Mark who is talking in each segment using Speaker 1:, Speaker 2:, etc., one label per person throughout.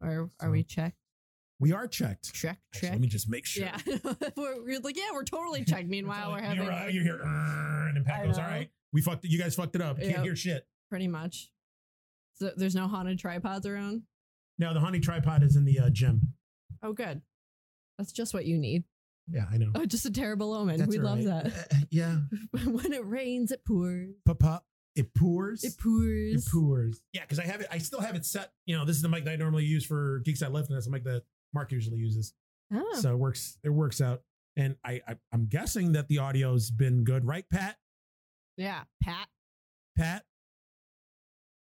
Speaker 1: Or are
Speaker 2: So-
Speaker 1: we checked?
Speaker 2: We are checked.
Speaker 1: Check,
Speaker 2: Actually,
Speaker 1: check.
Speaker 2: let me just make sure.
Speaker 1: Yeah. we're, we're like, yeah, we're totally checked. Meanwhile, we're
Speaker 2: It's all like,
Speaker 1: having
Speaker 2: you're, uh, you're here, "Err," and then Pat
Speaker 1: I
Speaker 2: goes, "All
Speaker 1: know.
Speaker 2: right, we fucked it. You guys fucked it up.
Speaker 1: Yep.
Speaker 2: Can't hear shit."
Speaker 1: pretty much. So there's no haunted tripods around.
Speaker 2: Now the honey tripod is in the uh, gym.
Speaker 1: Oh, good. That's just what you need.
Speaker 2: Yeah, I know.
Speaker 1: Oh, just a terrible omen.
Speaker 2: That's
Speaker 1: we
Speaker 2: all
Speaker 1: love
Speaker 2: right.
Speaker 1: that.
Speaker 2: Uh, yeah,
Speaker 1: when it rains, it pours.
Speaker 2: Papa, it pours.
Speaker 1: It
Speaker 2: It
Speaker 1: pours.
Speaker 2: pours. Yeah, because I have it. I still have it set. You know, this is the mic that I normally use for Geeks Out Left, and that's the mic that Mark usually uses.
Speaker 1: Oh,
Speaker 2: So it works. It works out. And I, I, I'm guessing that the audio's been good, right, Pat?
Speaker 1: yeah. Pat.
Speaker 2: Pat,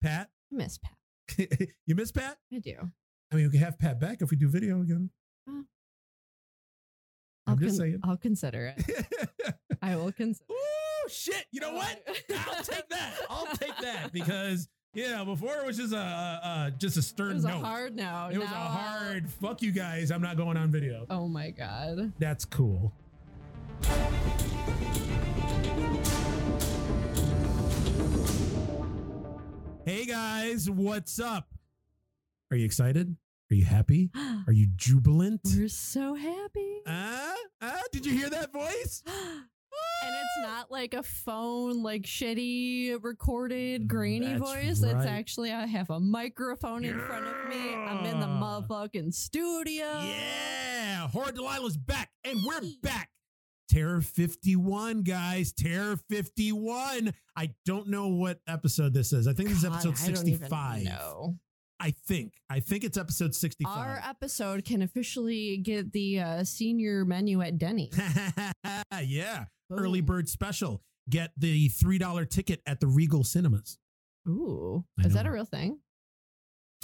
Speaker 2: Pat,
Speaker 1: I miss Pat.
Speaker 2: you miss Pat?
Speaker 1: I do.
Speaker 2: I mean, we could have Pat back if we do video again.
Speaker 1: Oh.
Speaker 2: I'm
Speaker 1: I'll
Speaker 2: just
Speaker 1: con-
Speaker 2: saying.
Speaker 1: I'll consider it. I will consider.
Speaker 2: Ooh, shit! You know what? I'll take that. I'll take that because yeah, before it was just a, a, a just a
Speaker 1: it
Speaker 2: stern
Speaker 1: was a
Speaker 2: no.
Speaker 1: hard no.
Speaker 2: it was a
Speaker 1: Now I'll-
Speaker 2: hard fuck you guys. I'm not going on video.
Speaker 1: Oh my god.
Speaker 2: That's cool. Hey guys, what's up? Are you excited? Are you happy? Are you jubilant?
Speaker 1: We're so happy.
Speaker 2: Uh, uh, did you hear that voice?
Speaker 1: and it's not like a phone, like shitty recorded grainy
Speaker 2: Mm, That's
Speaker 1: voice.
Speaker 2: right.
Speaker 1: It's actually I have a microphone in front of me. I'm in the
Speaker 2: Yeah.
Speaker 1: motherfucking studio.
Speaker 2: Yeah, Horror Delilah's back, and we're back. Terror 51, guys. Terror 51. I don't know what episode this is. I think this is
Speaker 1: God,
Speaker 2: episode
Speaker 1: I don't even
Speaker 2: 65.
Speaker 1: know.
Speaker 2: I think. I think it's episode 65.
Speaker 1: Our episode can officially get the uh, senior menu at Denny's.
Speaker 2: yeah. Early
Speaker 1: Oh.
Speaker 2: bird special. Get the $3 ticket at the Regal Cinemas.
Speaker 1: Ooh,
Speaker 2: I
Speaker 1: is
Speaker 2: know.
Speaker 1: that a real thing?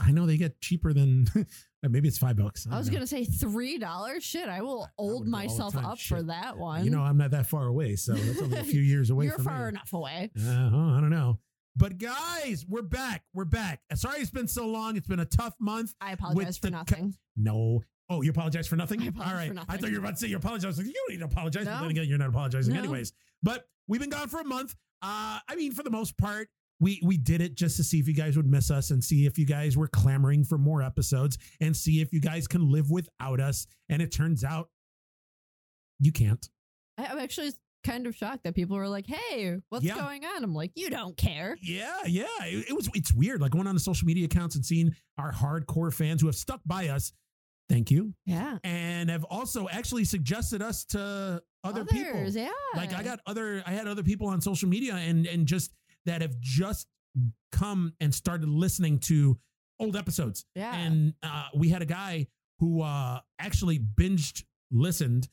Speaker 2: I know they get cheaper than maybe it's five bucks.
Speaker 1: I,
Speaker 2: don't
Speaker 1: was
Speaker 2: know.
Speaker 1: gonna say three dollars. Shit, I will
Speaker 2: I would
Speaker 1: old
Speaker 2: go all the
Speaker 1: myself
Speaker 2: time.
Speaker 1: up for
Speaker 2: Shit.
Speaker 1: that one.
Speaker 2: You know, I'm not that far away, so that's only a few years away
Speaker 1: you're
Speaker 2: from
Speaker 1: far
Speaker 2: me.
Speaker 1: enough away.
Speaker 2: Uh, oh, I don't know. But guys, we're back. We're back. Uh, Sorry it's been so long. It's been a tough month.
Speaker 1: I apologize for
Speaker 2: the co-
Speaker 1: nothing.
Speaker 2: No. Oh, you apologize for nothing?
Speaker 1: I apologize
Speaker 2: All right.
Speaker 1: for nothing.
Speaker 2: I thought you were about to say you apologize. I was like, you don't need to apologize. But
Speaker 1: No.
Speaker 2: then again, you're not apologizing
Speaker 1: No.
Speaker 2: anyways. But we've been gone for a month. Uh, I mean, for the most part, we we did it just to see if you guys would miss us and see if you guys were clamoring for more episodes and see if you guys can live without us. And it turns out you can't.
Speaker 1: I, I'm actually kind of shocked that people were like, "Hey, what's
Speaker 2: Yeah.
Speaker 1: going on?" I'm like, "You don't care."
Speaker 2: Yeah, yeah. It, it was it's weird. Like going on the social media accounts and seeing our hardcore fans who have stuck by us. Thank you.
Speaker 1: Yeah,
Speaker 2: And have also actually suggested us to other people.
Speaker 1: Others, Yeah,
Speaker 2: Like I got other I had other people on social media and and just that have just come and started listening to old episodes.
Speaker 1: yeah.
Speaker 2: And uh, we had a guy who uh actually binged listened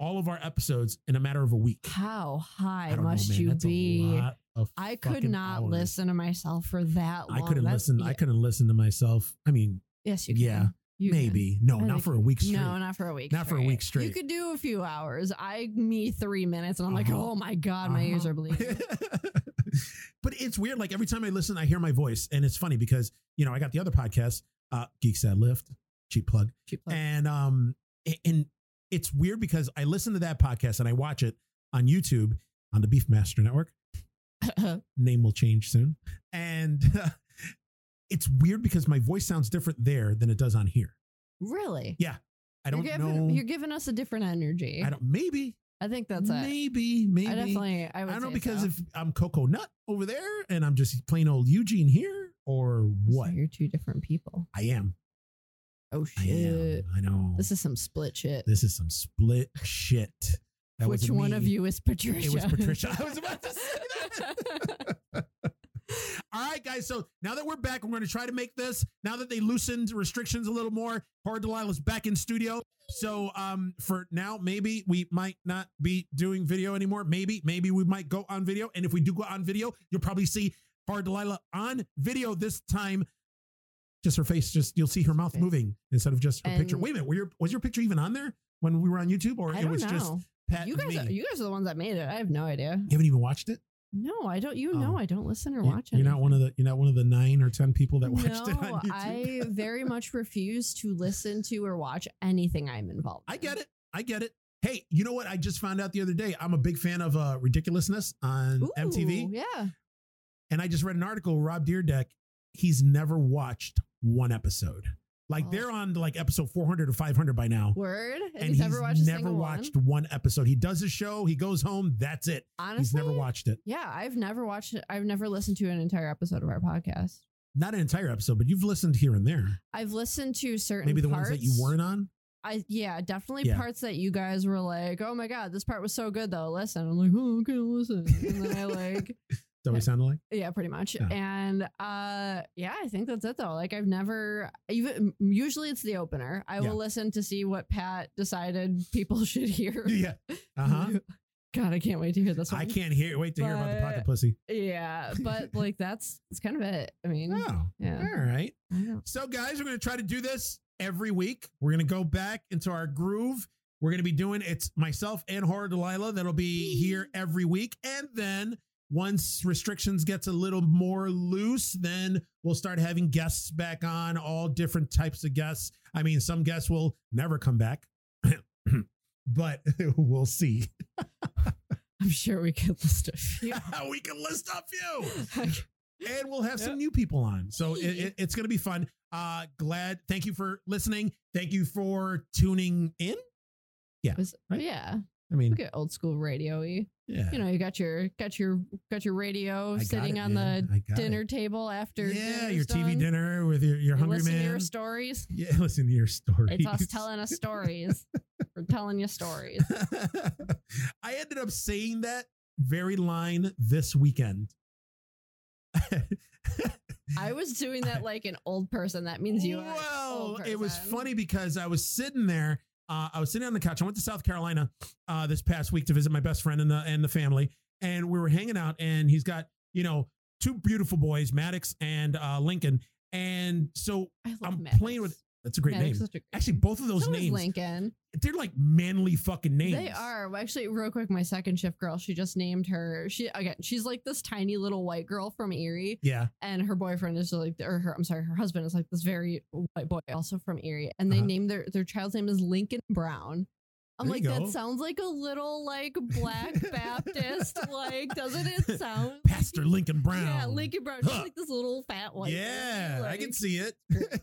Speaker 2: all of our episodes in a matter of a week.
Speaker 1: How high
Speaker 2: I don't know,
Speaker 1: must
Speaker 2: man.
Speaker 1: you
Speaker 2: That's a
Speaker 1: be?
Speaker 2: lot of
Speaker 1: I could
Speaker 2: fucking
Speaker 1: not
Speaker 2: hours.
Speaker 1: listen to myself for that long.
Speaker 2: I couldn't
Speaker 1: That's-
Speaker 2: listen.
Speaker 1: yeah.
Speaker 2: I couldn't listen to myself. I mean,
Speaker 1: Yes, you can.
Speaker 2: Yeah,
Speaker 1: You can.
Speaker 2: maybe no,
Speaker 1: I
Speaker 2: not
Speaker 1: think-
Speaker 2: for a week straight.
Speaker 1: No, not for a week.
Speaker 2: Not for a
Speaker 1: straight.
Speaker 2: week straight.
Speaker 1: You could do a few hours. I me three minutes, and I'm like,
Speaker 2: Uh-huh.
Speaker 1: oh my god, my ears
Speaker 2: Uh-huh.
Speaker 1: are bleeding.
Speaker 2: but it's weird. Like every time I listen, I hear my voice, and it's funny because you know I got the other podcast, uh, Geeks That Lift, cheap plug,
Speaker 1: Cheap plug.
Speaker 2: and um, a- and it's weird because I listen to that podcast and I watch it on YouTube on the Beefmaster Network. Name will change soon, and it's weird because my voice sounds different there than it does on here.
Speaker 1: really?
Speaker 2: Yeah, I don't
Speaker 1: you're giving,
Speaker 2: know.
Speaker 1: You're giving us a different energy.
Speaker 2: I don't. Maybe.
Speaker 1: I think that's it.
Speaker 2: maybe. Maybe.
Speaker 1: I definitely. I
Speaker 2: I
Speaker 1: would.
Speaker 2: don't know
Speaker 1: say
Speaker 2: because
Speaker 1: so.
Speaker 2: if I'm Coco Nut over there and I'm just plain old Eugene here, or what?
Speaker 1: So you're two different people.
Speaker 2: I am.
Speaker 1: Oh
Speaker 2: I am.
Speaker 1: shit!
Speaker 2: I know.
Speaker 1: This is some split shit.
Speaker 2: This is some split shit. That
Speaker 1: Which
Speaker 2: wasn't
Speaker 1: one
Speaker 2: me.
Speaker 1: of you is Patricia?
Speaker 2: It was Patricia. I was about to say All right, guys. So now that we're back, we're going to try to make this. Now that they loosened restrictions a little more, Hard Delilah's back in studio. So um, for now, maybe we might not be doing video anymore. Maybe, maybe we might go on video. And if we do go on video, you'll probably see Hard Delilah on video this time. Just her face. Just you'll see her mouth
Speaker 1: Okay.
Speaker 2: moving instead of just her picture.
Speaker 1: And-
Speaker 2: Wait a minute. Were your, was your picture even on there when we were on YouTube, or
Speaker 1: I
Speaker 2: it
Speaker 1: don't
Speaker 2: was
Speaker 1: know.
Speaker 2: just Pat
Speaker 1: you
Speaker 2: and
Speaker 1: guys,
Speaker 2: me?
Speaker 1: are, you guys are the ones that made it. I have no idea.
Speaker 2: You haven't even watched it.
Speaker 1: No, I don't. You
Speaker 2: Oh.
Speaker 1: know, I don't listen or
Speaker 2: You-
Speaker 1: watch it.
Speaker 2: You're not one of the you're not one of the nine or ten people that watched it
Speaker 1: no,
Speaker 2: on YouTube.
Speaker 1: I very much refuse to listen to or watch anything I'm involved.
Speaker 2: I
Speaker 1: in.
Speaker 2: get it. I get it. Hey, you know what? I just found out the other day. I'm a big fan of uh, ridiculousness on
Speaker 1: Ooh,
Speaker 2: MTV,
Speaker 1: Yeah.
Speaker 2: and I just read an article. Rob Deerdeck, he's never watched one episode. Like
Speaker 1: Oh.
Speaker 2: they're on like episode 400 or 500 by now.
Speaker 1: Word. And,
Speaker 2: and
Speaker 1: he's,
Speaker 2: he's
Speaker 1: never watched a
Speaker 2: never
Speaker 1: single
Speaker 2: watched
Speaker 1: one.
Speaker 2: one episode. He does his show, he goes home, that's it.
Speaker 1: Honestly,
Speaker 2: He's never watched it.
Speaker 1: Yeah, I've never watched. it. I've never listened to an entire episode of our podcast.
Speaker 2: Not an entire episode, but you've listened here and there.
Speaker 1: I've listened to certain
Speaker 2: Maybe the
Speaker 1: parts,
Speaker 2: ones that you weren't on.
Speaker 1: I yeah, definitely
Speaker 2: Yeah.
Speaker 1: parts that you guys were like, oh my god, this part was so good though. Listen, I'm like, oh, okay, I'll listen, and then I like,
Speaker 2: That we sounded like.
Speaker 1: yeah, pretty much,
Speaker 2: Yeah.
Speaker 1: and uh, yeah, I think that's it though. Like, I've never even usually it's the opener. I
Speaker 2: Yeah.
Speaker 1: will listen to see what Pat decided people should hear.
Speaker 2: Yeah. Uh huh.
Speaker 1: God, I can't wait to hear this one.
Speaker 2: I can't hear. Wait to hear about the pocket
Speaker 1: But-
Speaker 2: pussy.
Speaker 1: Yeah, but like that's it's kind of it. I mean,
Speaker 2: Oh, all
Speaker 1: yeah.
Speaker 2: right.
Speaker 1: I don't-
Speaker 2: So, guys, we're going to try to do this every week. We're going to go back into our groove. We're going to be doing it's myself and Horror Delilah that'll be here every week. And then once restrictions gets a little more loose, then we'll start having guests back on, all different types of guests. I mean, some guests will never come back, but we'll see.
Speaker 1: I'm sure we could list a few.
Speaker 2: we can list a few.
Speaker 1: Like,
Speaker 2: and we'll have
Speaker 1: Yeah.
Speaker 2: some new people on. So it, it- it's going to be fun. Uh, glad. Thank you for listening. Thank you for tuning in.
Speaker 1: was-
Speaker 2: Right?
Speaker 1: Yeah,
Speaker 2: I mean,
Speaker 1: look at old school radio-y.
Speaker 2: yeah,
Speaker 1: you know, you got your got your got your radio
Speaker 2: I got
Speaker 1: sitting
Speaker 2: it,
Speaker 1: on
Speaker 2: man. I
Speaker 1: the
Speaker 2: got
Speaker 1: dinner
Speaker 2: it.
Speaker 1: table after
Speaker 2: Yeah,
Speaker 1: dinner's
Speaker 2: your TV
Speaker 1: done.
Speaker 2: dinner with your, your
Speaker 1: You
Speaker 2: hungry
Speaker 1: listen
Speaker 2: man.
Speaker 1: to your stories.
Speaker 2: yeah, listen to your story.
Speaker 1: It's us telling us stories. We're telling you stories.
Speaker 2: I ended up saying that very line this weekend.
Speaker 1: I was doing that like an old person. That means you. are an
Speaker 2: Well,
Speaker 1: old
Speaker 2: it was
Speaker 1: person.
Speaker 2: funny because I was sitting there. Uh, I was sitting on the couch. I went to South Carolina uh, this past week to visit my best friend and the and the family, and we were hanging out. And he's got you know two beautiful boys, Maddox and uh, Lincoln. And so
Speaker 1: I love
Speaker 2: I'm
Speaker 1: Maddox.
Speaker 2: playing with- that's a great
Speaker 1: Maddox
Speaker 2: name.
Speaker 1: is such a-
Speaker 2: Actually, both of those
Speaker 1: so is
Speaker 2: names
Speaker 1: Lincoln.
Speaker 2: they're like manly fucking names.
Speaker 1: They are Well, actually real quick. My second shift girl, she just named her. She again, she's like this tiny little white girl from Erie,
Speaker 2: Yeah,
Speaker 1: and her boyfriend is like, or her, I'm sorry, her husband is like this very white boy, also from Erie, and they
Speaker 2: Uh-huh.
Speaker 1: named their their child's name is Lincoln Brown. I'm
Speaker 2: There
Speaker 1: like,
Speaker 2: you go.
Speaker 1: that sounds like a little like black Baptist, like doesn't it sound? like
Speaker 2: Pastor
Speaker 1: he-
Speaker 2: Lincoln Brown.
Speaker 1: Yeah, Lincoln Brown. She's
Speaker 2: Huh.
Speaker 1: like this little fat white. girl.
Speaker 2: Yeah, I
Speaker 1: Like,
Speaker 2: can see it. That's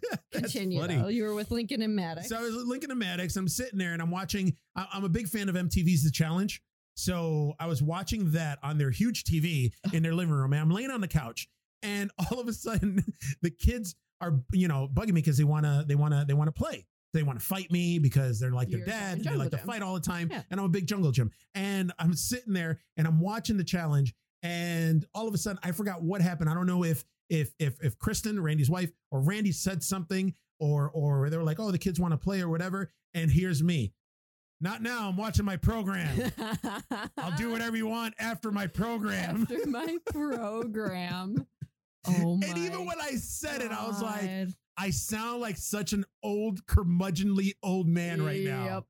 Speaker 1: Continue.
Speaker 2: funny.
Speaker 1: though. You were with Lincoln and Maddox.
Speaker 2: So I was Lincoln and Maddox. I'm sitting there and I'm watching. I- I'm a big fan of MTV's The Challenge. So I was watching that on their huge TV in their living room, and I'm laying on the couch, and all of a sudden, the kids are you know bugging me because they wanna they wanna they wanna play. They want to fight me because they're like
Speaker 1: You're
Speaker 2: their dad.
Speaker 1: a
Speaker 2: and They like
Speaker 1: jungle
Speaker 2: to
Speaker 1: gym.
Speaker 2: fight all the time,
Speaker 1: Yeah.
Speaker 2: and I'm a big jungle gym. And I'm sitting there and I'm watching the challenge, and all of a sudden I forgot what happened. I don't know if if if if Kristen, Randy's wife, or Randy said something, or or they were like, oh, the kids want to play or whatever. And here's me. Not now. I'm watching my program. I'll do whatever you want after my program.
Speaker 1: after my program. Oh my!
Speaker 2: and even when I said it, I was like,
Speaker 1: God.
Speaker 2: I sound like such an old, curmudgeonly old man right now.
Speaker 1: Yep.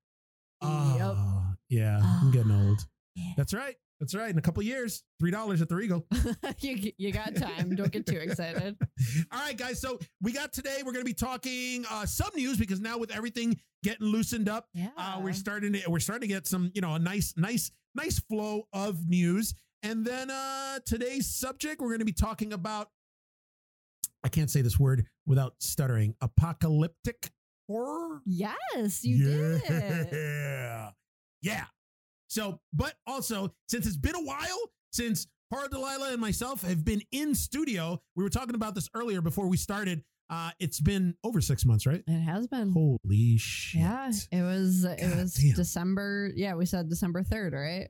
Speaker 1: Ah,
Speaker 2: Ah, yeah, I'm getting old.
Speaker 1: Yeah.
Speaker 2: That's right. That's right. In a couple of years, three dollars at the Regal.
Speaker 1: you, you got time. Don't get too excited.
Speaker 2: All right, guys. So we got today. We're going to be talking uh, some news because now with everything getting loosened up,
Speaker 1: Yeah.
Speaker 2: uh, we're starting to we're starting to get some you know a nice nice nice flow of news. And then uh, today's subject, we're going to be talking about. I can't say this word without stuttering. Apocalyptic horror.
Speaker 1: yes, you
Speaker 2: yeah.
Speaker 1: did.
Speaker 2: Yeah. So, but also, since it's been a while since Horror Delilah and myself have been in studio, we were talking about this earlier before we started. Uh, it's been over six months, right?
Speaker 1: It has been.
Speaker 2: Holy shit.
Speaker 1: Mm. Yeah, it was. It
Speaker 2: God
Speaker 1: was
Speaker 2: damn.
Speaker 1: December. Yeah, we said December third, right?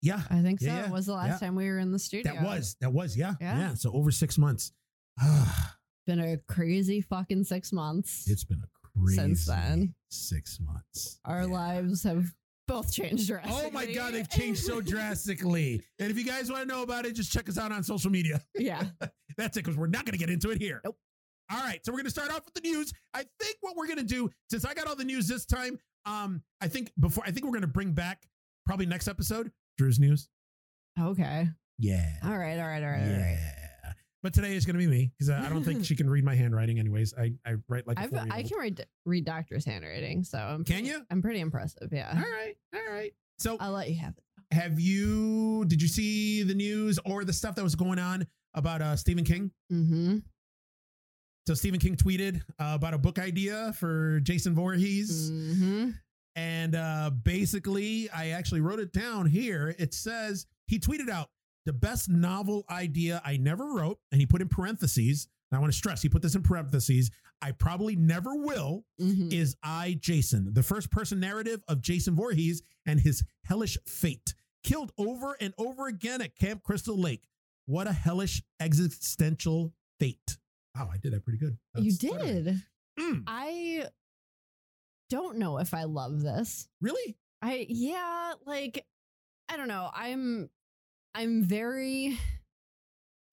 Speaker 2: Yeah.
Speaker 1: I think so.
Speaker 2: Yeah, yeah,
Speaker 1: It was the last
Speaker 2: yeah.
Speaker 1: time we were in the studio.
Speaker 2: That was, that was, yeah.
Speaker 1: Yeah.
Speaker 2: So over six months. Ah,
Speaker 1: been a crazy fucking six months.
Speaker 2: it's been a crazy
Speaker 1: Since then.
Speaker 2: six months.
Speaker 1: Our
Speaker 2: Yeah.
Speaker 1: lives have both changed drastically.
Speaker 2: Oh my God, they've changed so drastically. And if you guys want to know about it, just check us out on social media.
Speaker 1: yeah.
Speaker 2: That's it, because we're not going to get into it here.
Speaker 1: Nope.
Speaker 2: All right, so we're going to start off with the news. I think what we're going to do, since I got all the news this time, um, I think before I think we're going to bring back probably next episode Drew's news.
Speaker 1: Okay.
Speaker 2: Yeah,
Speaker 1: All right. All right. All right. All right.
Speaker 2: yeah. But today is going to be me because I I don't think she can read my handwriting. Anyways, I I write like a
Speaker 1: I've, I
Speaker 2: four-year-old.
Speaker 1: can read read doctor's handwriting, so I'm
Speaker 2: Can
Speaker 1: pretty-
Speaker 2: you?
Speaker 1: I'm pretty impressive. Yeah,
Speaker 2: All right, all right. So
Speaker 1: I'll let you have it.
Speaker 2: have you? Did you see the news or the stuff that was going on about uh Stephen King?
Speaker 1: Mm-hmm.
Speaker 2: So Stephen King tweeted uh, about a book idea for Jason Voorhees.
Speaker 1: Mm-hmm.
Speaker 2: And uh, basically, I actually wrote it down here. It says he tweeted out the best novel idea I never wrote, and he put in parentheses. And I want to stress he put this in parentheses. I probably never will.
Speaker 1: hmm
Speaker 2: Is I Jason the first person narrative of Jason Voorhees and his hellish fate, killed over and over again at Camp Crystal Lake? What a hellish existential fate! Wow, I did that pretty good.
Speaker 1: You
Speaker 2: That's better.
Speaker 1: did.
Speaker 2: Mm,
Speaker 1: I don't know if I love this.
Speaker 2: really?
Speaker 1: I yeah, like I don't know. I'm I'm very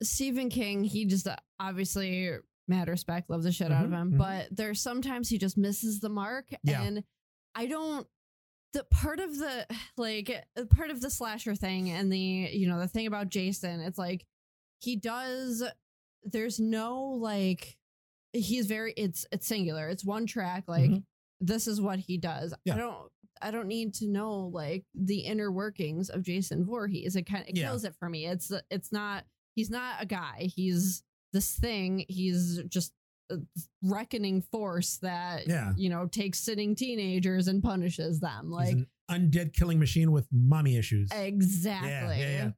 Speaker 1: Stephen King. He just uh, obviously mad respect, love the shit out of
Speaker 2: Mhm,
Speaker 1: him.
Speaker 2: mhm.
Speaker 1: But there's sometimes he just misses the mark,
Speaker 2: Yeah.
Speaker 1: and I don't. The part of the like uh, part of the slasher thing and the you know the thing about Jason, it's like he does. There's no like he's very it's it's singular. It's one track. Like
Speaker 2: Mhm.
Speaker 1: this is what he does.
Speaker 2: Yeah.
Speaker 1: I don't I don't need to know like the inner workings of Jason Voorhees. It kind of it
Speaker 2: Yeah.
Speaker 1: kills it for me. It's it's not he's not a guy. He's this thing. He's just a reckoning force that
Speaker 2: Yeah.
Speaker 1: you know takes sitting teenagers and punishes them.
Speaker 2: He's
Speaker 1: Like
Speaker 2: an undead killing machine with mommy issues.
Speaker 1: exactly.
Speaker 2: Yeah, yeah, yeah.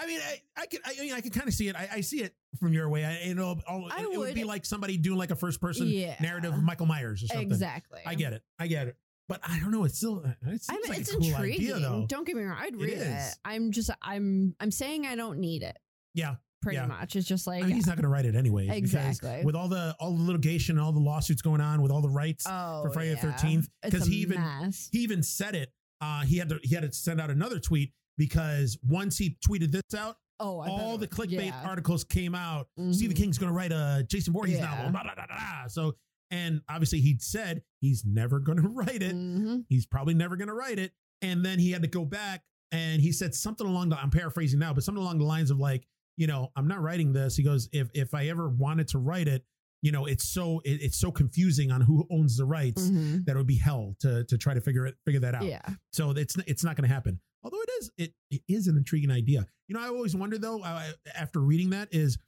Speaker 2: I mean, I, I could, I, I mean, I could kind of see it. I, I see it from your way. I, and it'll, all,
Speaker 1: I
Speaker 2: it, it would
Speaker 1: would-
Speaker 2: be like somebody doing like a first person
Speaker 1: Yeah.
Speaker 2: narrative of Michael Myers or something.
Speaker 1: Exactly.
Speaker 2: I get it. I get it. But I don't know. It's still, it
Speaker 1: I
Speaker 2: seems
Speaker 1: mean,
Speaker 2: like
Speaker 1: it's
Speaker 2: a cool
Speaker 1: intriguing.
Speaker 2: idea though.
Speaker 1: Don't get me wrong. I'd
Speaker 2: It
Speaker 1: read it,
Speaker 2: is.
Speaker 1: I'm just I'm I'm saying I don't need it.
Speaker 2: Yeah,
Speaker 1: Pretty
Speaker 2: yeah.
Speaker 1: much. It's just like
Speaker 2: I mean, he's not going to write it anyway. because
Speaker 1: Exactly.
Speaker 2: With all the, all the litigation and all the lawsuits going on with all the rights,
Speaker 1: oh,
Speaker 2: for Friday the
Speaker 1: yeah.
Speaker 2: 13th,
Speaker 1: It's
Speaker 2: 'cause
Speaker 1: a
Speaker 2: he even-
Speaker 1: mess.
Speaker 2: he even said it. Uh, he had to, he had to send out another tweet because once he tweeted this out,
Speaker 1: Oh, I bet
Speaker 2: all
Speaker 1: it
Speaker 2: the
Speaker 1: was-
Speaker 2: clickbait
Speaker 1: yeah.
Speaker 2: articles came out Stephen
Speaker 1: Mhm.
Speaker 2: King's going to write a Jason Voorhees
Speaker 1: Yeah.
Speaker 2: novel. blah, blah, blah, blah. So, and obviously he said he's never going to write it.
Speaker 1: Mhm.
Speaker 2: He's probably never going to write it. And then he had to go back and he said something along the, I'm paraphrasing now, but something along the lines of like, you know, I'm not writing this. He goes, if, if I ever wanted to write it, you know, it's so, it, it's so confusing on who owns the rights
Speaker 1: Mhm.
Speaker 2: that it would be hell to, to try to figure it, figure that out.
Speaker 1: Yeah.
Speaker 2: So it's it's not going to happen. Although it is it, it is an intriguing idea. You know, I always wonder though I, after reading that is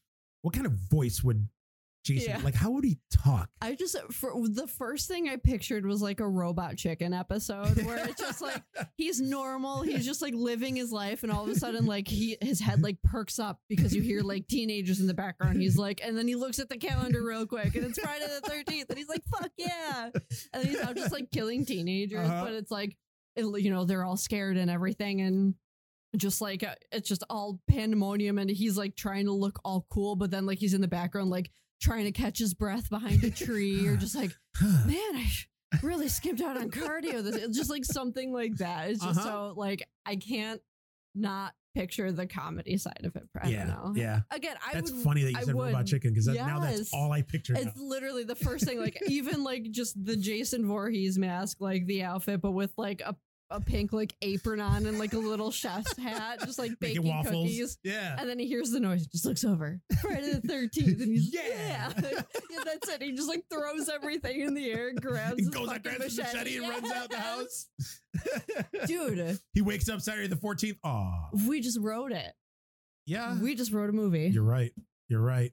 Speaker 2: what kind of voice would Jason
Speaker 1: Yeah.
Speaker 2: like? How would he talk?
Speaker 1: I just for the first thing I pictured was like a robot chicken episode where it's just like he's normal, he's just like living his life, and all of a sudden like he his head like perks up because you hear like teenagers in the background. He's like, and then he looks at the calendar real quick, and it's Friday the thirteenth, and he's like, "Fuck yeah!" And he's out just like killing teenagers,
Speaker 2: Uh-huh.
Speaker 1: but it's like it, you know they're all scared and everything, and just like uh, it's just all pandemonium and he's like trying to look all cool but then like he's in the background like trying to catch his breath behind a tree or just like man i sh- really skimped out on cardio this it's just like something like that it's just
Speaker 2: Uh-huh.
Speaker 1: so like i can't not picture the comedy side of it i
Speaker 2: yeah,
Speaker 1: don't know
Speaker 2: yeah.
Speaker 1: again i
Speaker 2: That's
Speaker 1: would
Speaker 2: funny that you
Speaker 1: I
Speaker 2: said robot
Speaker 1: would.
Speaker 2: chicken because now that's
Speaker 1: Yes.
Speaker 2: all I picture. now.
Speaker 1: it's literally the first thing, like even like just the Jason Voorhees mask, like the outfit, but with like a, a pink like apron on and like a little chef's hat, just like
Speaker 2: Making
Speaker 1: baking
Speaker 2: waffles.
Speaker 1: cookies.
Speaker 2: Yeah.
Speaker 1: And then he hears the noise, just looks over Friday the thirteenth, and he's yeah.
Speaker 2: Yeah.
Speaker 1: Yeah, that's it. He just like throws everything in the air, grabs,
Speaker 2: He
Speaker 1: his
Speaker 2: goes out,
Speaker 1: fucking
Speaker 2: grabs his machete, and runs out the
Speaker 1: Yes.
Speaker 2: house.
Speaker 1: Dude,
Speaker 2: he wakes up Saturday the 14th. Aw.
Speaker 1: we just wrote it.
Speaker 2: Yeah.
Speaker 1: We just wrote a movie.
Speaker 2: Uh, You're right. You're right.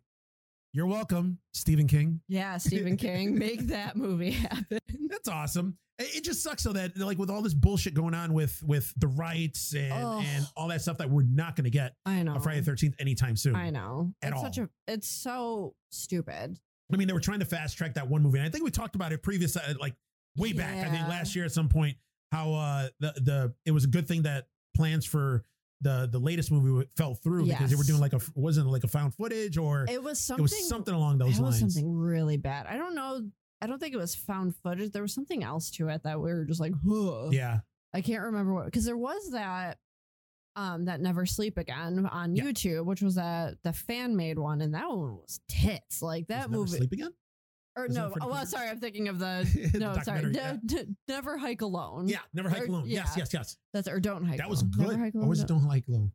Speaker 2: You're welcome, Stephen King.
Speaker 1: Yeah, Stephen King, make that movie happen.
Speaker 2: That's awesome. It it just sucks though that like with all this bullshit going on with with the rights and
Speaker 1: Oh.
Speaker 2: and all that stuff that we're not going to get
Speaker 1: I know.
Speaker 2: on Friday the Thirteenth anytime soon.
Speaker 1: Um, I know.
Speaker 2: At
Speaker 1: it's such
Speaker 2: all.
Speaker 1: a it's so stupid.
Speaker 2: I mean, they were trying to fast track that one movie, and I think we talked about it previous, uh, like way back. I think
Speaker 1: Yeah.
Speaker 2: last year at some point, how uh the the it was a good thing that plans for the the latest movie w- fell through because they were
Speaker 1: Yes.
Speaker 2: doing like a wasn't it like a found footage or it,
Speaker 1: It was something
Speaker 2: was something along those
Speaker 1: it was
Speaker 2: lines.
Speaker 1: something really bad. I don't know. I don't think it was found footage. There was something else to it that we were just like, huh.
Speaker 2: Yeah,
Speaker 1: I can't remember what because there was that um that Never Sleep Again on
Speaker 2: Yeah.
Speaker 1: YouTube, which was that the fan made one, and that one was tits. Like
Speaker 2: Was
Speaker 1: that
Speaker 2: it Never
Speaker 1: movie
Speaker 2: Sleep again.
Speaker 1: or
Speaker 2: Is that
Speaker 1: no,
Speaker 2: for the
Speaker 1: oh well,
Speaker 2: Clippers?
Speaker 1: sorry, I'm thinking of the
Speaker 2: The
Speaker 1: no, sorry.
Speaker 2: documentary,
Speaker 1: Ne- ne- never hike alone.
Speaker 2: yeah. yeah, never hike
Speaker 1: Or-
Speaker 2: alone. Yes,
Speaker 1: yeah.
Speaker 2: yes, yes.
Speaker 1: That's or don't hike
Speaker 2: That was
Speaker 1: alone. Never
Speaker 2: good.
Speaker 1: hike
Speaker 2: Or
Speaker 1: alone,
Speaker 2: was it
Speaker 1: don't-
Speaker 2: Don't Like Low?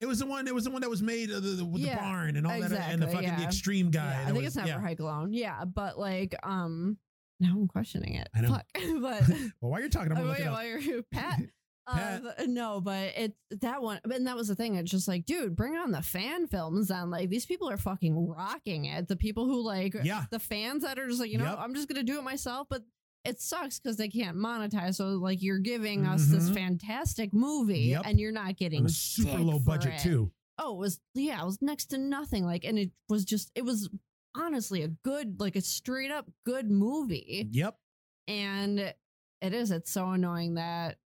Speaker 2: It was the one. It was the one that was made uh, the, the, with the
Speaker 1: Yeah,
Speaker 2: barn and all that, and
Speaker 1: exactly,
Speaker 2: the fucking the
Speaker 1: yeah.
Speaker 2: extreme guy.
Speaker 1: Yeah,
Speaker 2: and
Speaker 1: I
Speaker 2: it
Speaker 1: think
Speaker 2: was-
Speaker 1: it's never
Speaker 2: yeah.
Speaker 1: hike alone. Yeah, but like um now I'm questioning it.
Speaker 2: I know.
Speaker 1: Fuck. but
Speaker 2: Well, while you're talking, I'm
Speaker 1: Oh,
Speaker 2: gonna look
Speaker 1: wait,
Speaker 2: it up.
Speaker 1: while you're Pat, Uh, th- no, but it's that one. And that was the thing. It's just like, dude, bring on the fan films. And like, these people are fucking rocking it. The people who like,
Speaker 2: Yeah.
Speaker 1: the fans that are just like, you know,
Speaker 2: Yep.
Speaker 1: I'm just gonna do it myself. But it sucks because they can't monetize. So like, you're giving us this
Speaker 2: Mhm.
Speaker 1: fantastic movie,
Speaker 2: Yep.
Speaker 1: and you're not
Speaker 2: On
Speaker 1: getting
Speaker 2: a super
Speaker 1: dick
Speaker 2: low
Speaker 1: for
Speaker 2: budget
Speaker 1: it.
Speaker 2: too.
Speaker 1: Oh, it was yeah, it was next to nothing. Like, and it was just, it was honestly a good, like a straight up good movie
Speaker 2: Yep.
Speaker 1: and it is it's so annoying that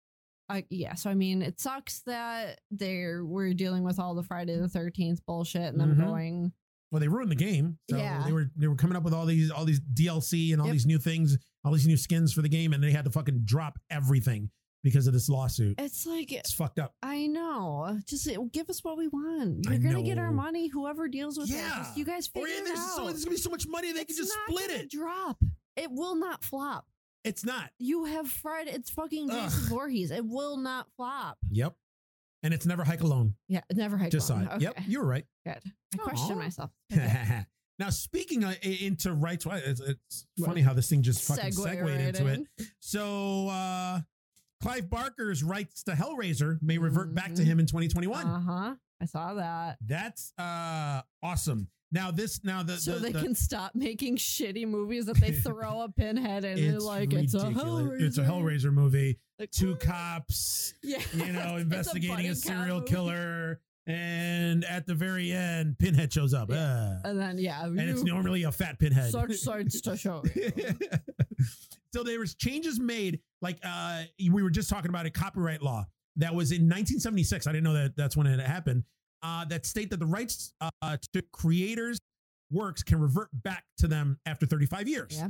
Speaker 1: uh, yeah so i mean it sucks that they're we're dealing with all the friday the 13th bullshit and them
Speaker 2: Mhm.
Speaker 1: going
Speaker 2: Well, they ruined the game. So
Speaker 1: Yeah.
Speaker 2: they were they were coming up with all these all these DLC and all
Speaker 1: Yep.
Speaker 2: these new things, all these new skins for the game, and they had to fucking drop everything because of this lawsuit.
Speaker 1: it's like
Speaker 2: It's fucked up.
Speaker 1: i know just uh, give us what we want
Speaker 2: I
Speaker 1: you're gonna get our
Speaker 2: know.
Speaker 1: money whoever deals with it
Speaker 2: Yeah.
Speaker 1: just, you guys
Speaker 2: Or
Speaker 1: figure
Speaker 2: Oh, yeah,
Speaker 1: it
Speaker 2: there's,
Speaker 1: out
Speaker 2: so, there's gonna be so much money they
Speaker 1: It's
Speaker 2: can just
Speaker 1: not
Speaker 2: split
Speaker 1: gonna
Speaker 2: it.
Speaker 1: drop it will not flop
Speaker 2: It's not.
Speaker 1: you have fried it's fucking
Speaker 2: Ugh.
Speaker 1: jason Voorhees. it will not flop
Speaker 2: Yep. And it's never hike alone.
Speaker 1: yeah never hike
Speaker 2: Just
Speaker 1: one.
Speaker 2: side. Yep.
Speaker 1: Okay.
Speaker 2: You were right.
Speaker 1: i question
Speaker 2: Aw.
Speaker 1: myself
Speaker 2: now speaking of, into rights, it's, it's funny how this thing just fucking
Speaker 1: Segue
Speaker 2: segued
Speaker 1: right
Speaker 2: into it.
Speaker 1: in.
Speaker 2: So uh Clive Barker's rights to Hellraiser may revert back to
Speaker 1: Mhm.
Speaker 2: him in 2021.
Speaker 1: uh-huh i saw that
Speaker 2: That's uh awesome. Now this now the,
Speaker 1: so
Speaker 2: the,
Speaker 1: they
Speaker 2: the-
Speaker 1: can stop making shitty movies that they throw a pinhead in and they're like it's a Hellraiser.
Speaker 2: It's a Hellraiser movie.
Speaker 1: Like,
Speaker 2: Two
Speaker 1: "What?"
Speaker 2: cops,
Speaker 1: yeah
Speaker 2: you
Speaker 1: It's a
Speaker 2: know, investigating
Speaker 1: buddy
Speaker 2: a,
Speaker 1: cop
Speaker 2: serial
Speaker 1: movie.
Speaker 2: killer, and at the very end, Pinhead shows up.
Speaker 1: Yeah.
Speaker 2: Ah.
Speaker 1: and then yeah
Speaker 2: and it's normally a fat pinhead.
Speaker 1: such sights to show Oh, you.
Speaker 2: so there was changes made, like uh, we were just talking about a copyright law that was in 1976. I didn't know that that's when it happened. Uh, that state that the rights uh, to creators' works can revert back to them after 35 years.
Speaker 1: Yeah.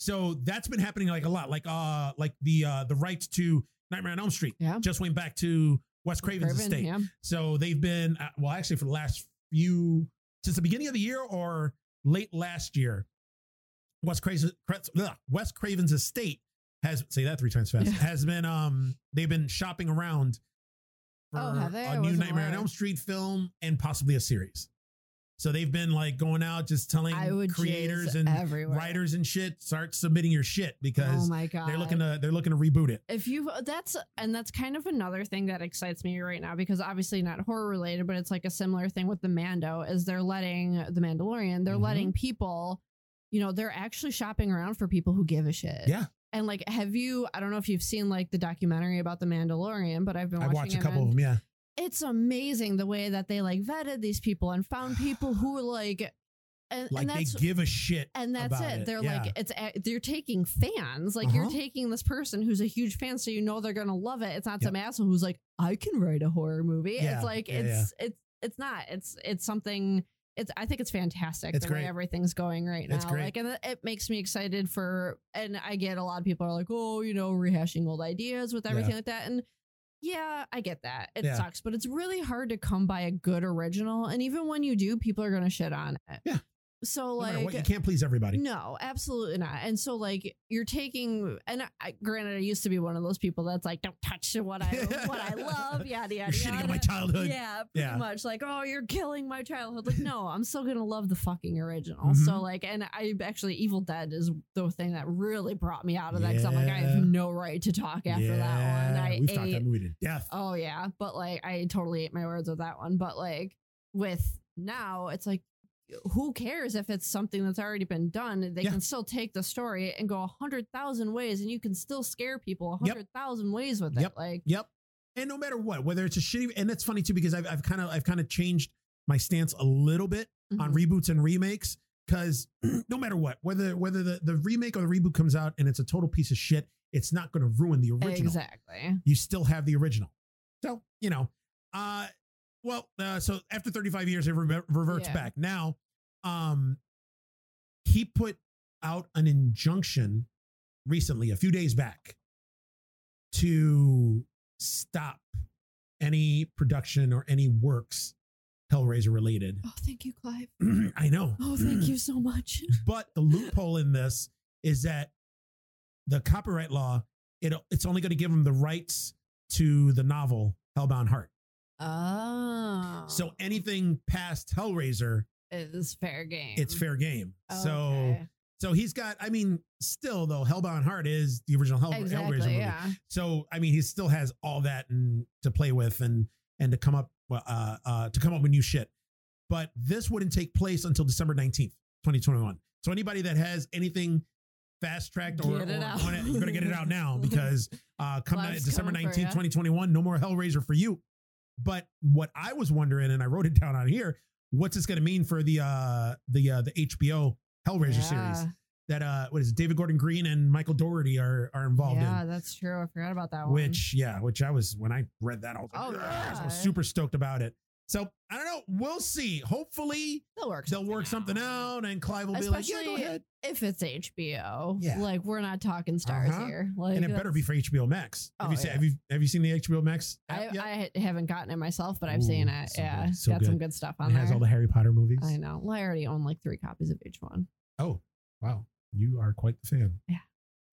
Speaker 2: So that's been happening like a lot, like uh, like the uh, the rights to Nightmare on Elm Street
Speaker 1: Yeah.
Speaker 2: just went back to Wes Craven's
Speaker 1: Craven,
Speaker 2: estate.
Speaker 1: yeah.
Speaker 2: So they've been uh, well, actually, for the last few since the beginning of the year or late last year, Wes Craven's, Wes Craven's estate has say that three times fast
Speaker 1: Yeah.
Speaker 2: has been um they've been shopping around for
Speaker 1: Oh, have they? I
Speaker 2: a new
Speaker 1: wasn't
Speaker 2: Nightmare on
Speaker 1: aware.
Speaker 2: Elm Street film and possibly a series. So they've been like going out just telling
Speaker 1: i would
Speaker 2: creators
Speaker 1: jizz
Speaker 2: and
Speaker 1: everywhere.
Speaker 2: writers and shit start submitting your shit
Speaker 1: oh
Speaker 2: because
Speaker 1: my god
Speaker 2: they're looking to they're looking to reboot it.
Speaker 1: if you that's and that's kind of another thing that excites me right now because obviously not horror related but it's like a similar thing with the mando is they're letting the mandalorian they're
Speaker 2: Mhm.
Speaker 1: letting people you know they're actually shopping around for people who give a shit
Speaker 2: Yeah.
Speaker 1: and like have you i don't know if you've seen like the documentary about the mandalorian but i've been
Speaker 2: I've
Speaker 1: watching
Speaker 2: watched a
Speaker 1: it,
Speaker 2: couple of
Speaker 1: and
Speaker 2: them. Yeah,
Speaker 1: it's amazing the way that they like vetted these people and found people who were like and,
Speaker 2: like
Speaker 1: and
Speaker 2: they
Speaker 1: that's
Speaker 2: give a shit
Speaker 1: and that's
Speaker 2: about
Speaker 1: it.
Speaker 2: it,
Speaker 1: They're
Speaker 2: yeah.
Speaker 1: like, it's a- they're taking fans. Like you're
Speaker 2: Uh-huh.
Speaker 1: taking this person who's a huge fan, so you know they're gonna love it. It's not
Speaker 2: Yeah.
Speaker 1: some asshole who's like, I can write a horror movie.
Speaker 2: Yeah,
Speaker 1: It's like
Speaker 2: yeah,
Speaker 1: it's it's it's not. It's it's something. It's I think it's fantastic
Speaker 2: It's
Speaker 1: the
Speaker 2: great.
Speaker 1: way everything's going right
Speaker 2: It's
Speaker 1: now.
Speaker 2: great.
Speaker 1: Like and it- it makes me excited for. And I get a lot of people are like, oh, you know, rehashing old ideas with
Speaker 2: Yeah.
Speaker 1: everything like that. And yeah, I get that. It
Speaker 2: Yeah.
Speaker 1: sucks, but it's really hard to come by a good original. And even when you do, people are gonna shit on it.
Speaker 2: Yeah.
Speaker 1: So
Speaker 2: No
Speaker 1: like
Speaker 2: matter what, you can't please everybody.
Speaker 1: no, absolutely not. And so, like, you're taking, and I, granted, I used to be one of those people that's like, don't touch what I what I love, yada
Speaker 2: You're
Speaker 1: yada
Speaker 2: shitting
Speaker 1: yada.
Speaker 2: on my childhood.
Speaker 1: yeah, pretty
Speaker 2: Yeah.
Speaker 1: much. Like, oh, you're killing my childhood. Like, no, I'm still gonna love the fucking original. So,
Speaker 2: Mhm.
Speaker 1: like, and I actually, Evil Dead is the thing that really brought me out of that. Because I'm like, I
Speaker 2: Yeah.
Speaker 1: have no right to talk after that one.
Speaker 2: Yeah,
Speaker 1: I
Speaker 2: we've
Speaker 1: ate,
Speaker 2: talked that movie to death.
Speaker 1: Oh yeah, but like I totally ate my words with that one. But like with now, it's like who cares if it's something that's already been done? They
Speaker 2: Yeah.
Speaker 1: can still take the story and go a hundred thousand ways, and you can still scare people a
Speaker 2: Yep.
Speaker 1: hundred thousand ways with
Speaker 2: Yep.
Speaker 1: it. Like
Speaker 2: Yep. And no matter what, whether it's a shitty, and that's funny too because I've I've kind of I've kind of changed my stance a little bit
Speaker 1: mhm.
Speaker 2: on reboots and remakes because no matter what, whether whether the, the remake or the reboot comes out and it's a total piece of shit, it's not going to ruin the original.
Speaker 1: exactly.
Speaker 2: You still have the original. So you know, uh, well, uh, so after 35 years, it re- reverts
Speaker 1: Yeah.
Speaker 2: back. Now, um, he put out an injunction recently, a few days back, to stop any production or any works Hellraiser related.
Speaker 1: Oh, thank you, Clive.
Speaker 2: I know.
Speaker 1: Oh, thank you so much.
Speaker 2: But the loophole in this is that the copyright law, it, it's only going to give them the rights to the novel Hellbound Heart.
Speaker 1: Oh,
Speaker 2: So anything past Hellraiser,
Speaker 1: it is fair game.
Speaker 2: it's fair game. So
Speaker 1: Okay.
Speaker 2: So he's got, I mean, still though, Hellbound Heart is the original Hell- oh, Hellraiser
Speaker 1: Exactly.
Speaker 2: movie.
Speaker 1: Yeah.
Speaker 2: So I mean, he still has all that and to play with and and to come up uh, uh, to come up with new shit. But this wouldn't take place until December nineteenth, twenty twenty one. So anybody that has anything fast tracked or, or
Speaker 1: Get it out.
Speaker 2: on it, you better get it out now because uh, come
Speaker 1: Life's
Speaker 2: night, December
Speaker 1: coming for
Speaker 2: nineteenth,
Speaker 1: ya.
Speaker 2: twenty twenty one, no more Hellraiser for you. But what I was wondering, and I wrote it down on here, what's this going to mean for the uh, the uh, the HBO Hellraiser series
Speaker 1: Yeah.
Speaker 2: that uh, what is it, David Gordon Green and Michael Doherty are are involved in?
Speaker 1: Yeah, that's true. I forgot about that one.
Speaker 2: which yeah which i was when i read that i was, like,
Speaker 1: Oh,
Speaker 2: "Yes!" I was
Speaker 1: yeah.
Speaker 2: super stoked about it so i don't know we'll see hopefully
Speaker 1: they'll work.
Speaker 2: they'll work something out and clive will be like yeah go
Speaker 1: Especially
Speaker 2: ahead
Speaker 1: if it's HBO.
Speaker 2: Yeah.
Speaker 1: Like we're not talking stars
Speaker 2: Uh-huh.
Speaker 1: here. Like
Speaker 2: and it better be for hbo max have
Speaker 1: Oh,
Speaker 2: you seen
Speaker 1: yeah.
Speaker 2: have you have you seen the hbo max app
Speaker 1: I,
Speaker 2: yet?
Speaker 1: I haven't gotten it myself, but I've
Speaker 2: Ooh,
Speaker 1: seen it.
Speaker 2: so
Speaker 1: yeah,
Speaker 2: good, so
Speaker 1: got some good stuff on
Speaker 2: And it
Speaker 1: there.
Speaker 2: has all the harry potter movies
Speaker 1: I know. Well, I already own like three copies of each one.
Speaker 2: oh wow you are quite the fan
Speaker 1: Yeah.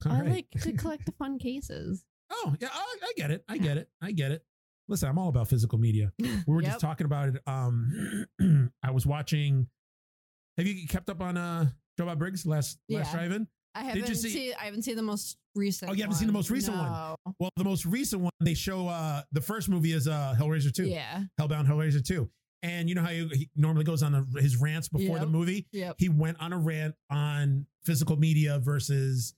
Speaker 2: All
Speaker 1: I
Speaker 2: right.
Speaker 1: like to collect the fun cases.
Speaker 2: oh yeah I, I get it i get it i get it listen i'm all about physical media We were
Speaker 1: Yep.
Speaker 2: just talking about it. Um, I was watching. Have you kept up on uh Joe Bob Briggs last last
Speaker 1: Yeah.
Speaker 2: drive-in?
Speaker 1: I
Speaker 2: you
Speaker 1: haven't
Speaker 2: see-
Speaker 1: see, I haven't seen the most recent.
Speaker 2: Oh, you haven't seen the most recent one?
Speaker 1: one.
Speaker 2: Well, the most recent one they show. uh The first movie is uh Hellraiser two,
Speaker 1: Yeah.
Speaker 2: Hellbound Hellraiser two, and you know how he, he normally goes on a, his rants before the
Speaker 1: Yep.
Speaker 2: movie.
Speaker 1: Yep.
Speaker 2: He went on a rant on physical media versus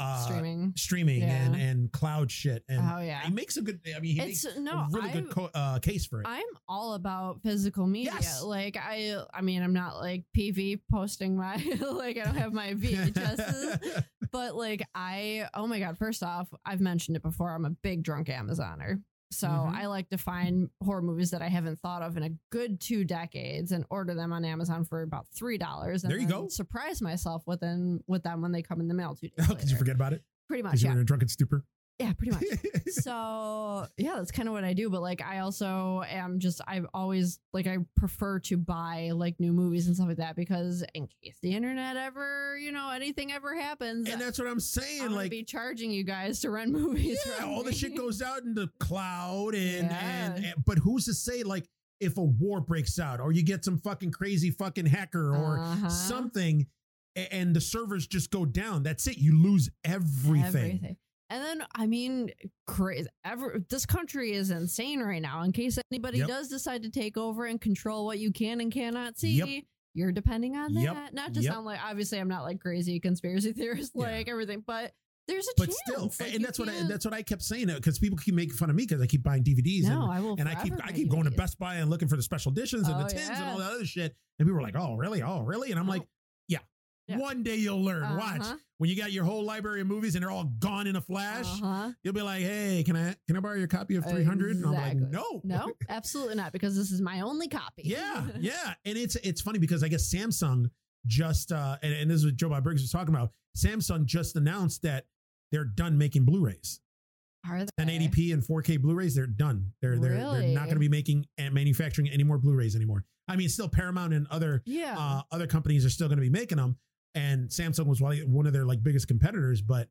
Speaker 2: uh streaming,
Speaker 1: Streaming. Yeah.
Speaker 2: and and cloud shit, and
Speaker 1: Oh yeah.
Speaker 2: he makes a good. I mean, he
Speaker 1: It's
Speaker 2: makes
Speaker 1: no.
Speaker 2: a really
Speaker 1: I,
Speaker 2: good co- uh, case for it.
Speaker 1: I'm all about physical media.
Speaker 2: Yes.
Speaker 1: Like I I mean I'm not like PV posting my like I don't have my VHSs, but like I oh my god, first off, I've mentioned it before, I'm a big drunk Amazoner. So
Speaker 2: Mhm.
Speaker 1: I like to find horror movies that I haven't thought of in a good two decades and order them on Amazon for about three dollars.
Speaker 2: There you go.
Speaker 1: Surprise myself with them with them when they come in the mail two days.
Speaker 2: Oh, did you
Speaker 1: later.
Speaker 2: forget about it?
Speaker 1: Pretty much,
Speaker 2: Because you
Speaker 1: yeah,
Speaker 2: were in a drunken stupor.
Speaker 1: yeah, pretty much so yeah that's kind of what i do but like i also am just i've always like i prefer to buy like new movies and stuff like that because in case the internet ever you know anything ever happens
Speaker 2: And
Speaker 1: i'm
Speaker 2: that's what I'm saying.
Speaker 1: gonna
Speaker 2: like,
Speaker 1: be charging you guys to rent movies
Speaker 2: yeah,
Speaker 1: from
Speaker 2: all the
Speaker 1: me.
Speaker 2: shit goes out in the cloud, and, and
Speaker 1: Yeah.
Speaker 2: and- but who's to say like if a war breaks out or you get some fucking crazy fucking hacker or
Speaker 1: Uh-huh.
Speaker 2: something, a- and the servers just go down. That's it. You lose everything.
Speaker 1: and then i mean crazy ever this country is insane right now in case anybody
Speaker 2: Yep.
Speaker 1: does decide to take over and control what you can and cannot see you're depending on that
Speaker 2: Yep.
Speaker 1: not to
Speaker 2: Yep.
Speaker 1: sound like obviously i'm not like crazy conspiracy theorist
Speaker 2: Yeah.
Speaker 1: like everything but there's a
Speaker 2: But
Speaker 1: chance
Speaker 2: still,
Speaker 1: Like,
Speaker 2: and
Speaker 1: you
Speaker 2: that's what I,
Speaker 1: can't-
Speaker 2: that's what I kept saying because people keep making fun of me because I keep buying DVDs and
Speaker 1: no i will
Speaker 2: and I keep
Speaker 1: forever
Speaker 2: I
Speaker 1: make
Speaker 2: keep going to
Speaker 1: these.
Speaker 2: Best Buy and looking for the special editions and
Speaker 1: Oh,
Speaker 2: the tins and
Speaker 1: yeah.
Speaker 2: all that other shit. And people were like, "Oh, really? Oh, really?" And I'm
Speaker 1: Oh.
Speaker 2: like, "Yeah,
Speaker 1: Yeah.
Speaker 2: one day you'll learn. Watch
Speaker 1: Uh-huh,
Speaker 2: when you got your whole library of movies and they're all gone in a flash.
Speaker 1: uh-huh.
Speaker 2: You'll be like, "Hey, can I can I borrow your copy of 300?" And I'm like,
Speaker 1: Exactly.
Speaker 2: "No,
Speaker 1: no absolutely not because this is my only copy
Speaker 2: yeah, yeah." And it's it's funny because I guess Samsung just uh and, and this is what Joe Bob Briggs was talking about. Samsung just announced that they're done making Blu-rays.
Speaker 1: Are they?
Speaker 2: 1080p and 4K Blu-rays, they're done. They're they're, they're not
Speaker 1: Really?
Speaker 2: going to be making and manufacturing any more Blu-rays anymore. I mean, still Paramount and other
Speaker 1: yeah
Speaker 2: uh, other companies are still going to be making them, and Samsung was one one of their like biggest competitors. But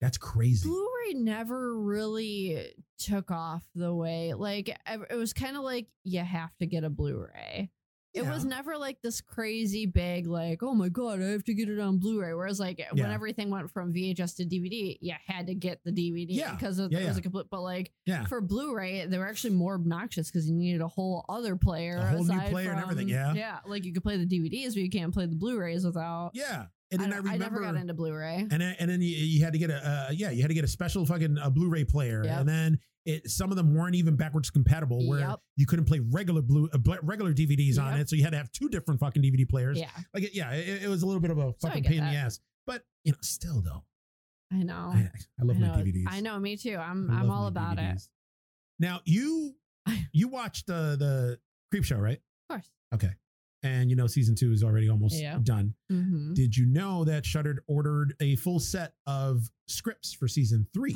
Speaker 2: that's crazy.
Speaker 1: Blu-ray never really took off the way like ev- it was kind of like you have to get a Blu-ray. It
Speaker 2: Yeah.
Speaker 1: was never like this crazy big like oh my god I have to get it on Blu-ray. Whereas like when
Speaker 2: Yeah.
Speaker 1: everything went from VHS to DVD, you had to get the DVD
Speaker 2: Yeah.
Speaker 1: because of,
Speaker 2: Yeah,
Speaker 1: it was
Speaker 2: yeah.
Speaker 1: a complete. But like
Speaker 2: Yeah.
Speaker 1: for Blu-ray, they were actually more obnoxious because you needed a whole other player,
Speaker 2: A whole new
Speaker 1: aside
Speaker 2: player and
Speaker 1: from-
Speaker 2: everything, yeah.
Speaker 1: yeah. Like you could play the DVDs, but you can't play the Blu-rays without.
Speaker 2: Yeah, and then I,
Speaker 1: don't-
Speaker 2: remember,
Speaker 1: never got into Blu-ray.
Speaker 2: and then, and then you, you had to get a uh, yeah, you had to get a special fucking uh, Blu-ray player,
Speaker 1: Yep.
Speaker 2: and then it some of them weren't even backwards compatible, where
Speaker 1: Yep.
Speaker 2: you couldn't play regular blue uh, bl- regular DVDs on
Speaker 1: Yep.
Speaker 2: it, so you had to have two different fucking DVD players.
Speaker 1: yeah,
Speaker 2: Like it- yeah, it, it was a little bit of a
Speaker 1: I
Speaker 2: fucking
Speaker 1: get
Speaker 2: pain in
Speaker 1: that.
Speaker 2: the ass, but you know, still though,
Speaker 1: I know.
Speaker 2: I, I love
Speaker 1: I know,
Speaker 2: my DVDs.
Speaker 1: I know, me too. I'm
Speaker 2: I
Speaker 1: I'm
Speaker 2: love
Speaker 1: all
Speaker 2: my
Speaker 1: about it. Of
Speaker 2: DVDs. Now you you watched the the creep show, right?
Speaker 1: course.
Speaker 2: Okay. And you know season two is already almost
Speaker 1: Yeah.
Speaker 2: done.
Speaker 1: hmm
Speaker 2: Did you know that Shuttered ordered a full set of scripts for season three?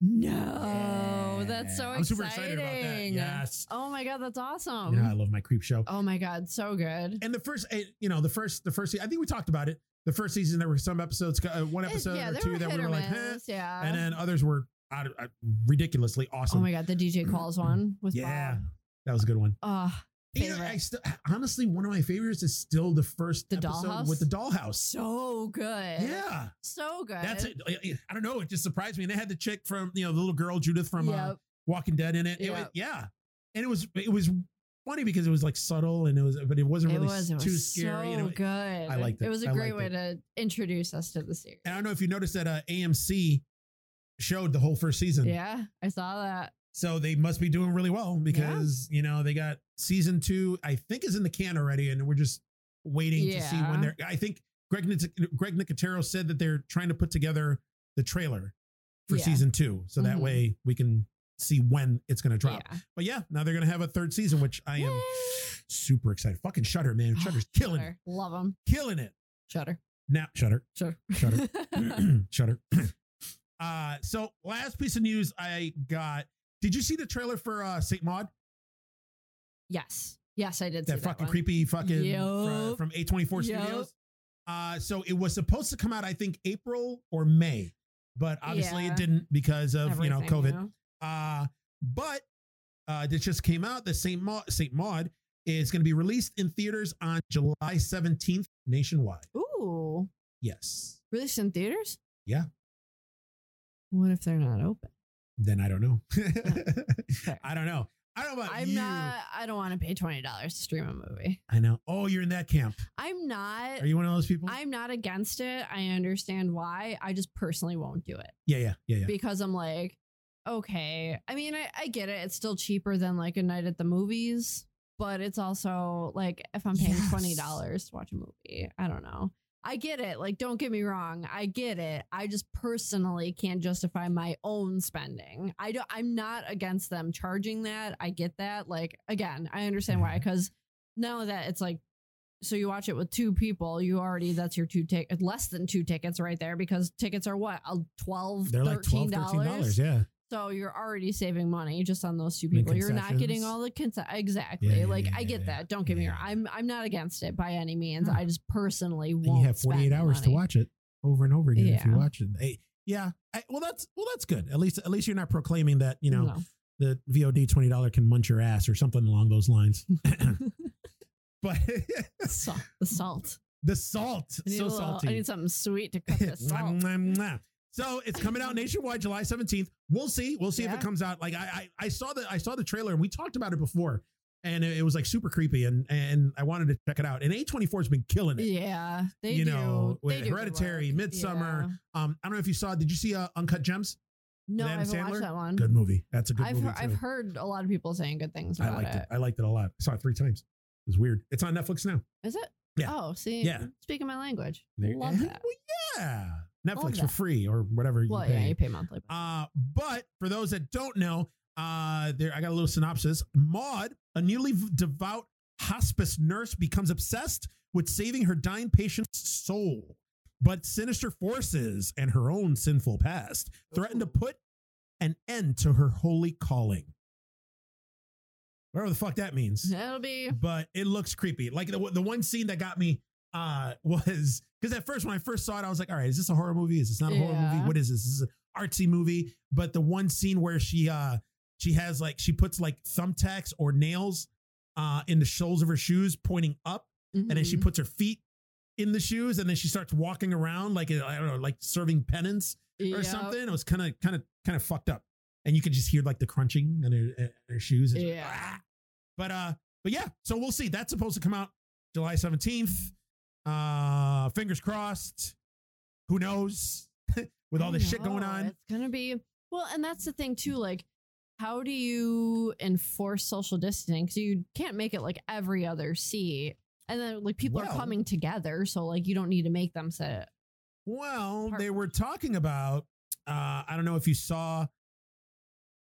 Speaker 1: no, Oh, that's so
Speaker 2: I'm super
Speaker 1: exciting.
Speaker 2: excited about that. Yes.
Speaker 1: Oh my god, that's awesome.
Speaker 2: You know, I love my creep show.
Speaker 1: Oh my god, so good.
Speaker 2: And the first, eh, you know, the first, the first, se- I think we talked about it. The first season, there were some episodes, uh, one
Speaker 1: It-
Speaker 2: episode
Speaker 1: Eh, yeah,
Speaker 2: or
Speaker 1: they
Speaker 2: two
Speaker 1: were
Speaker 2: that
Speaker 1: hit
Speaker 2: we were
Speaker 1: or
Speaker 2: like, eh.
Speaker 1: miss, yeah.
Speaker 2: and then others were out of- uh, ridiculously
Speaker 1: oh
Speaker 2: awesome.
Speaker 1: my god, the DJ calls one with
Speaker 2: yeah,
Speaker 1: Bob.
Speaker 2: that was a good one.
Speaker 1: Oh,
Speaker 2: You know,
Speaker 1: Favorite.
Speaker 2: I still, honestly, one of my favorites is still the first
Speaker 1: The
Speaker 2: episode
Speaker 1: dollhouse?
Speaker 2: with the dollhouse.
Speaker 1: So good.
Speaker 2: Yeah,
Speaker 1: So good.
Speaker 2: that's it. I- I don't know. It just surprised me. And they had the chick from you know the little girl Judith from uh,
Speaker 1: Yep.
Speaker 2: Walking Dead in it. It was-
Speaker 1: Yep.
Speaker 2: yeah, and it was it was funny because it was like subtle and it was but it wasn't really
Speaker 1: it was
Speaker 2: too scary.
Speaker 1: So
Speaker 2: and, it-
Speaker 1: good.
Speaker 2: I
Speaker 1: I
Speaker 2: liked it.
Speaker 1: It was a
Speaker 2: I
Speaker 1: great way
Speaker 2: liked
Speaker 1: to introduce us to the series.
Speaker 2: and I don't know if you noticed that uh, AMC showed the whole first season.
Speaker 1: Yeah, I saw that.
Speaker 2: So they must be doing really well because you know they got season two. I think is in the can already, and we're just waiting to see when
Speaker 1: Yeah.
Speaker 2: they're. I think Greg Nic- Greg Nicotero said that they're trying to put together the trailer for
Speaker 1: Yeah.
Speaker 2: season two, so that
Speaker 1: Mhm.
Speaker 2: way we can see when it's going to drop.
Speaker 1: Yeah.
Speaker 2: But yeah, now they're going to have a third season, which I am
Speaker 1: Yay. Ah,
Speaker 2: super excited. Fucking Shutter, man, Shutter's killing it,
Speaker 1: Shutter. Love them.
Speaker 2: killing it.
Speaker 1: Shutter.
Speaker 2: Now Shutter,
Speaker 1: Shutter.
Speaker 2: Shutter. Shutter. uh, so last piece of news I got. Did you see the trailer for uh, Saint Maud?
Speaker 1: yes. Yes, I did see
Speaker 2: that
Speaker 1: that
Speaker 2: fucking
Speaker 1: one.
Speaker 2: creepy fucking fr-
Speaker 1: Yup.
Speaker 2: from
Speaker 1: Yup.
Speaker 2: A24 Studios. Uh, so it was supposed to come out, I think, April or May, but obviously
Speaker 1: Yeah.
Speaker 2: it didn't because of you know
Speaker 1: Everything,
Speaker 2: COVID. Uh, but uh, it just came out that Saint Maud, Saint Maud is going to be released in theaters on July seventeenth nationwide.
Speaker 1: Ooh,
Speaker 2: Yes.
Speaker 1: released in theaters.
Speaker 2: Yeah.
Speaker 1: What if they're not open?
Speaker 2: Then I don't know.
Speaker 1: Fair.
Speaker 2: I don't know. I don't know about
Speaker 1: Hmm. I'm
Speaker 2: you.
Speaker 1: not. I don't want to pay twenty dollars to stream a movie.
Speaker 2: I know. Oh, you're in that camp.
Speaker 1: I'm not.
Speaker 2: Are you one of those people?
Speaker 1: I'm not against it. I understand why. I just personally won't do it.
Speaker 2: yeah, yeah, yeah, yeah.
Speaker 1: because I'm like, okay. I mean, I, I get it. It's still cheaper than like a night at the movies, but it's also like if I'm paying
Speaker 2: Yes.
Speaker 1: twenty dollars to watch a movie, I don't know. I get it. Like, don't get me wrong. I get it. I just personally can't justify my own spending. I don't. I'm not against them charging that. I get that. Like, again, I understand why.
Speaker 2: Mhm.
Speaker 1: Because now that it's like, so you watch it with two people, you already that's your two tickets, less than two tickets right there. Because tickets are what a twelve,
Speaker 2: They're like
Speaker 1: thirteen
Speaker 2: 12 13 dollars.
Speaker 1: dollars.
Speaker 2: Yeah.
Speaker 1: So you're already saving money just on those two
Speaker 2: And
Speaker 1: people. You're not getting
Speaker 2: concessions.
Speaker 1: all the consent. Exactly.
Speaker 2: yeah,
Speaker 1: like
Speaker 2: yeah,
Speaker 1: I
Speaker 2: yeah,
Speaker 1: get
Speaker 2: yeah.
Speaker 1: that. Don't get me
Speaker 2: Yeah.
Speaker 1: wrong. I'm I'm not against it by any means.
Speaker 2: Hmm.
Speaker 1: I just personally
Speaker 2: and
Speaker 1: won't.
Speaker 2: you have 48
Speaker 1: spend
Speaker 2: hours to
Speaker 1: money.
Speaker 2: watch it over and over again if you
Speaker 1: Yeah.
Speaker 2: watch it Hey, yeah I, well that's well that's good at least at least you're not proclaiming that you know
Speaker 1: No.
Speaker 2: the vod $20 can munch your ass or something along those lines but
Speaker 1: salt, the salt.
Speaker 2: the salt
Speaker 1: I need, a
Speaker 2: so
Speaker 1: little- I
Speaker 2: salty
Speaker 1: need something sweet to cut the
Speaker 2: Mwah,
Speaker 1: salt.
Speaker 2: mwah, mwah. so it's coming out nationwide july 17th we'll see we'll see if
Speaker 1: Yeah.
Speaker 2: it comes out like I, I i saw the i saw the trailer and we talked about it before and it, it was like super creepy and and i wanted to check it out and a24 has been killing it
Speaker 1: yeah, they
Speaker 2: You
Speaker 1: do.
Speaker 2: know,
Speaker 1: they
Speaker 2: with
Speaker 1: do good
Speaker 2: Hereditary,
Speaker 1: work.
Speaker 2: Midsommar,
Speaker 1: Yeah.
Speaker 2: um i don't know if you saw did you see uh, uncut gems
Speaker 1: No, I
Speaker 2: Adam
Speaker 1: haven't
Speaker 2: Sandler?
Speaker 1: watched that one.
Speaker 2: good movie that's a good
Speaker 1: Mm-hmm. I've
Speaker 2: movie
Speaker 1: heard, I've
Speaker 2: too.
Speaker 1: heard a lot of people saying good things
Speaker 2: I
Speaker 1: about
Speaker 2: liked it.
Speaker 1: it.
Speaker 2: I liked it a lot. I saw it three times. It was weird. It's on Netflix now.
Speaker 1: Is it?
Speaker 2: Yeah.
Speaker 1: Oh, see,
Speaker 2: Yeah.
Speaker 1: speaking my language.
Speaker 2: There-
Speaker 1: Love that.
Speaker 2: Well, yeah. Netflix for
Speaker 1: that.
Speaker 2: free or whatever you
Speaker 1: Well,
Speaker 2: pay.
Speaker 1: yeah, you pay monthly. but-
Speaker 2: Uh, but for those that don't know, uh, there I got a little synopsis. Maud, a newly v- devout hospice nurse, becomes obsessed with saving her dying patient's soul. But sinister forces and her own sinful past threaten to put an end to her holy calling. Whatever the fuck that means
Speaker 1: It'll be
Speaker 2: but it looks creepy. Like the, the one scene that got me uh was because at first when I first saw it, I was like, all right, is this a horror movie? Is this not a horror
Speaker 1: Yeah.
Speaker 2: movie? What is this? This is an artsy movie. But the one scene where she uh she has like she puts like thumbtacks or nails uh in the soles of her shoes pointing up, and then she
Speaker 1: Mhm.
Speaker 2: puts her feet in the shoes, and then she starts walking around like I don't know, like serving penance or
Speaker 1: mm-hmm, Yep.
Speaker 2: something. It was kind of kind of kind of fucked up, and you could just hear like the crunching in her, in her shoes. It's- "Ah!"
Speaker 1: Yeah.
Speaker 2: But uh, but yeah. So we'll see. That's supposed to come out July seventeenth. Uh, fingers crossed. Who knows? With all
Speaker 1: I
Speaker 2: this shit going
Speaker 1: know,
Speaker 2: on,
Speaker 1: It's gonna be well, and that's the thing too. Like, how do you enforce social distancing? Because you can't make it like every other seat, and then like people
Speaker 2: Well-
Speaker 1: are coming together, so like you don't need to make them sit.
Speaker 2: well,
Speaker 1: Part-
Speaker 2: they were talking about. Uh, I don't know if you saw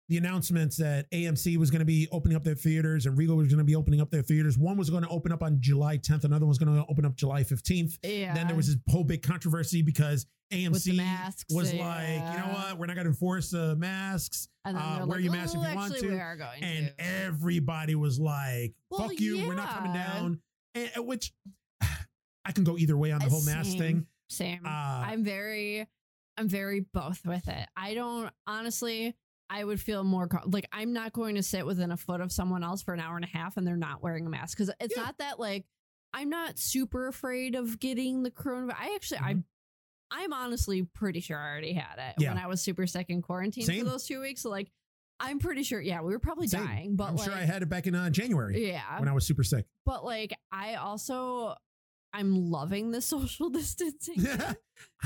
Speaker 2: the announcements that AMC was going to be opening up their theaters and Regal was going to be opening up their theaters. One was going to open up on July 10th. Another was going to open up July 15th.
Speaker 1: Yeah.
Speaker 2: Then there was this whole big controversy because
Speaker 1: with the
Speaker 2: AMC
Speaker 1: masks
Speaker 2: was
Speaker 1: yeah.
Speaker 2: like, you know what, we're not going to enforce the masks.
Speaker 1: And then
Speaker 2: uh,
Speaker 1: they're
Speaker 2: wear
Speaker 1: like,
Speaker 2: your mask if
Speaker 1: "Ooh,
Speaker 2: you want
Speaker 1: actually
Speaker 2: to,"
Speaker 1: We are going
Speaker 2: And
Speaker 1: to.
Speaker 2: everybody was like,
Speaker 1: Well,
Speaker 2: fuck you, we're not coming
Speaker 1: yeah.
Speaker 2: down. And, and which I can go either way on the whole mask
Speaker 1: Uh, Same,
Speaker 2: thing.
Speaker 1: Same.
Speaker 2: Uh,
Speaker 1: I'm very, I'm very both with it. I don't honestly. I would feel more co- like I'm not going to sit within a foot of someone else for an hour and a half and they're not wearing a mask because it's
Speaker 2: Yeah.
Speaker 1: not that like I'm not super afraid of getting the coronavirus. I actually I. I'm honestly pretty sure I already had it
Speaker 2: Mm-hmm. Yeah.
Speaker 1: when I was super sick in quarantine
Speaker 2: Same.
Speaker 1: for those two weeks. So like, I'm pretty sure. Yeah, we were probably
Speaker 2: Same.
Speaker 1: dying, but
Speaker 2: I'm
Speaker 1: like,
Speaker 2: sure I had it back in uh, January
Speaker 1: yeah,
Speaker 2: when I was super sick.
Speaker 1: but like I also I'm loving the social distancing.
Speaker 2: I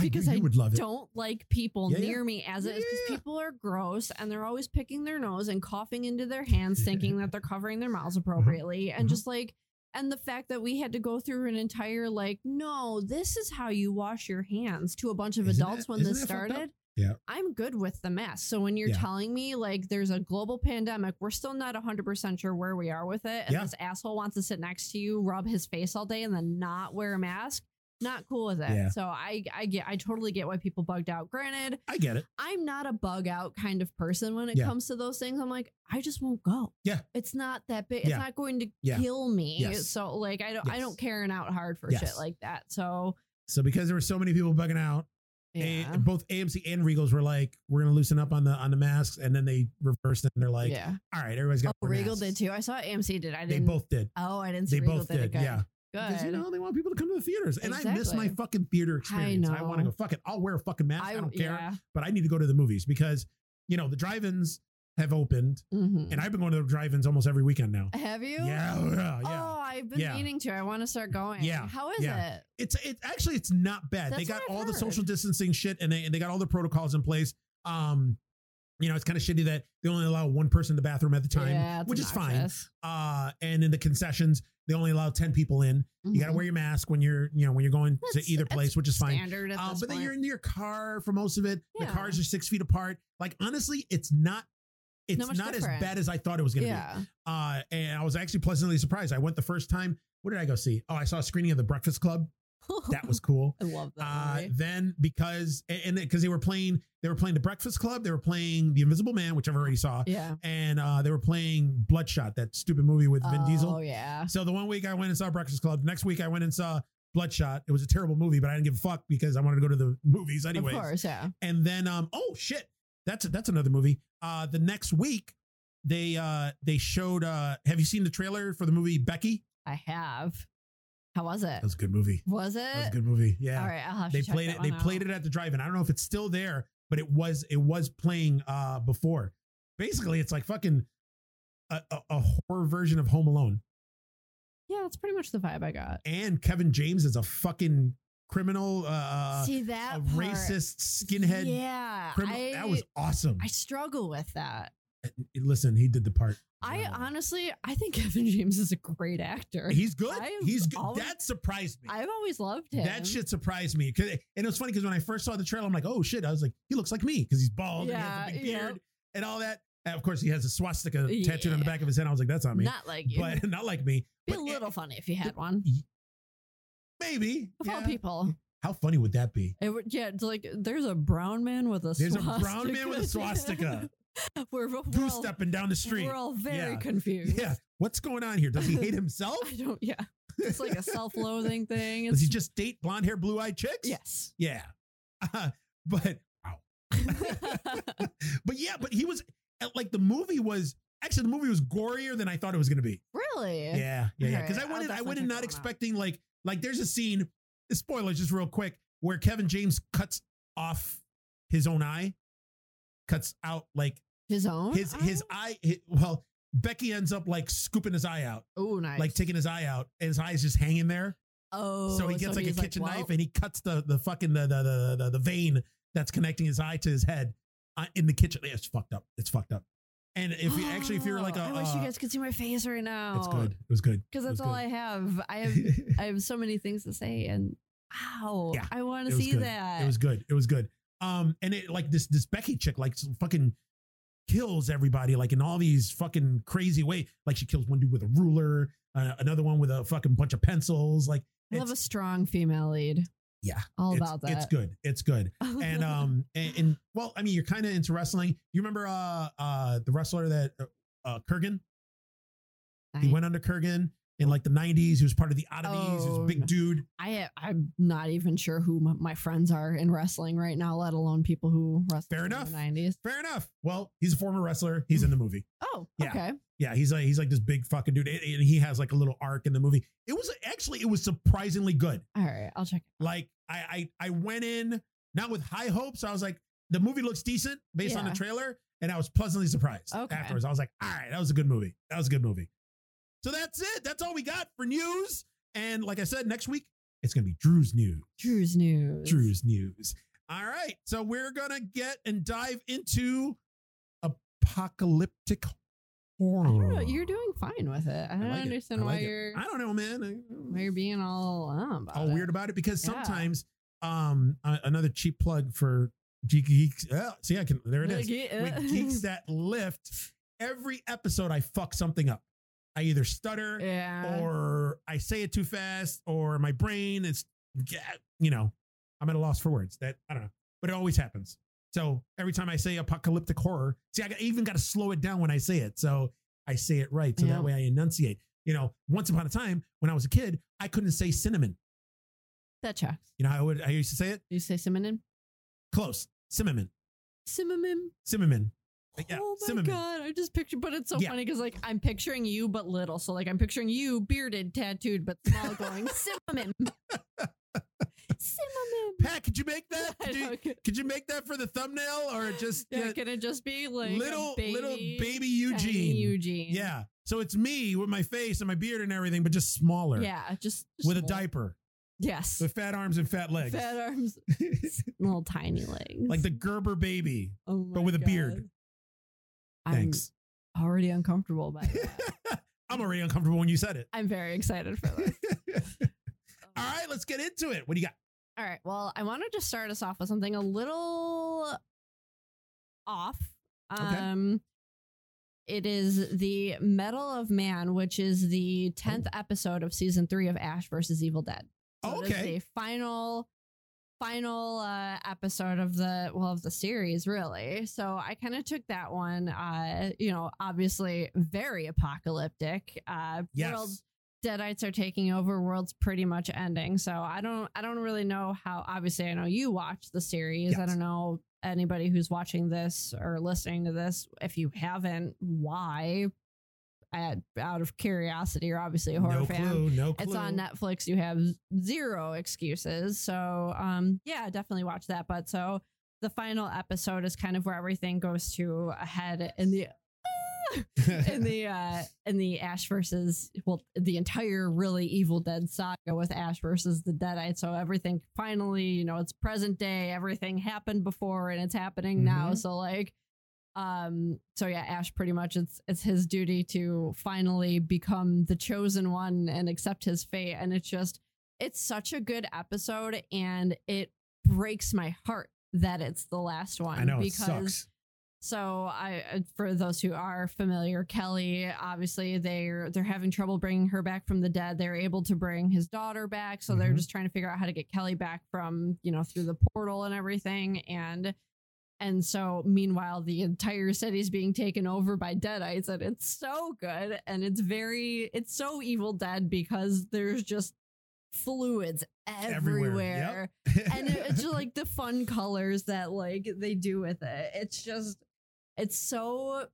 Speaker 1: Because
Speaker 2: knew you
Speaker 1: I
Speaker 2: would love it.
Speaker 1: Don't like people
Speaker 2: Yeah, yeah.
Speaker 1: near me as it is because
Speaker 2: Yeah.
Speaker 1: people are gross and they're always picking their nose and coughing into their hands, thinking that they're covering their mouths appropriately. And
Speaker 2: Mhm.
Speaker 1: just like, and the fact that we had to go through an entire, like, no, this is how you wash your hands to a bunch of
Speaker 2: Isn't
Speaker 1: adults
Speaker 2: that-
Speaker 1: when
Speaker 2: isn't
Speaker 1: this
Speaker 2: that fucked up?
Speaker 1: started.
Speaker 2: Yeah.
Speaker 1: I'm good with the mask. So when you're
Speaker 2: Yeah.
Speaker 1: telling me like there's a global pandemic, we're still not 100% sure where we are with it. And
Speaker 2: Yeah.
Speaker 1: this asshole wants to sit next to you, rub his face all day, and then not wear a mask. Not cool with it.
Speaker 2: Yeah.
Speaker 1: So I, I get, I totally get why people bugged out. Granted,
Speaker 2: I get it.
Speaker 1: I'm not a bug out kind of person when it
Speaker 2: Yeah.
Speaker 1: comes to those things. I'm like, I just won't go.
Speaker 2: Yeah.
Speaker 1: It's not that big.
Speaker 2: Yeah.
Speaker 1: It's not going to
Speaker 2: Yeah.
Speaker 1: kill me.
Speaker 2: Yes.
Speaker 1: So like, I don't, I
Speaker 2: Yes.
Speaker 1: don't caring out hard for
Speaker 2: Yes.
Speaker 1: shit like that. So
Speaker 2: So because there were so many people bugging out, A-
Speaker 1: yeah.
Speaker 2: both AMC and Regals were like, "We're gonna loosen up on the on the masks," and then they reversed it and they're like,
Speaker 1: yeah.
Speaker 2: "All right, everybody's got."
Speaker 1: Oh, Regal did too. I saw AMC did. I
Speaker 2: They
Speaker 1: didn't.
Speaker 2: both did.
Speaker 1: Oh, I didn't see
Speaker 2: They
Speaker 1: Regal
Speaker 2: both
Speaker 1: did, it.
Speaker 2: did.
Speaker 1: Good.
Speaker 2: Yeah,
Speaker 1: Good.
Speaker 2: because you know they want people to come to the theaters, and I miss my
Speaker 1: Exactly.
Speaker 2: fucking theater experience. I,
Speaker 1: know.
Speaker 2: want to go. Fuck it, I'll wear a fucking mask. I, don't care,
Speaker 1: Yeah.
Speaker 2: but I need to go to the movies because you know the drive-ins have opened,
Speaker 1: Mhm.
Speaker 2: and I've been going to the drive-ins almost every weekend now.
Speaker 1: Have you?
Speaker 2: Yeah, yeah,
Speaker 1: Oh,
Speaker 2: yeah.
Speaker 1: I've been
Speaker 2: Yeah.
Speaker 1: meaning to. I want to start going.
Speaker 2: Yeah.
Speaker 1: How is
Speaker 2: Yeah.
Speaker 1: it?
Speaker 2: It's it's actually it's not bad. they
Speaker 1: That's
Speaker 2: got
Speaker 1: what I've
Speaker 2: all the
Speaker 1: heard.
Speaker 2: social distancing shit and they and they got all the protocols in place. Um, you know, it's kind of shitty that they only allow one person in the bathroom at the time,
Speaker 1: Yeah, it's
Speaker 2: which is fine.
Speaker 1: obnoxious.
Speaker 2: Uh, and in the concessions, they only allow ten people in. You got to
Speaker 1: Mhm.
Speaker 2: wear your mask when you're you know when you're going
Speaker 1: That's-
Speaker 2: to either
Speaker 1: that's
Speaker 2: place, which is fine.
Speaker 1: Standard at
Speaker 2: Um,
Speaker 1: this
Speaker 2: but then
Speaker 1: point.
Speaker 2: you're in your car for most of it. The
Speaker 1: Yeah.
Speaker 2: cars are six feet apart. Like honestly, it's not. It's
Speaker 1: much
Speaker 2: not as
Speaker 1: different.
Speaker 2: bad as I thought it was going to be
Speaker 1: yeah.
Speaker 2: uh, and I was actually pleasantly surprised. I went the first time. What did I go see? Oh, I saw a screening of The Breakfast Club. That was cool.
Speaker 1: I love that.
Speaker 2: Uh,
Speaker 1: movie.
Speaker 2: then because and because they were playing, they were playing The Breakfast Club. They were playing The Invisible Man, which I've already saw,
Speaker 1: Yeah.
Speaker 2: and uh, they were playing Bloodshot, that stupid movie with Vin
Speaker 1: Oh
Speaker 2: Diesel.
Speaker 1: yeah.
Speaker 2: So the one week I went and saw Breakfast Club. Next week I went and saw Bloodshot. It was a terrible movie, but I didn't give a fuck because I wanted to go to the movies anyways.
Speaker 1: Of course. Yeah.
Speaker 2: And then um oh shit. That's that's another movie. Uh the next week they uh they showed uh have you seen the trailer for the movie Becky?
Speaker 1: I have. How was it?
Speaker 2: That was a good movie.
Speaker 1: Was it?
Speaker 2: That was a good movie. Yeah.
Speaker 1: All right. I'll have
Speaker 2: They
Speaker 1: to check
Speaker 2: played
Speaker 1: that
Speaker 2: it they
Speaker 1: one
Speaker 2: played
Speaker 1: out.
Speaker 2: it at the drive-in. I don't know if it's still there, but it was it was playing uh before. Basically, it's like fucking a, a, a horror version of Home Alone.
Speaker 1: Yeah, that's pretty much the vibe I got.
Speaker 2: And Kevin James is a fucking criminal uh
Speaker 1: See
Speaker 2: a
Speaker 1: that part-
Speaker 2: racist skinhead
Speaker 1: Yeah.
Speaker 2: criminal.
Speaker 1: I,
Speaker 2: that was awesome.
Speaker 1: I struggle with that.
Speaker 2: Listen, he did the part.
Speaker 1: I
Speaker 2: Yeah.
Speaker 1: honestly, I think Kevin James is a great actor.
Speaker 2: He's good.
Speaker 1: I've
Speaker 2: He's good.
Speaker 1: always-
Speaker 2: that surprised me.
Speaker 1: I've always loved him.
Speaker 2: that shit surprised me. 'Cause- And it was funny because when I first saw the trailer, I'm like, oh shit. I was like, he looks like me because he's bald and he has a big
Speaker 1: Yeah, yeah.
Speaker 2: beard and all that. And of course, he has a swastika tattooed on the
Speaker 1: Yeah.
Speaker 2: back of his head. I was like, that's not me.
Speaker 1: Not like you.
Speaker 2: but not like me.
Speaker 1: Be
Speaker 2: But eh,
Speaker 1: a
Speaker 2: it-
Speaker 1: little funny if you had one.
Speaker 2: maybe.
Speaker 1: Of all
Speaker 2: Yeah.
Speaker 1: people,
Speaker 2: How funny would that be?
Speaker 1: it would, yeah, it's like there's a brown man with a
Speaker 2: There's a
Speaker 1: swastika.
Speaker 2: brown man with a swastika.
Speaker 1: we're, we're
Speaker 2: Two
Speaker 1: all,
Speaker 2: stepping down the street.
Speaker 1: we're all very
Speaker 2: Yeah.
Speaker 1: confused.
Speaker 2: Yeah. What's going on here? Does he hate himself?
Speaker 1: I don't. Yeah, it's like a self-loathing thing.
Speaker 2: Does
Speaker 1: It's,
Speaker 2: he just date blonde hair, blue eyed chicks?
Speaker 1: yes.
Speaker 2: Yeah. Uh, but but yeah, but he was uh, like the movie was actually the movie was gorier than I thought it was going to be.
Speaker 1: really?
Speaker 2: Yeah, yeah, yeah. Because
Speaker 1: Alright,
Speaker 2: I
Speaker 1: I'll
Speaker 2: went in, I
Speaker 1: definitely
Speaker 2: went in
Speaker 1: check
Speaker 2: not
Speaker 1: that one out.
Speaker 2: expecting like like there's a scene. Spoilers, just real quick, where Kevin James cuts off his own eye, cuts out like
Speaker 1: His own.
Speaker 2: his his eye. hi- well, Becky ends up like scooping his eye out,
Speaker 1: Oh, nice.
Speaker 2: like taking his eye out, and his eye is just hanging there.
Speaker 1: oh,
Speaker 2: so he gets like a
Speaker 1: he's
Speaker 2: kitchen
Speaker 1: well,
Speaker 2: knife and he cuts the the fucking the the, the, the, the vein that's connecting his eye to his head uh, in the kitchen. It's fucked up. It's fucked up. And if you actually, if you're like a,
Speaker 1: I wish you
Speaker 2: uh,
Speaker 1: guys could see my face right now.
Speaker 2: it's good. It was good.
Speaker 1: because
Speaker 2: It was
Speaker 1: that's all
Speaker 2: good.
Speaker 1: I have. I have I have so many things to say, and wow,
Speaker 2: Yeah,
Speaker 1: I want
Speaker 2: it
Speaker 1: to
Speaker 2: was
Speaker 1: see
Speaker 2: good.
Speaker 1: that.
Speaker 2: it was good. It was good. Um, and it like this this Becky chick like fucking kills everybody like in all these fucking crazy way. Like she kills one dude with a ruler, uh, another one with a fucking bunch of pencils. Like
Speaker 1: I love a strong female lead.
Speaker 2: Yeah,
Speaker 1: all
Speaker 2: it's,
Speaker 1: about that.
Speaker 2: It's good. It's good.
Speaker 1: good,
Speaker 2: and um and, and well i mean you're kind of into wrestling you remember uh uh the wrestler that uh, uh kurgan he went under kurgan in like the 90s. He was part of the Oddities. he was a
Speaker 1: Oh,
Speaker 2: big
Speaker 1: no.
Speaker 2: dude.
Speaker 1: I I'm not even sure who m- my friends are in wrestling right now, let alone people who wrestled
Speaker 2: Fair
Speaker 1: in
Speaker 2: enough.
Speaker 1: the nineties.
Speaker 2: Fair enough. Well, he's a former wrestler. He's in the movie.
Speaker 1: Oh,
Speaker 2: Yeah.
Speaker 1: okay.
Speaker 2: Yeah, he's like he's like this big fucking dude, and and he has like a little arc in the movie. It was actually it was surprisingly good.
Speaker 1: All right, I'll check.
Speaker 2: Like I I, I went in not with high hopes. I was like, the movie looks decent based on the
Speaker 1: Yeah.
Speaker 2: trailer, and I was pleasantly surprised.
Speaker 1: Okay.
Speaker 2: Afterwards, I was like, all right, that was a good movie. That was a good movie. So that's it. That's all we got for news. And like I said, next week it's gonna be Drew's news.
Speaker 1: Drew's news.
Speaker 2: Drew's news. All right, so we're gonna get and dive into apocalyptic horror.
Speaker 1: I don't know. You're doing fine with it. I don't
Speaker 2: like it.
Speaker 1: understand
Speaker 2: Oh. I
Speaker 1: why
Speaker 2: like it.
Speaker 1: you're
Speaker 2: I don't know, man. I-
Speaker 1: why you're being all um about
Speaker 2: all
Speaker 1: it.
Speaker 2: weird about it because
Speaker 1: Yeah.
Speaker 2: sometimes, um, a- another cheap plug for Geek Geeks. Uh, see, I can. There it is.
Speaker 1: Like, uh,
Speaker 2: With Geeks That Lift, every episode I fuck something up. I either stutter
Speaker 1: yeah.
Speaker 2: or I say it too fast, or my brain is, you know, I'm at a loss for words. That I don't know, but it always happens. So every time I say apocalyptic horror, see, I got- even got to slow it down when I say it, so I say it right, so
Speaker 1: Yeah.
Speaker 2: that way I enunciate. You know, once upon a time when I was a kid, I couldn't say cinnamon.
Speaker 1: that checks.
Speaker 2: You know, how I would I used to say it
Speaker 1: Do you say cinnamon?
Speaker 2: close, cinnamon,
Speaker 1: Cinnamon.
Speaker 2: cinnamon. Like, yeah,
Speaker 1: oh my
Speaker 2: cinnamon.
Speaker 1: god! I just picture, but it's so
Speaker 2: Yeah.
Speaker 1: funny because like I'm picturing you but little, so like I'm picturing you bearded, tattooed, but small, going cinnamon, cinnamon.
Speaker 2: Pat, could you make that?
Speaker 1: I
Speaker 2: Could you,
Speaker 1: don't get-
Speaker 2: could you make that for the thumbnail or just
Speaker 1: yeah,
Speaker 2: uh,
Speaker 1: can it just be like a
Speaker 2: little
Speaker 1: baby,
Speaker 2: little baby
Speaker 1: tiny
Speaker 2: Eugene?
Speaker 1: Eugene.
Speaker 2: Yeah. So it's me with my face and my beard and everything, but just smaller.
Speaker 1: yeah, just, just
Speaker 2: With a
Speaker 1: small.
Speaker 2: diaper,
Speaker 1: Yes,
Speaker 2: with fat arms and fat legs,
Speaker 1: fat arms, little tiny legs,
Speaker 2: like the Gerber baby,
Speaker 1: oh
Speaker 2: but
Speaker 1: my
Speaker 2: with a
Speaker 1: God.
Speaker 2: beard. Thanks.
Speaker 1: I'm already uncomfortable by that.
Speaker 2: I'm already uncomfortable when you said it.
Speaker 1: I'm very excited for this.
Speaker 2: All right, let's get into it. What do you got?
Speaker 1: All right. Well, I want to just start us off with something a little off. Um it is the Medal of Man, which is the 10th episode of season 3 of Ash versus Evil Dead.
Speaker 2: Oh,
Speaker 1: it is
Speaker 2: okay.
Speaker 1: the final final uh episode of the well of the series really. So I kind of took that one uh you know, obviously very apocalyptic. Uh world
Speaker 2: Yes.
Speaker 1: deadites are taking over world's pretty much ending so i don't i don't really know how obviously i know you watch the series i
Speaker 2: Yes.
Speaker 1: don't know anybody who's watching this or listening to this if you haven't why at, out of curiosity you're obviously a horror
Speaker 2: no
Speaker 1: fan
Speaker 2: clue. No clue.
Speaker 1: it's on Netflix. You have zero excuses. So, um, yeah, definitely watch that. But so the final episode is kind of where everything goes to a head in the in the uh in the Ash versus well the entire really Evil Dead saga with Ash versus the Deadite. So everything finally, you know, it's present day. Everything happened before and it's happening now.
Speaker 2: Mhm.
Speaker 1: So like um so yeah ash pretty much it's it's his duty to finally become the chosen one and accept his fate and it's just it's such a good episode and it breaks my heart that it's the last one
Speaker 2: I know it
Speaker 1: because
Speaker 2: sucks.
Speaker 1: so I uh, for those who are familiar, Kelly, obviously they're they're having trouble bringing her back from the dead. They're able to bring his daughter back, so they're
Speaker 2: Mhm.
Speaker 1: just trying to figure out how to get Kelly back from, you know, through the portal and everything and and so meanwhile the entire city's being taken over by deadites and it's so good and it's very it's so evil dead because there's just fluids
Speaker 2: Everywhere,
Speaker 1: everywhere.
Speaker 2: yep.
Speaker 1: and it, it's just like the fun colors that like they do with it. It's just it's so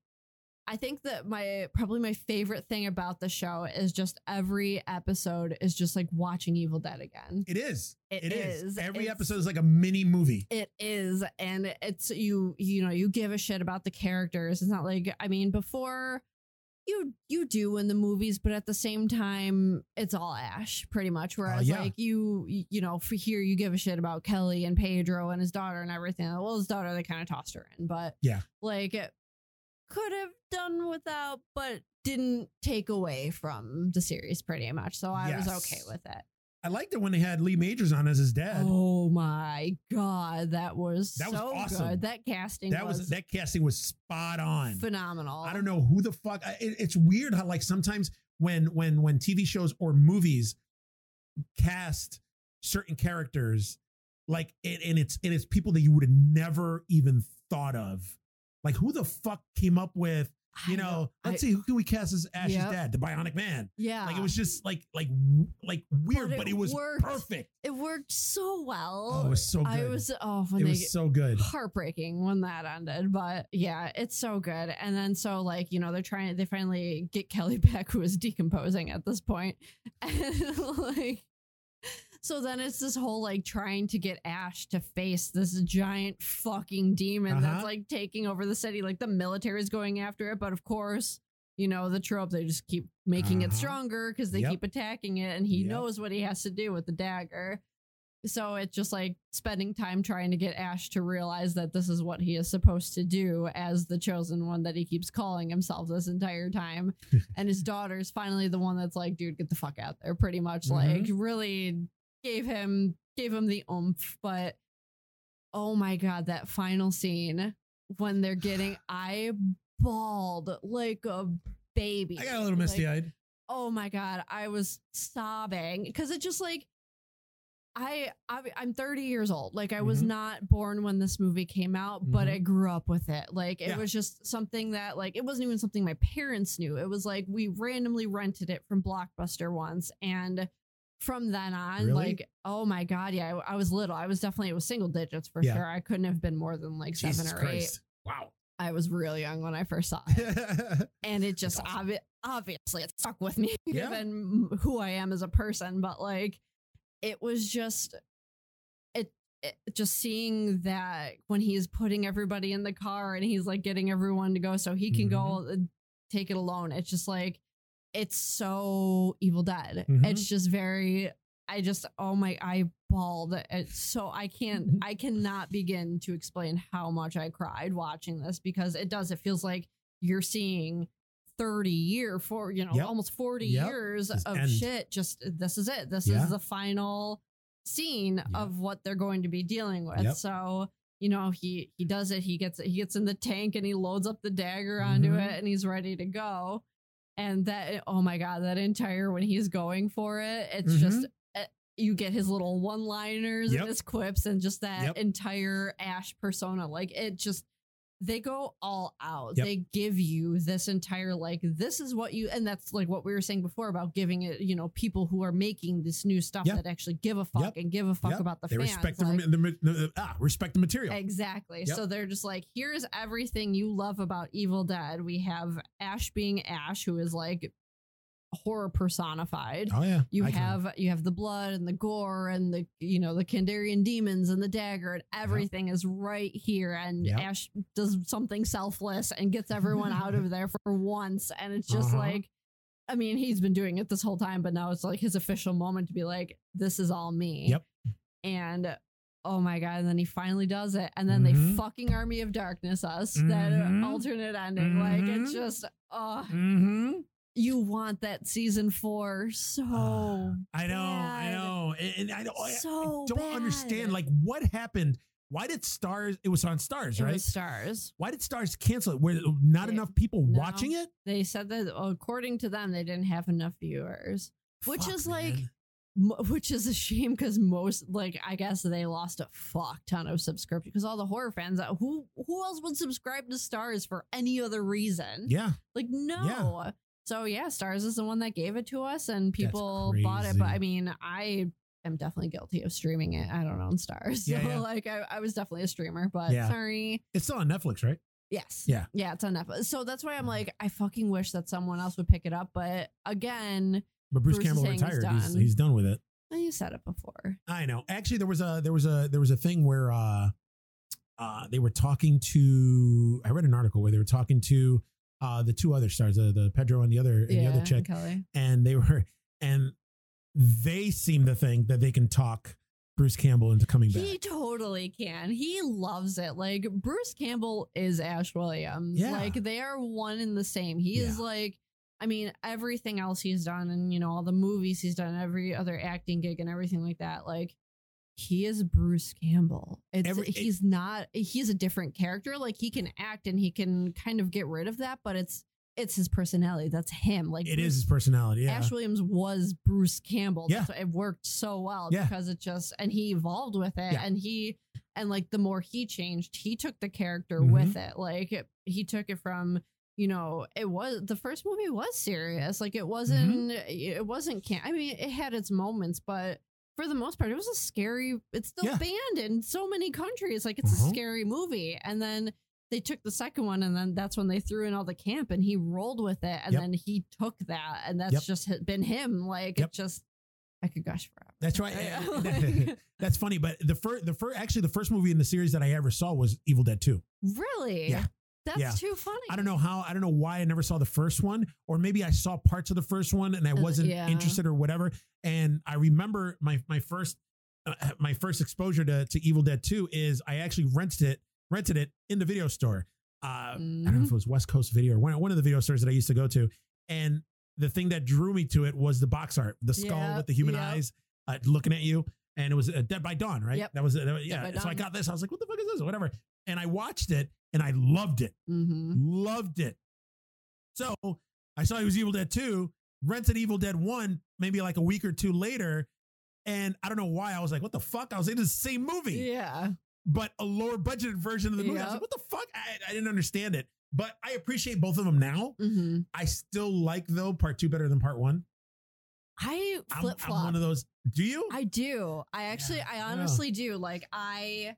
Speaker 1: I think that my probably my favorite thing about the show is just every episode is just like watching Evil Dead again.
Speaker 2: it is.
Speaker 1: It
Speaker 2: It is.
Speaker 1: is.
Speaker 2: Every
Speaker 1: It's-
Speaker 2: episode is like a mini movie.
Speaker 1: It is, and it's you. You know, you give a shit about the characters. It's not like I mean, before you you do in the movies, but at the same time, it's all Ash pretty much. Whereas
Speaker 2: Oh, yeah.
Speaker 1: like you, you know, for here you give a shit about Kelly and Pedro and his daughter and everything. Well, his daughter they kind of tossed her in, but
Speaker 2: Yeah.
Speaker 1: like it could have done without, but didn't take away from the series pretty much. So I was
Speaker 2: Yes.
Speaker 1: okay with it.
Speaker 2: I liked it when they had Lee Majors on as his dad.
Speaker 1: Oh my god, that was
Speaker 2: That was
Speaker 1: so
Speaker 2: awesome.
Speaker 1: good. That casting
Speaker 2: that
Speaker 1: was,
Speaker 2: was that casting was spot on.
Speaker 1: phenomenal.
Speaker 2: I don't know who the fuck. I- It, it's weird how like sometimes when when when TV shows or movies cast certain characters, like it, and it's and it's people that you would have never even thought of. Like who the fuck came up with? You
Speaker 1: I
Speaker 2: know,
Speaker 1: I-
Speaker 2: let's see who can we cast as Ash's
Speaker 1: Yep.
Speaker 2: dad, the Bionic Man.
Speaker 1: yeah,
Speaker 2: Like it was just like like w- like weird, but
Speaker 1: Ah. But
Speaker 2: it,
Speaker 1: it
Speaker 2: was
Speaker 1: worked.
Speaker 2: perfect.
Speaker 1: it worked so well.
Speaker 2: Oh, it was so good.
Speaker 1: I was oh when
Speaker 2: it
Speaker 1: they
Speaker 2: was so good.
Speaker 1: heartbreaking when that ended, but yeah, it's so good. And then so like you know they're trying they finally get Kelly back who is decomposing at this point, and like so then it's this whole like trying to get Ash to face this giant fucking demon
Speaker 2: Uh-huh.
Speaker 1: that's like taking over the city. Like the military's going after it, but of course. You know the trope; they just keep making it
Speaker 2: Uh-huh.
Speaker 1: stronger because they
Speaker 2: Yep.
Speaker 1: keep attacking it, and he
Speaker 2: Yep.
Speaker 1: knows what he has to do with the dagger. So it's just like spending time trying to get Ash to realize that this is what he is supposed to do as the chosen one that he keeps calling himself this entire time. and his daughter's finally the one that's like, dude, get the fuck out there. Pretty much
Speaker 2: Mm-hmm.
Speaker 1: like really gave him gave him the oomph. But oh my god, that final scene when they're getting I bawled like a baby.
Speaker 2: I got a little
Speaker 1: Like,
Speaker 2: misty eyed.
Speaker 1: oh my god i was sobbing because it just like I, I i'm 30 years old like i was
Speaker 2: Mhm.
Speaker 1: not born when this movie came out but
Speaker 2: Mhm.
Speaker 1: i grew up with it like it
Speaker 2: Yeah.
Speaker 1: was just something that like it wasn't even something my parents knew it was like we randomly rented it from blockbuster once and from then on
Speaker 2: Really?
Speaker 1: like oh my god yeah I, I was little i was definitely it was single digits for
Speaker 2: Yeah.
Speaker 1: sure i couldn't have been more than like
Speaker 2: Jesus
Speaker 1: seven or eight
Speaker 2: Christ! Wow.
Speaker 1: i was real young when i first saw it and it
Speaker 2: That's
Speaker 1: just obvi- obviously it stuck with me
Speaker 2: Yeah.
Speaker 1: given who I am as a person but like it was just it, it just seeing that when he's putting everybody in the car and he's like getting everyone to go so he can
Speaker 2: Mm-hmm.
Speaker 1: go and take it alone it's just like it's so evil dead
Speaker 2: Mhm.
Speaker 1: it's just very I just oh my I bawled it so I can't
Speaker 2: Mhm.
Speaker 1: I cannot begin to explain how much I cried watching this because it does it feels like you're seeing 30 year for you know
Speaker 2: Yep.
Speaker 1: almost 40
Speaker 2: Yep.
Speaker 1: years
Speaker 2: This
Speaker 1: of
Speaker 2: end.
Speaker 1: shit just uh, this is it this
Speaker 2: Yeah.
Speaker 1: is the final scene of what they're going to be dealing with
Speaker 2: Yep.
Speaker 1: so you know he he does it he gets he gets in the tank and he loads up the dagger onto
Speaker 2: Mhm.
Speaker 1: it and he's ready to go and that oh my god that entire when he's going for it it's just eh, you get his little one liners
Speaker 2: Mm-hmm. Yep.
Speaker 1: and his quips and just that
Speaker 2: Yep.
Speaker 1: entire ash persona like it just they go all out
Speaker 2: Yep.
Speaker 1: they give you this entire like this is what you and that's like what we were saying before about giving it you know people who are making this new stuff
Speaker 2: Yep.
Speaker 1: that actually give a fuck
Speaker 2: Yep.
Speaker 1: and give a fuck
Speaker 2: Yep.
Speaker 1: about the
Speaker 2: they
Speaker 1: fans
Speaker 2: respect the,
Speaker 1: like-
Speaker 2: the, the, ah, respect the material.
Speaker 1: Exactly.
Speaker 2: Yep.
Speaker 1: So they're just like, here's everything you love about Evil Dead. We have Ash being Ash, who is like horror personified.
Speaker 2: Oh yeah.
Speaker 1: You
Speaker 2: Icon.
Speaker 1: have you have the blood and the gore and the you know the Kandarian demons and the dagger and everything is right here and
Speaker 2: Yep.
Speaker 1: Ash does something selfless and gets everyone out of there for once and it's just
Speaker 2: Uh-huh.
Speaker 1: like I mean he's been doing it this whole time but now it's like his official moment to be like this is all me.
Speaker 2: Yep.
Speaker 1: And oh my god and then he finally does it and then
Speaker 2: Mhm.
Speaker 1: they fucking army of darkness us that
Speaker 2: Mhm.
Speaker 1: alternate ending like it's
Speaker 2: Mhm.
Speaker 1: just oh
Speaker 2: Mm-hmm.
Speaker 1: you want that season 4 so
Speaker 2: I know, I
Speaker 1: bad.
Speaker 2: know, and, and Oh, I don't, I-
Speaker 1: So
Speaker 2: I don't
Speaker 1: bad.
Speaker 2: understand. Like, what happened? Why did Stars? It was on Stars,
Speaker 1: It
Speaker 2: right?
Speaker 1: was stars.
Speaker 2: Why did Stars cancel it? Were not
Speaker 1: They-
Speaker 2: enough people
Speaker 1: no.
Speaker 2: watching it?
Speaker 1: They said that according to them, they didn't have enough viewers, Which
Speaker 2: Fuck,
Speaker 1: is like-
Speaker 2: man.
Speaker 1: Mo- which is a shame because most, like, I guess they lost a fuck ton of subscription because all the horror fans, uh, who who else would subscribe to Stars for any other reason?
Speaker 2: yeah,
Speaker 1: Like, no. So yeah, Stars is the one that gave it to us, and people bought it. But
Speaker 2: crazy.
Speaker 1: I mean, I am definitely guilty of streaming it. I don't own Stars,
Speaker 2: Yeah,
Speaker 1: so
Speaker 2: yeah.
Speaker 1: like, I, I was definitely a streamer, but
Speaker 2: Yeah.
Speaker 1: sorry.
Speaker 2: it's still on Netflix, right?
Speaker 1: Yes.
Speaker 2: Yeah.
Speaker 1: Yeah, it's on Netflix. So that's why I'm like, I fucking wish that someone else would pick it up. But again,
Speaker 2: But Bruce,
Speaker 1: Bruce is
Speaker 2: Campbell
Speaker 1: saying he's
Speaker 2: retired. He's,
Speaker 1: done.
Speaker 2: he's done with it.
Speaker 1: well, you said it before.
Speaker 2: I know. Actually, there was a there was a there was a thing where uh, uh, they were talking to. I read an article where they were talking to uh, the two other stars, uh, the Pedro and the other and
Speaker 1: yeah,
Speaker 2: the other chick,
Speaker 1: Kelly.
Speaker 2: and they were and they seem to think that they can talk Bruce Campbell into coming back.
Speaker 1: He totally can. He loves it. Like Bruce Campbell is Ash Williams.
Speaker 2: Yeah.
Speaker 1: Like they are one and the same. He is
Speaker 2: Yeah.
Speaker 1: like, I mean, everything else he's done, and you know all the movies he's done, every other acting gig, and everything like that. Like he is Bruce Campbell. It's
Speaker 2: Every- it-
Speaker 1: he's not. He's a different character. Like he can act and he can kind of get rid of that, but it's it's his personality. That's him. Like
Speaker 2: it
Speaker 1: Bruce
Speaker 2: is his personality. Yeah.
Speaker 1: Ash Williams was Bruce Campbell.
Speaker 2: Yeah.
Speaker 1: That's why it worked so well
Speaker 2: Yeah.
Speaker 1: because it just and he evolved with it
Speaker 2: Yeah.
Speaker 1: and he
Speaker 2: Mm-hmm.
Speaker 1: and like the more he changed, he took the character with it. Like it, he took it from you know, it was the first movie was serious. Like
Speaker 2: Mm-hmm.
Speaker 1: it wasn't it wasn't can I mean it had its moments, but for the most part it was a scary it's still
Speaker 2: Yeah.
Speaker 1: banned in so many countries. Like it's
Speaker 2: Mhm.
Speaker 1: a scary movie. And then they took the second one and then that's when they threw in all the camp and he rolled with it and
Speaker 2: Yep.
Speaker 1: then he took that and that's
Speaker 2: Yep.
Speaker 1: just hi- been him. Like
Speaker 2: Yep.
Speaker 1: it just I could gush forever.
Speaker 2: That's right.
Speaker 1: Like-
Speaker 2: That's funny, but the first, the first, actually, the first movie in the series that I ever saw was Evil Dead Two.
Speaker 1: Really?
Speaker 2: Yeah.
Speaker 1: That's
Speaker 2: Yeah.
Speaker 1: too funny.
Speaker 2: I don't know how, I don't know why I never saw the first one, or maybe I saw parts of the first one and I
Speaker 1: Uh,
Speaker 2: wasn't
Speaker 1: yeah.
Speaker 2: interested or whatever. And I remember my my first uh, my first exposure to to Evil Dead Two is I actually rented it rented it in the video store. Uh, I
Speaker 1: Mm-hmm.
Speaker 2: don't know if it was West Coast Video or one, one of the video stores that I used to go to. And the thing that drew me to it was the box art, the skull
Speaker 1: Yep,
Speaker 2: with the human
Speaker 1: yep.
Speaker 2: eyes uh, looking at you. And it was uh, Dead by Dawn, right?
Speaker 1: Yep.
Speaker 2: That was, uh, that was- yeah.
Speaker 1: by
Speaker 2: So I
Speaker 1: Dawn.
Speaker 2: got this. I was like, what the fuck is this? Whatever. And I watched it and I loved it,
Speaker 1: Mm-hmm.
Speaker 2: loved it. So I saw he was Evil Dead 2, rented Evil Dead 1, maybe like a week or two later. And I don't know why I was like, what the fuck? I was like, this is the same movie
Speaker 1: Yeah.
Speaker 2: but a lower budgeted version of the movie. I was like,
Speaker 1: Yep.
Speaker 2: what the fuck? I, I didn't understand it. But I appreciate both of them now.
Speaker 1: Mm-hmm.
Speaker 2: I still like though part two better than part one.
Speaker 1: I
Speaker 2: I'm-
Speaker 1: flip
Speaker 2: I'm, one
Speaker 1: flop.
Speaker 2: of those. Do you?
Speaker 1: I do. I actually,
Speaker 2: Yeah,
Speaker 1: I
Speaker 2: yeah.
Speaker 1: honestly do. Like I,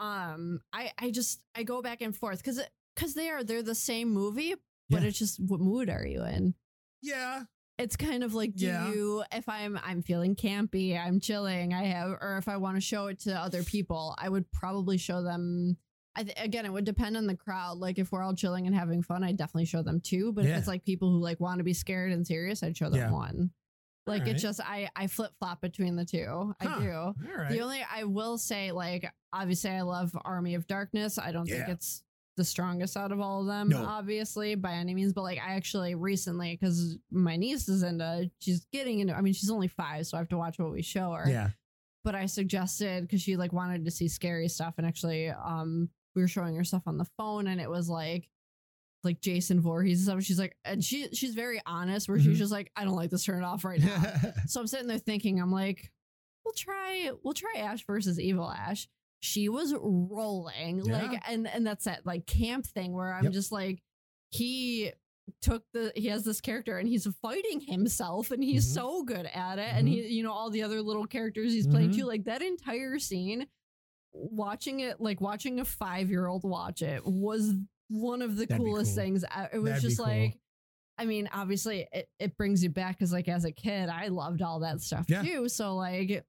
Speaker 1: um, I, I just, I go back and forth because, because they are, they're the same movie, but
Speaker 2: Yeah.
Speaker 1: it's just what mood are you in?
Speaker 2: yeah.
Speaker 1: It's kind of like, do
Speaker 2: Yeah.
Speaker 1: you, if I'm, I'm feeling campy, I'm chilling, I have, or if I want to show it to other people, I would probably show them. I th- again, it would depend on the crowd. Like if we're all chilling and having fun, I'd definitely show them two. But
Speaker 2: Yeah.
Speaker 1: if it's like people who like want to be scared and serious, I'd show them
Speaker 2: Yeah.
Speaker 1: one. Like
Speaker 2: All right.
Speaker 1: it's just I I flip flop between the two.
Speaker 2: Huh.
Speaker 1: I do.
Speaker 2: All right.
Speaker 1: The only I will say like obviously I love Army of Darkness. I don't think
Speaker 2: Yeah.
Speaker 1: it's the strongest out of all of them,
Speaker 2: No.
Speaker 1: obviously by any means. But like I actually recently because my niece is into she's getting into. I mean she's only five, so I have to watch what we show her.
Speaker 2: yeah.
Speaker 1: But I suggested because she like wanted to see scary stuff, and actually um we were showing her stuff on the phone, and it was like. Like Jason Voorhees and stuff. She's like, and she she's very honest. Where
Speaker 2: Mhm.
Speaker 1: she's just like, I don't like this. Turn it off right now. So I'm sitting there thinking, I'm like, we'll try, we'll try Ash versus Evil Ash. She was rolling,
Speaker 2: Yeah.
Speaker 1: like, and and that's that like camp thing where I'm
Speaker 2: Yep.
Speaker 1: just like, he took the he has this character and he's fighting himself and he's
Speaker 2: Mhm.
Speaker 1: so good at it and
Speaker 2: Mm-hmm.
Speaker 1: he you know all the other little characters he's playing
Speaker 2: Mhm.
Speaker 1: too like that entire scene watching it like watching a 5-year-old watch it was one of the
Speaker 2: That'd be
Speaker 1: coolest
Speaker 2: cool.
Speaker 1: things e- it was
Speaker 2: That'd be
Speaker 1: just
Speaker 2: cool.
Speaker 1: like I mean, obviously, it, it brings you back because, like, as a kid, I loved all that stuff
Speaker 2: Yeah.
Speaker 1: too. So, like,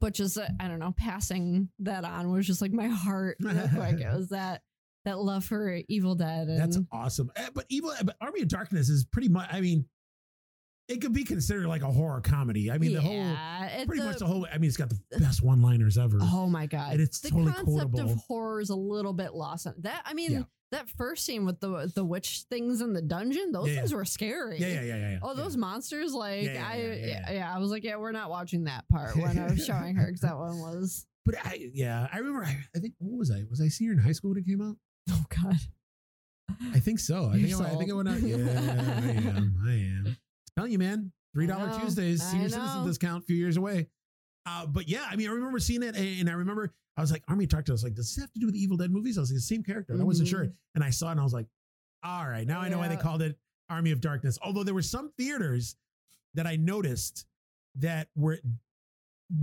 Speaker 1: but just uh, I don't know, passing that on was just like my heart. Real quick. It was that that love for Evil Dead, and
Speaker 2: That's awesome. Eh, But evil, but Army of Darkness is pretty much. I mean, it could be considered like a horror comedy. I mean, the whole
Speaker 1: yeah, it's
Speaker 2: pretty
Speaker 1: a-
Speaker 2: much the whole. I mean, it's got the best one-liners ever.
Speaker 1: Oh my god!
Speaker 2: And it's
Speaker 1: the
Speaker 2: totally
Speaker 1: concept of
Speaker 2: quotable.
Speaker 1: horror is a little bit lost. On, that I mean,
Speaker 2: Yeah.
Speaker 1: that first scene with the the witch things in the dungeon, those
Speaker 2: Yeah, yeah.
Speaker 1: things were scary.
Speaker 2: Yeah, yeah, yeah, yeah. yeah.
Speaker 1: Oh,
Speaker 2: Yeah.
Speaker 1: those monsters! Like
Speaker 2: Yeah, yeah,
Speaker 1: I,
Speaker 2: yeah,
Speaker 1: yeah,
Speaker 2: yeah, yeah.
Speaker 1: yeah, I was like, yeah, we're not watching that part when I was showing her because that one was,
Speaker 2: But I, yeah, I remember. I, I think what was I? Was I senior in high school when it came out?
Speaker 1: oh god,
Speaker 2: I think so. I think,
Speaker 1: You're
Speaker 2: I, I think I
Speaker 1: sold.
Speaker 2: went out. Yeah, I am. I am. Telling you, man. Three
Speaker 1: I
Speaker 2: dollar
Speaker 1: know.
Speaker 2: Tuesdays,
Speaker 1: I
Speaker 2: senior citizen
Speaker 1: know.
Speaker 2: discount, a few years away. Uh, but yeah, I mean, I remember seeing it, and I remember I was like, Army talked to us like, does this have to do with the Evil Dead movies? I was like, the same character. And I wasn't
Speaker 1: Mhm.
Speaker 2: sure, and I saw it, and I was like, all right, now I know why they
Speaker 1: Yeah.
Speaker 2: called it Army of Darkness. Although there were some theaters that I noticed that were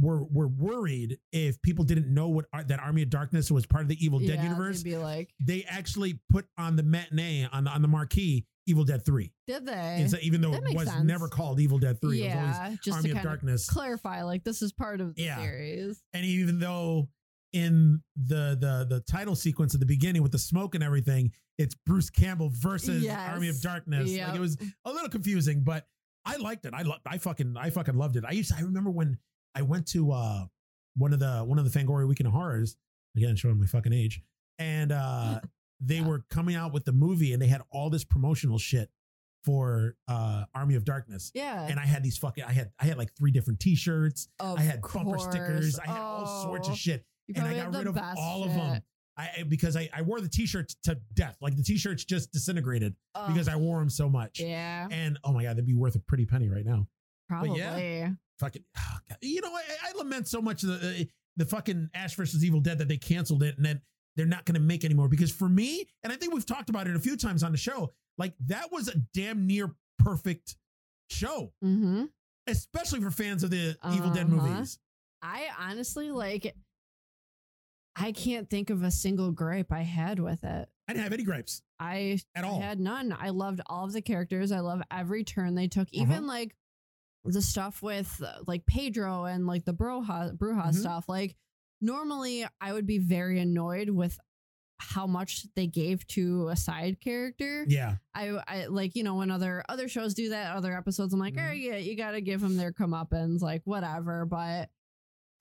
Speaker 2: were were worried if people didn't know what ar- that Army of Darkness was part of the Evil
Speaker 1: yeah,
Speaker 2: Dead
Speaker 1: they'd
Speaker 2: universe
Speaker 1: Be like,
Speaker 2: they actually put on the matinee on the on the marquee Evil Dead Three.
Speaker 1: did they?
Speaker 2: And so even though
Speaker 1: That
Speaker 2: it
Speaker 1: makes
Speaker 2: was
Speaker 1: sense.
Speaker 2: never called Evil Dead Three, it was always
Speaker 1: yeah, just
Speaker 2: Army
Speaker 1: to
Speaker 2: of
Speaker 1: kind
Speaker 2: Darkness.
Speaker 1: of clarify, like this is part of the
Speaker 2: Yeah.
Speaker 1: series.
Speaker 2: and even though in the the the title sequence at the beginning with the smoke and everything, it's Bruce Campbell versus
Speaker 1: Yes.
Speaker 2: Army of Darkness. Like
Speaker 1: Yep.
Speaker 2: it was a little confusing, but I liked it. I loved I fucking I fucking loved it. I used I remember when I went to uh one of the one of the Fangoria Weekend of Horrors, again showing my fucking age, and uh they were coming out with the movie and they had all this promotional shit for uh Army of Darkness.
Speaker 1: Yeah,
Speaker 2: And I had these fucking I had I had like three different t-shirts.
Speaker 1: of
Speaker 2: I had bumper
Speaker 1: course.
Speaker 2: stickers. I had all sorts
Speaker 1: Oh,
Speaker 2: of shit,
Speaker 1: you
Speaker 2: and I
Speaker 1: probably
Speaker 2: got
Speaker 1: had the
Speaker 2: rid of
Speaker 1: best
Speaker 2: all of them.
Speaker 1: shit.
Speaker 2: I I- because I, I wore the t-shirts to death. Like the t-shirts just disintegrated
Speaker 1: Oh,
Speaker 2: because I wore them so much.
Speaker 1: yeah,
Speaker 2: And oh my god, they'd be worth a pretty penny right now.
Speaker 1: probably.
Speaker 2: yeah. Fucking, oh God. you know, I, I lament so much the the fucking Ash versus Evil Dead that they canceled it, and then they're not going to make anymore. Because for me, and I think we've talked about it a few times on the show, like that was a damn near perfect show,
Speaker 1: Mm-hmm.
Speaker 2: especially for fans of the Evil Dead
Speaker 1: Uh-huh.
Speaker 2: movies.
Speaker 1: I honestly like. I can't think of a single gripe I had with it.
Speaker 2: I didn't have any gripes
Speaker 1: I
Speaker 2: at
Speaker 1: I
Speaker 2: all.
Speaker 1: had none. I loved all of the characters. I love every turn they took,
Speaker 2: Uh-huh.
Speaker 1: even like the stuff with uh, like Pedro and like the Bruja, Bruja
Speaker 2: Mhm.
Speaker 1: stuff. Like normally, I would be very annoyed with how much they gave to a side character.
Speaker 2: yeah.
Speaker 1: I, I like you know when other other shows do that, other episodes. I'm like,
Speaker 2: Mhm.
Speaker 1: oh yeah, you got to give them their comeuppance, like whatever. But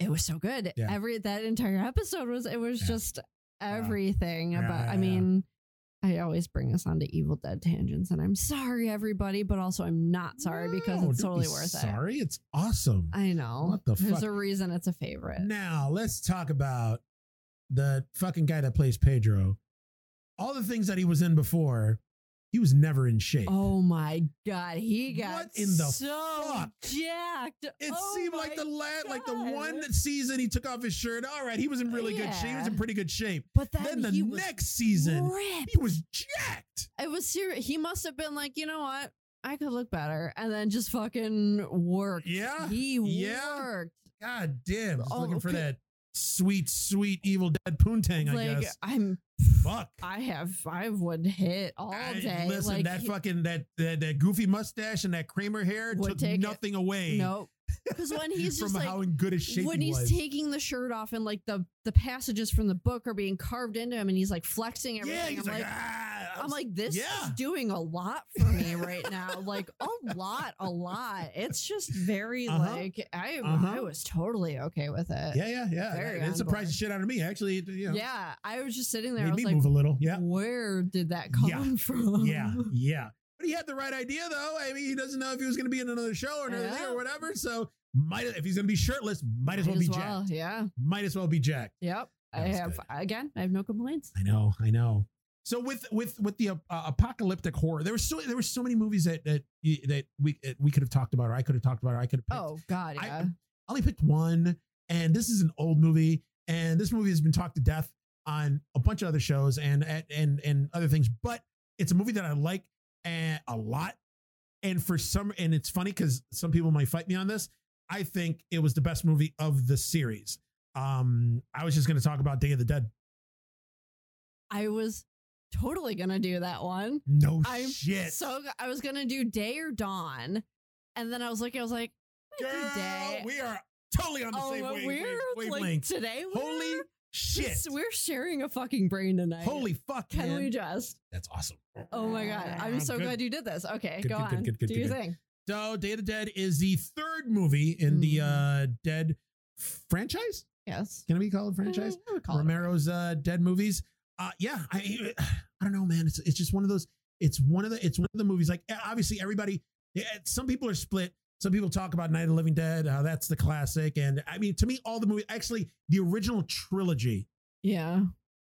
Speaker 1: it was so good.
Speaker 2: Yeah.
Speaker 1: Every that entire episode was it was
Speaker 2: Yeah.
Speaker 1: just everything.
Speaker 2: Yeah,
Speaker 1: about
Speaker 2: yeah,
Speaker 1: I
Speaker 2: yeah.
Speaker 1: mean, I always bring us on to Evil Dead tangents, and I'm sorry everybody, but also I'm not sorry because
Speaker 2: No,
Speaker 1: it's
Speaker 2: don't be
Speaker 1: totally worth it.
Speaker 2: Sorry, it's awesome.
Speaker 1: I know.
Speaker 2: What the
Speaker 1: There's
Speaker 2: fuck?
Speaker 1: a reason it's a favorite.
Speaker 2: Now let's talk about the fucking guy that plays Pedro. All the things that he was in before, he was never in shape.
Speaker 1: Oh my god, he got
Speaker 2: What in the
Speaker 1: so
Speaker 2: fuck?
Speaker 1: jacked.
Speaker 2: It
Speaker 1: Oh
Speaker 2: seemed like
Speaker 1: my
Speaker 2: the la- like the
Speaker 1: God.
Speaker 2: one season he took off his shirt. All right, he was in really good shape. He was in
Speaker 1: Yeah.
Speaker 2: pretty good shape.
Speaker 1: But
Speaker 2: Then,
Speaker 1: then,
Speaker 2: the
Speaker 1: he was
Speaker 2: next season,
Speaker 1: ripped.
Speaker 2: he was jacked.
Speaker 1: It was serious. He must have been like, you know what? I could look better, and then just fucking worked.
Speaker 2: Yeah,
Speaker 1: he
Speaker 2: yeah.
Speaker 1: worked.
Speaker 2: God damn, just
Speaker 1: Oh,
Speaker 2: looking for
Speaker 1: okay.
Speaker 2: that sweet, sweet Evil Dead poontang. I
Speaker 1: like
Speaker 2: guess.
Speaker 1: I'm,
Speaker 2: Fuck.
Speaker 1: I have, I would hit all
Speaker 2: I-
Speaker 1: day.
Speaker 2: listen,
Speaker 1: like
Speaker 2: that
Speaker 1: he-
Speaker 2: fucking that, that that goofy mustache and that Kramer hair
Speaker 1: Would
Speaker 2: took
Speaker 1: take it.
Speaker 2: nothing away.
Speaker 1: no, because when he's
Speaker 2: from
Speaker 1: just like
Speaker 2: how in good a shape
Speaker 1: when
Speaker 2: he
Speaker 1: he's
Speaker 2: was.
Speaker 1: taking the shirt off and like the the passages from the book are being carved into him, and he's like flexing everything.
Speaker 2: yeah, he's
Speaker 1: I'm
Speaker 2: like,
Speaker 1: like,
Speaker 2: "Ah,
Speaker 1: I'm like, this
Speaker 2: yeah."
Speaker 1: is doing a lot for me right now. Like a lot, a lot. It's just very
Speaker 2: Uh-huh.
Speaker 1: like I, I
Speaker 2: Uh-huh.
Speaker 1: was totally okay with it.
Speaker 2: yeah, yeah, yeah.
Speaker 1: very
Speaker 2: it
Speaker 1: on
Speaker 2: surprised
Speaker 1: board.
Speaker 2: the shit out of me. Actually, it, you know,
Speaker 1: Yeah, I was just sitting there. I
Speaker 2: made
Speaker 1: was
Speaker 2: me
Speaker 1: like,
Speaker 2: move a little. Yeah,
Speaker 1: where did that come
Speaker 2: Yeah.
Speaker 1: from?
Speaker 2: yeah, yeah. But he had the right idea though. I mean, he doesn't know if he was going to be in another show or another thing
Speaker 1: Yeah.
Speaker 2: or whatever. So might if he's going to be shirtless, might as well be Jack.
Speaker 1: Yeah.
Speaker 2: Might as well be Jack.
Speaker 1: Yep. I
Speaker 2: That was
Speaker 1: have
Speaker 2: good.
Speaker 1: again. I have no complaints.
Speaker 2: I know, I know. So with with with the uh, apocalyptic horror, there were so there were so many movies that that you- that we that we could have talked about, or I could have talked about, or I could have. picked.
Speaker 1: Oh God,
Speaker 2: I-
Speaker 1: yeah.
Speaker 2: I only picked one, and this is an old movie, and this movie has been talked to death on a bunch of other shows and and and other things, but it's a movie that I like eh, a lot, and for some, and it's funny because some people might fight me on this. I think it was the best movie of the series. Um, I was just going to talk about Day of the Dead.
Speaker 1: I, was totally gonna do that one.
Speaker 2: No
Speaker 1: I'm
Speaker 2: shit.
Speaker 1: So g- I was gonna do day or dawn, and then I was looking. I was like,
Speaker 2: Girl,
Speaker 1: I do day.
Speaker 2: we are totally on the
Speaker 1: oh,
Speaker 2: same
Speaker 1: but
Speaker 2: wave,
Speaker 1: we're
Speaker 2: wave,
Speaker 1: like
Speaker 2: wavelength.
Speaker 1: today. We're,
Speaker 2: Holy shit!
Speaker 1: this- We're sharing a fucking brain tonight.
Speaker 2: Holy fuck,
Speaker 1: Can
Speaker 2: man.
Speaker 1: we just?
Speaker 2: That's awesome.
Speaker 1: Oh my god! I'm so
Speaker 2: Good.
Speaker 1: glad you did this. Okay,
Speaker 2: Good,
Speaker 1: go
Speaker 2: good,
Speaker 1: on.
Speaker 2: good, good, good,
Speaker 1: do
Speaker 2: good,
Speaker 1: your
Speaker 2: good.
Speaker 1: thing.
Speaker 2: So Day of the Dead is the third movie in
Speaker 1: Mm.
Speaker 2: the uh Dead franchise.
Speaker 1: Yes.
Speaker 2: Can it be called franchise?
Speaker 1: I would Mm-hmm. call it
Speaker 2: Romero's uh Dead movies. Uh yeah, I I don't know, man. It's it's just one of those. It's one of the it's one of the movies. Like eh, obviously everybody. yeah, Some people are split. Some people talk about Night of the Living Dead. Uh, that's the classic. And I mean, to me, all the movies actually the original trilogy
Speaker 1: Yeah.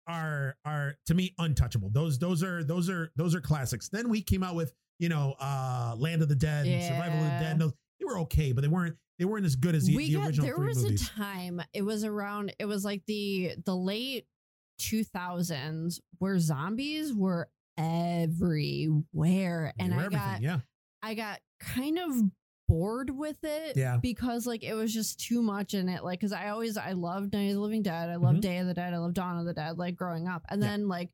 Speaker 2: are are to me untouchable. Those those are those are those are classics. Then we came out with you know uh Land of the Dead, and Survival of the
Speaker 1: Yeah.
Speaker 2: Dead. Those they were okay, but they weren't they weren't as good as e the,
Speaker 1: we
Speaker 2: the
Speaker 1: got
Speaker 2: original
Speaker 1: there
Speaker 2: three
Speaker 1: was
Speaker 2: movies.
Speaker 1: a time it was around it was like the the late 2000s where zombies were everywhere
Speaker 2: They
Speaker 1: and
Speaker 2: were
Speaker 1: i
Speaker 2: everything,
Speaker 1: got
Speaker 2: yeah
Speaker 1: i got kind of bored with it
Speaker 2: Yeah.
Speaker 1: because like it was just too much in it like because i always i loved night of the living dead i loved
Speaker 2: Mhm.
Speaker 1: day of the dead i loved dawn of the dead like growing up and
Speaker 2: Yeah.
Speaker 1: then like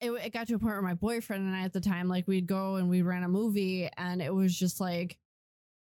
Speaker 1: it, it got to a point where my boyfriend and i at the time like we'd go and we ran a movie and it was just like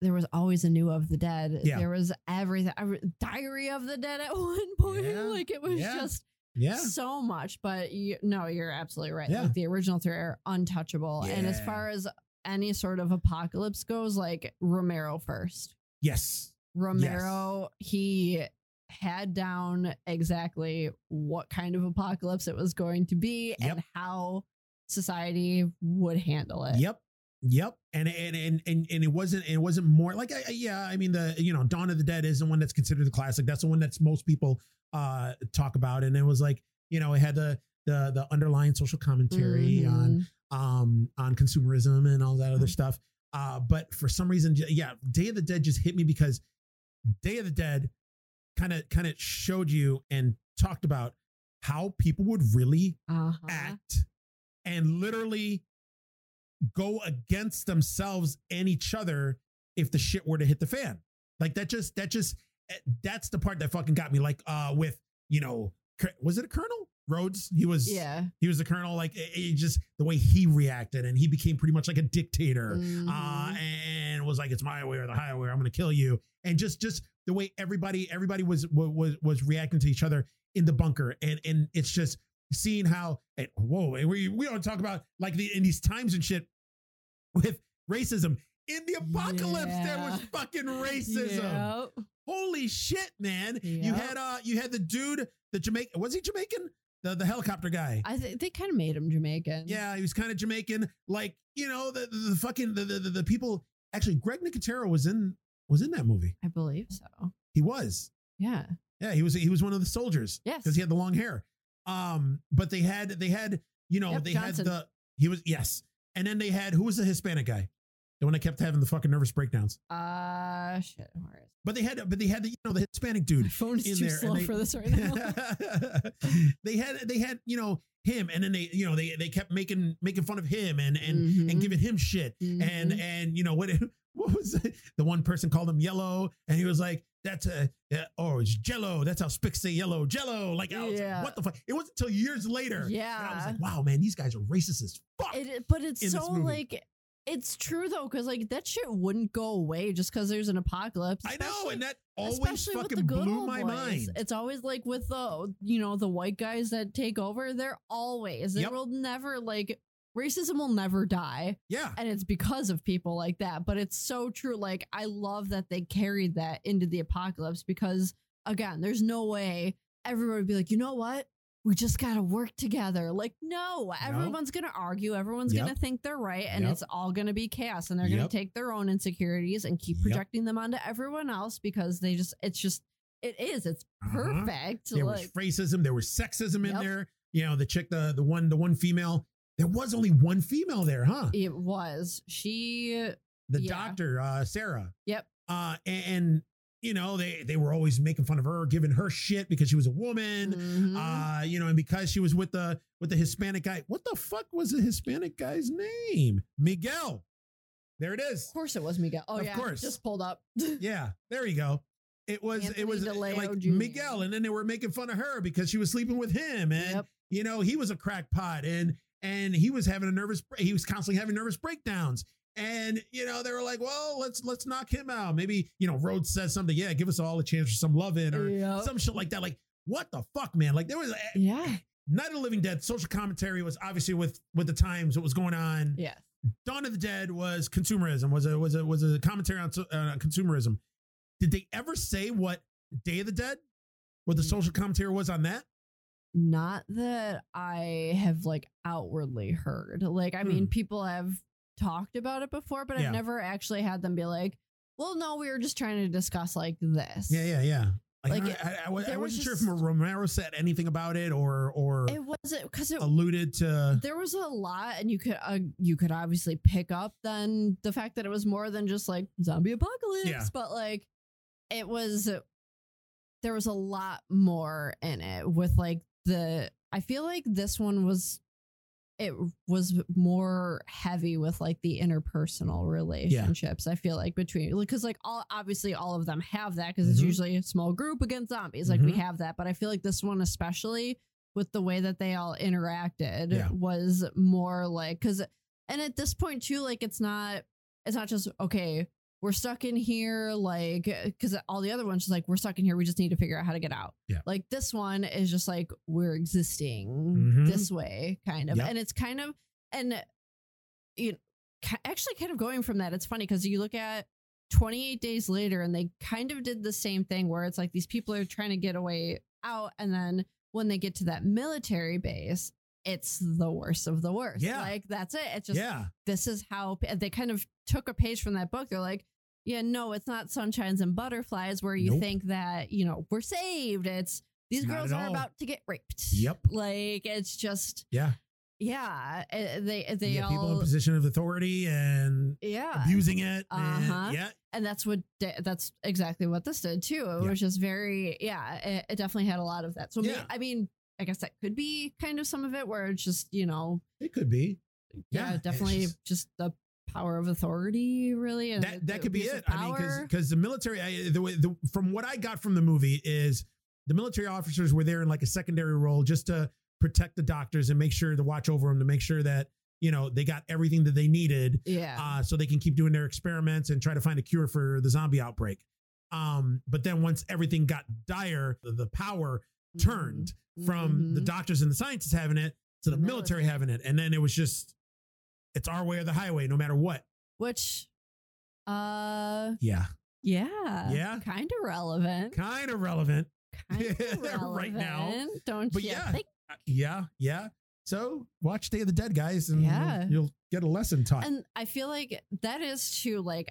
Speaker 1: there was always a new of the dead
Speaker 2: Yeah.
Speaker 1: there was everything I re- diary of the dead at one point
Speaker 2: Yeah.
Speaker 1: like it was
Speaker 2: Yeah.
Speaker 1: just
Speaker 2: yeah
Speaker 1: so much but you, no you're absolutely right
Speaker 2: Yeah.
Speaker 1: like the original three are untouchable and as
Speaker 2: Yeah.
Speaker 1: far as any sort of apocalypse goes like romero first
Speaker 2: yes
Speaker 1: Romero, he had down exactly what kind of apocalypse it was going to be and how society would handle it.
Speaker 2: yep yep and and and and, and it wasn't it wasn't more like I, I- yeah I mean the you know Dawn of the Dead is the one that's considered the classic. That's the one that's most people uh talk about, and it was like you know it had the the the underlying social commentary on
Speaker 1: Mhm.
Speaker 2: um, on consumerism and all that
Speaker 1: Mm-hmm.
Speaker 2: other stuff. Uh, but for some reason, j- yeah, Day of the Dead just hit me because Day of the Dead kind of kind of showed you and talked about how people would really
Speaker 1: Uh-huh.
Speaker 2: act and literally go against themselves and each other if the shit were to hit the fan. Like that just that just eh, that's the part that fucking got me. Like uh with you know cur- was it a colonel Rhodes? He was
Speaker 1: Yeah.
Speaker 2: he was the colonel. Like it, it just the way he reacted and he became pretty much like a dictator uh,
Speaker 1: Mhm.
Speaker 2: and was like, "It's my way or the highway. I'm going to kill you." And just just the way everybody everybody was wa- was was reacting to each other in the bunker, and and it's just seeing how and whoa, and we we don't talk about like the in these times and shit with racism. In the apocalypse, there was
Speaker 1: Yeah.
Speaker 2: fucking racism.
Speaker 1: Yep.
Speaker 2: Holy shit, man! You
Speaker 1: Yep.
Speaker 2: had uh, you had the dude, the Jamaican. Was he Jamaican? The the helicopter guy.
Speaker 1: I think they kind of made him Jamaican.
Speaker 2: Yeah, he was kind of Jamaican. Like you know the the, the fucking the, the the- the people. Actually, Greg Nicotero was in was in that movie.
Speaker 1: I believe so.
Speaker 2: He was.
Speaker 1: Yeah.
Speaker 2: Yeah, he was. He was one of the soldiers
Speaker 1: Yes.
Speaker 2: because he had the long hair. Um, but they had they had you know
Speaker 1: Yep,
Speaker 2: they
Speaker 1: Johnson.
Speaker 2: had the he was yes, and then they had who was the Hispanic guy, the one that kept having the fucking nervous breakdowns.
Speaker 1: uh shit. Where is
Speaker 2: But they had but they had the you know the Hispanic dude.
Speaker 1: my phone
Speaker 2: in
Speaker 1: is too
Speaker 2: there, and
Speaker 1: slow
Speaker 2: they-
Speaker 1: for this right now.
Speaker 2: they had they had you know him, and then they you know they they kept making making fun of him and and and
Speaker 1: Mhm.
Speaker 2: giving him shit. and
Speaker 1: Mhm.
Speaker 2: and you know what what was it? the one person called him yellow and he was like that's a yeah, orange jello that's how spics say yellow jello like I was
Speaker 1: Yeah.
Speaker 2: like, what the fuck it wasn't until years later and I was
Speaker 1: yeah.
Speaker 2: like wow man these guys are racist as fuck
Speaker 1: It, but it's
Speaker 2: in this
Speaker 1: so
Speaker 2: movie.
Speaker 1: like it's true though, because like that shit wouldn't go away just because there's an apocalypse.
Speaker 2: I know
Speaker 1: especially-
Speaker 2: and that always
Speaker 1: especially with the
Speaker 2: fucking
Speaker 1: good
Speaker 2: blew
Speaker 1: old
Speaker 2: my
Speaker 1: boys.
Speaker 2: mind
Speaker 1: It's always like with the you know the white guys that take over. They're always they
Speaker 2: Yep.
Speaker 1: will never like racism will never die,
Speaker 2: yeah
Speaker 1: and it's because of people like that. But it's so true. Like I love that they carried that into the apocalypse because again, there's no way everyone would be like, you know what. We just gotta work together. Like, no, everyone's gonna argue. Everyone's
Speaker 2: Yep.
Speaker 1: gonna think they're right, and
Speaker 2: Yep.
Speaker 1: it's all gonna be chaos. And they're gonna
Speaker 2: Yep.
Speaker 1: take their own insecurities and keep
Speaker 2: Yep.
Speaker 1: projecting them onto everyone else because they just, it's just it is. It's
Speaker 2: Uh-huh.
Speaker 1: perfect.
Speaker 2: there
Speaker 1: Like,
Speaker 2: was racism there was sexism in
Speaker 1: Yep.
Speaker 2: there you know the chick the the one the one female there was only one female there huh
Speaker 1: it was. She.
Speaker 2: the
Speaker 1: Yeah.
Speaker 2: doctor uh sarah
Speaker 1: Yep.
Speaker 2: uh and, and you know they they were always making fun of her giving her shit because she was a woman
Speaker 1: Mhm.
Speaker 2: uh you know and because she was with the with the hispanic guy what the fuck was the hispanic guy's name miguel there it
Speaker 1: of
Speaker 2: is
Speaker 1: course, it was Miguel. Oh
Speaker 2: of
Speaker 1: yeah,
Speaker 2: course.
Speaker 1: just pulled up.
Speaker 2: yeah there you go it was
Speaker 1: Anthony
Speaker 2: it was uh,
Speaker 1: DeLeo
Speaker 2: like
Speaker 1: Jr..
Speaker 2: miguel and then they were making fun of her because she was sleeping with him and
Speaker 1: Yep.
Speaker 2: you know he was a crackpot and and he was having a nervous br- he was constantly having nervous breakdowns and you know they were like well let's let's knock him out maybe you know rhodes says something yeah give us all a chance for some loving or
Speaker 1: Yep.
Speaker 2: some shit like that like what the fuck man like there was a-
Speaker 1: yeah.
Speaker 2: night of the living dead social commentary was obviously with with the times what was going on
Speaker 1: Yes.
Speaker 2: dawn of the dead was consumerism was a was a was a commentary on uh, consumerism did they ever say what day of the dead what the social commentary was on that
Speaker 1: Not that I have like outwardly heard. Like, I mean,
Speaker 2: Hmm.
Speaker 1: people have talked about it before, but
Speaker 2: Yeah.
Speaker 1: I've never actually had them be like, "Well, no, we were just trying to discuss like this."
Speaker 2: Yeah, yeah, yeah. Like,
Speaker 1: Like,
Speaker 2: I, I, I, was- I
Speaker 1: there was
Speaker 2: wasn't sure if
Speaker 1: just-
Speaker 2: Romero said anything about it or or
Speaker 1: It wasn't because it
Speaker 2: alluded to.
Speaker 1: there was a lot and you could uh, you could obviously pick up then the fact that it was more than just like zombie apocalypse
Speaker 2: Yeah.
Speaker 1: but like it was uh, there was a lot more in it with like the i feel like this one was it was more heavy with like the interpersonal relationships i feel like between because like all obviously all of them have that because it's
Speaker 2: Mhm.
Speaker 1: usually a small group against zombies like
Speaker 2: Mhm.
Speaker 1: we have that but i feel like this one especially with the way that they all interacted
Speaker 2: Yeah.
Speaker 1: was more like because and at this point too like it's not it's not just okay we're stuck in here like because all the other ones just like we're stuck in here we just need to figure out how to get out
Speaker 2: Yeah.
Speaker 1: like this one is just like we're existing
Speaker 2: Mhm.
Speaker 1: this way kind of
Speaker 2: Yep.
Speaker 1: and it's kind of and you know, ki- actually kind of going from that it's funny because you look at 28 days later and they kind of did the same thing where it's like these people are trying to get away out and then when they get to that military base it's the worst of the worst
Speaker 2: Yeah.
Speaker 1: like that's it it's just
Speaker 2: yeah,
Speaker 1: this is how and they kind of took a page from that book they're like yeah no it's not sunshines and butterflies where you
Speaker 2: Nope.
Speaker 1: think that you know we're saved it's these
Speaker 2: Not
Speaker 1: girls
Speaker 2: at
Speaker 1: are
Speaker 2: all.
Speaker 1: about to get raped
Speaker 2: Yep.
Speaker 1: like it's just
Speaker 2: yeah.
Speaker 1: yeah eh, they
Speaker 2: You
Speaker 1: they
Speaker 2: get people in
Speaker 1: all
Speaker 2: position of authority and
Speaker 1: yeah
Speaker 2: abusing it. and-
Speaker 1: Uh-huh.
Speaker 2: yeah,
Speaker 1: and that's what da- that's exactly what this did too. It
Speaker 2: Yeah.
Speaker 1: was just very yeah. It, it definitely had a lot of that. So me-
Speaker 2: Yeah.
Speaker 1: I mean, I guess that could be kind of some of it where it's just, you know,
Speaker 2: It could be.
Speaker 1: yeah,
Speaker 2: it's
Speaker 1: definitely
Speaker 2: just-
Speaker 1: just, the power of authority, really. And
Speaker 2: that
Speaker 1: the-
Speaker 2: that
Speaker 1: the
Speaker 2: could be
Speaker 1: abuse
Speaker 2: it.
Speaker 1: of
Speaker 2: I mean,
Speaker 1: power.
Speaker 2: because the military, I, the, way- the, from what I got from the movie, is the military officers were there in like a secondary role just to protect the doctors and make sure to watch over them to make sure that you know they got everything that they needed
Speaker 1: yeah,
Speaker 2: uh, so they can keep doing their experiments and try to find a cure for the zombie outbreak. Um, but then once everything got dire, the, the power
Speaker 1: Mm-hmm.
Speaker 2: turned from the
Speaker 1: Mhm.
Speaker 2: doctors and the scientists having it to the,
Speaker 1: The
Speaker 2: military
Speaker 1: military.
Speaker 2: having it, and then it was just it's our way or the highway, no matter what.
Speaker 1: which, uh,
Speaker 2: Yeah,
Speaker 1: yeah,
Speaker 2: Yeah.
Speaker 1: kind of relevant,
Speaker 2: kind of relevant.
Speaker 1: kind of
Speaker 2: Right now.
Speaker 1: relevant, Don't
Speaker 2: But
Speaker 1: you
Speaker 2: yeah,
Speaker 1: think?
Speaker 2: Uh, Yeah, yeah. So watch Day of the Dead, guys, and
Speaker 1: Yeah.
Speaker 2: you'll, you'll get a lesson taught.
Speaker 1: And I feel like that is too like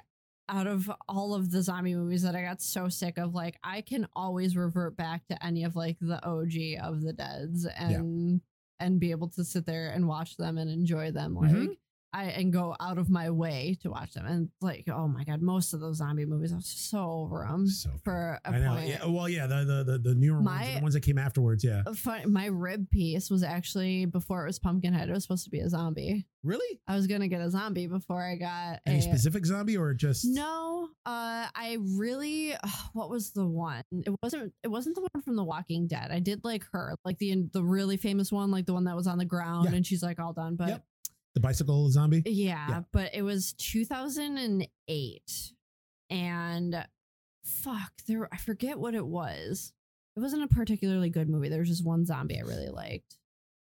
Speaker 1: out of all of the zombie movies that I got so sick of, like I can always revert back to any of like the OG of the deads and and be able to sit there and watch them and enjoy them like
Speaker 2: Mhm.
Speaker 1: I and go out of my way to watch them. And like, oh my god, most of those zombie movies I was just so over them
Speaker 2: So good.
Speaker 1: for a
Speaker 2: I know.
Speaker 1: point.
Speaker 2: Yeah, well, yeah, the the the, the newer ones,
Speaker 1: My- Oh.
Speaker 2: the ones that came afterwards. Yeah,
Speaker 1: Fun, my rib piece was actually before it was Pumpkinhead. It was supposed to be a zombie.
Speaker 2: really?
Speaker 1: I was gonna get a zombie before I got
Speaker 2: Any
Speaker 1: a,
Speaker 2: specific zombie or just
Speaker 1: No, uh, I really. What was the one? It wasn't. It wasn't the one from The Walking Dead. I did like her, like the the really famous one, like the one that was on the ground
Speaker 2: Yeah.
Speaker 1: and she's like all done. But
Speaker 2: Yep. the bicycle zombie?
Speaker 1: yeah,
Speaker 2: Yeah.
Speaker 1: but it was 2008, and fuck, there. I forget what it was. It wasn't a particularly good movie. There was just one zombie I really liked.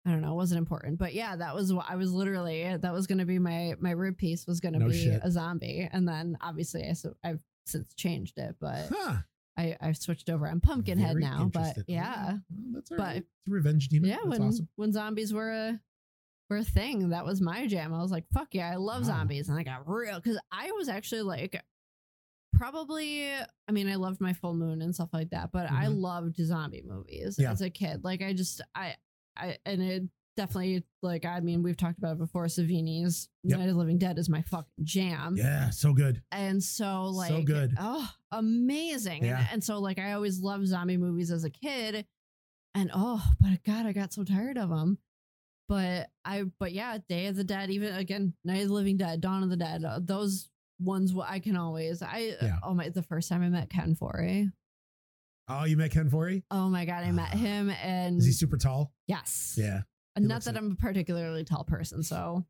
Speaker 1: I don't know. It wasn't important, but yeah, that was what I was literally. That was going to be my my rib piece was going to
Speaker 2: No
Speaker 1: be
Speaker 2: shit.
Speaker 1: a zombie, and then obviously I so I've since changed it, but
Speaker 2: Huh.
Speaker 1: I I've switched over. I'm Pumpkinhead
Speaker 2: Very
Speaker 1: now, but
Speaker 2: interested.
Speaker 1: yeah,
Speaker 2: Well, that's all
Speaker 1: But-
Speaker 2: right. It's a revenge demon.
Speaker 1: yeah.
Speaker 2: that's
Speaker 1: When
Speaker 2: awesome.
Speaker 1: when zombies were a were a thing, that was my jam. I was like, fuck yeah, I love
Speaker 2: Wow.
Speaker 1: zombies, and I got real because I was actually like. Probably, I mean, I loved my full moon and stuff like that, but I
Speaker 2: Mhm.
Speaker 1: loved zombie movies
Speaker 2: Yeah.
Speaker 1: as a kid. Like, I just, I, I, and it definitely, like, I mean, we've talked about it before. Savini's
Speaker 2: Yep.
Speaker 1: Night of the Living Dead is my fucking jam.
Speaker 2: Yeah, so good.
Speaker 1: And so
Speaker 2: So
Speaker 1: like
Speaker 2: good.
Speaker 1: Oh, amazing.
Speaker 2: Yeah.
Speaker 1: And, and so like I always loved zombie movies as a kid. And oh, but god, I got so tired of them. But I but yeah, Day of the Dead, even again, Night of the Living Dead, Dawn of the Dead, uh, those ones wh- I can always I
Speaker 2: Yeah.
Speaker 1: oh my the first time I met Ken Forey.
Speaker 2: Oh, you met Ken Forey?
Speaker 1: Oh my god, I met
Speaker 2: Ah.
Speaker 1: him and
Speaker 2: Is he super tall?
Speaker 1: yes.
Speaker 2: Yeah.
Speaker 1: And
Speaker 2: he
Speaker 1: Not
Speaker 2: looks
Speaker 1: that
Speaker 2: like-
Speaker 1: I'm a particularly tall person, so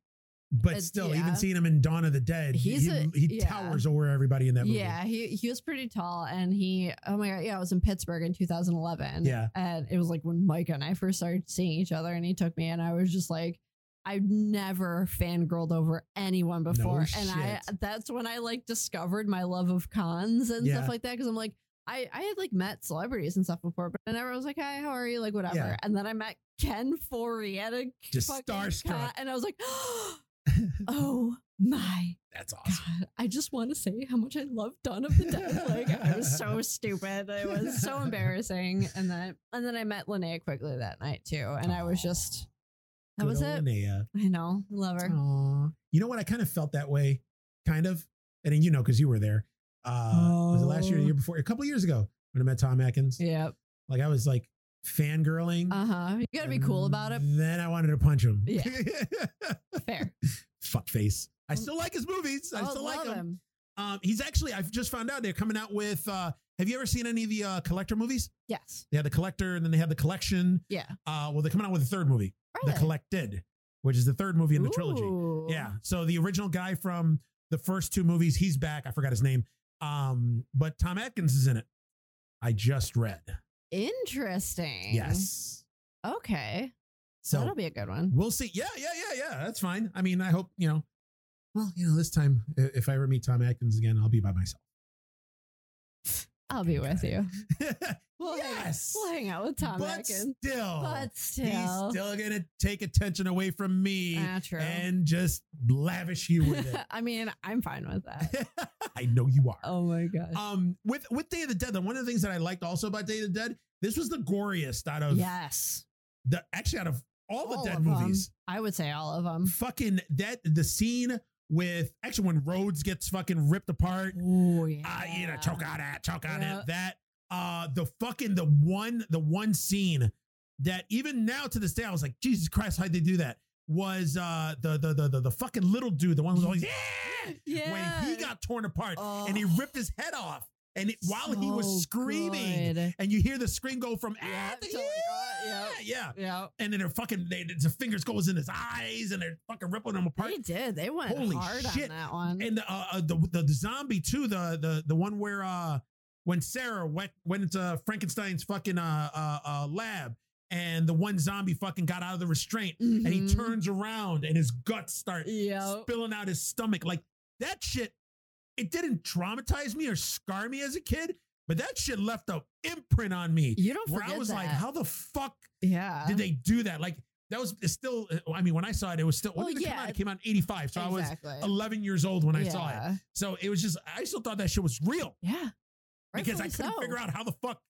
Speaker 2: But
Speaker 1: It's-
Speaker 2: still,
Speaker 1: Uh, yeah.
Speaker 2: even seeing him in Dawn of the Dead, he-
Speaker 1: He's
Speaker 2: he,
Speaker 1: a-
Speaker 2: he
Speaker 1: yeah.
Speaker 2: towers over everybody in that movie.
Speaker 1: Yeah, he he was pretty tall, and he oh my god, yeah, I was in Pittsburgh in 2011.
Speaker 2: Yeah.
Speaker 1: and it was like when Micah and I first started seeing each other, and he took me, and I was just like, I've never fangirled over anyone before, and I
Speaker 2: shit.
Speaker 1: that's when I like discovered my love of cons and
Speaker 2: Yeah.
Speaker 1: stuff like that because I'm like. I, I had like met celebrities and stuff before, but I never was like, "Hi, how are you?" Like whatever.
Speaker 2: Yeah.
Speaker 1: And then I met Ken Forey at a
Speaker 2: Just
Speaker 1: fucking
Speaker 2: starstruck.
Speaker 1: con, and I was like, "Oh my
Speaker 2: That's awesome.
Speaker 1: God, I just want to say how much I love Dawn of the Dead. Like I was so stupid. It was so embarrassing. And then and then I met Linnea quickly that night too. And I was just that
Speaker 2: Good
Speaker 1: was
Speaker 2: old
Speaker 1: it.
Speaker 2: Linnea.
Speaker 1: I know. Love her.
Speaker 2: Aw. You know what? I kind of felt that way, kind of. And then you know, because you were there. Uh, Was it last year, or
Speaker 1: Oh.
Speaker 2: the year before? A couple years ago when I met Tom Atkins.
Speaker 1: Yep.
Speaker 2: Like I was like fangirling.
Speaker 1: Uh-huh. You gotta be cool about it.
Speaker 2: And Then I wanted to punch him.
Speaker 1: Yeah. Fair.
Speaker 2: Fuck face. I still like his movies. Mm. I
Speaker 1: Oh,
Speaker 2: still like
Speaker 1: love
Speaker 2: him.
Speaker 1: him.
Speaker 2: Um, he's actually, I've just found out they're coming out with, uh, have you ever seen any of the uh, collector movies?
Speaker 1: Yes.
Speaker 2: They had the collector and then they had the collection.
Speaker 1: Yeah.
Speaker 2: Uh, well, they're coming out with a third movie,
Speaker 1: Are
Speaker 2: The
Speaker 1: they?
Speaker 2: Collected, which is the third movie in the trilogy.
Speaker 1: Ooh.
Speaker 2: Yeah. So the original guy from the first two movies, he's back. I forgot his name. Um, but Tom Atkins is in it. I just read.
Speaker 1: Mm-hmm. Interesting.
Speaker 2: Yes.
Speaker 1: Okay.
Speaker 2: So
Speaker 1: That'll be a good one.
Speaker 2: we'll see. Yeah, yeah, yeah, yeah. That's fine. I mean, I hope, you know, well, you know, this time, i- if I ever meet Tom Atkins again, I'll be by myself.
Speaker 1: I'll be with you. We'll hang-
Speaker 2: yes.
Speaker 1: We'll hang out with Tom
Speaker 2: but
Speaker 1: Atkins.
Speaker 2: Still,
Speaker 1: But
Speaker 2: he's
Speaker 1: still.
Speaker 2: still gonna take attention away from me
Speaker 1: Ah, true.
Speaker 2: and just lavish you with it.
Speaker 1: I mean, I'm fine with that.
Speaker 2: I know you are.
Speaker 1: Oh my gosh.
Speaker 2: Um, with with Day of the Dead, though, one of the things that I liked also about Day of the Dead, this was the goriest out of
Speaker 1: yes.
Speaker 2: the actually out of all the dead
Speaker 1: of 'em.
Speaker 2: movies.
Speaker 1: I would say all of them.
Speaker 2: Fucking that the scene with actually when Rhodes gets fucking ripped apart.
Speaker 1: Oh yeah.
Speaker 2: uh, you know, choke on it, choke on
Speaker 1: Yeah.
Speaker 2: it. That uh, the fucking the one the one scene that even now to this day, I was like, Jesus Christ, how'd they do that? Was uh the the the the, the fucking little dude, the one who's always yeah,
Speaker 1: Yeah.
Speaker 2: when he got torn apart
Speaker 1: Oh,
Speaker 2: and he ripped his head off, and it, while he
Speaker 1: so
Speaker 2: was screaming,
Speaker 1: good.
Speaker 2: and you hear the scream go from
Speaker 1: Yeah,
Speaker 2: ah, to
Speaker 1: to, like, ah,
Speaker 2: yeah,
Speaker 1: yeah.
Speaker 2: yeah,
Speaker 1: Yeah.
Speaker 2: and then their fucking they, their fingers goes in his eyes, and they're fucking ripping him apart.
Speaker 1: They did. They went
Speaker 2: Holy
Speaker 1: hard on
Speaker 2: shit.
Speaker 1: that one.
Speaker 2: And the, uh, uh, the, the the zombie too, the the the one where uh when Sarah went went into Frankenstein's fucking uh uh, uh lab, and the one zombie fucking got out of the restraint, and he
Speaker 1: Mhm.
Speaker 2: turns around and his guts start
Speaker 1: Yeah.
Speaker 2: spilling out his stomach. Like that shit, it didn't traumatize me or scar me as a kid, but that shit left a imprint on me.
Speaker 1: You don't
Speaker 2: Where
Speaker 1: forget
Speaker 2: I was
Speaker 1: that.
Speaker 2: like, how the fuck
Speaker 1: yeah.
Speaker 2: did they do that? Like that was it's still. uh, I mean, when I saw it, it was still. When
Speaker 1: Well,
Speaker 2: did it come
Speaker 1: yeah.
Speaker 2: out? It came out in '85, so I was
Speaker 1: exactly.
Speaker 2: 11 years old when I
Speaker 1: yeah.
Speaker 2: saw it. So it was just, I still thought that shit was real
Speaker 1: Yeah.
Speaker 2: because I
Speaker 1: Rightfully
Speaker 2: couldn't
Speaker 1: so.
Speaker 2: figure out how the fuck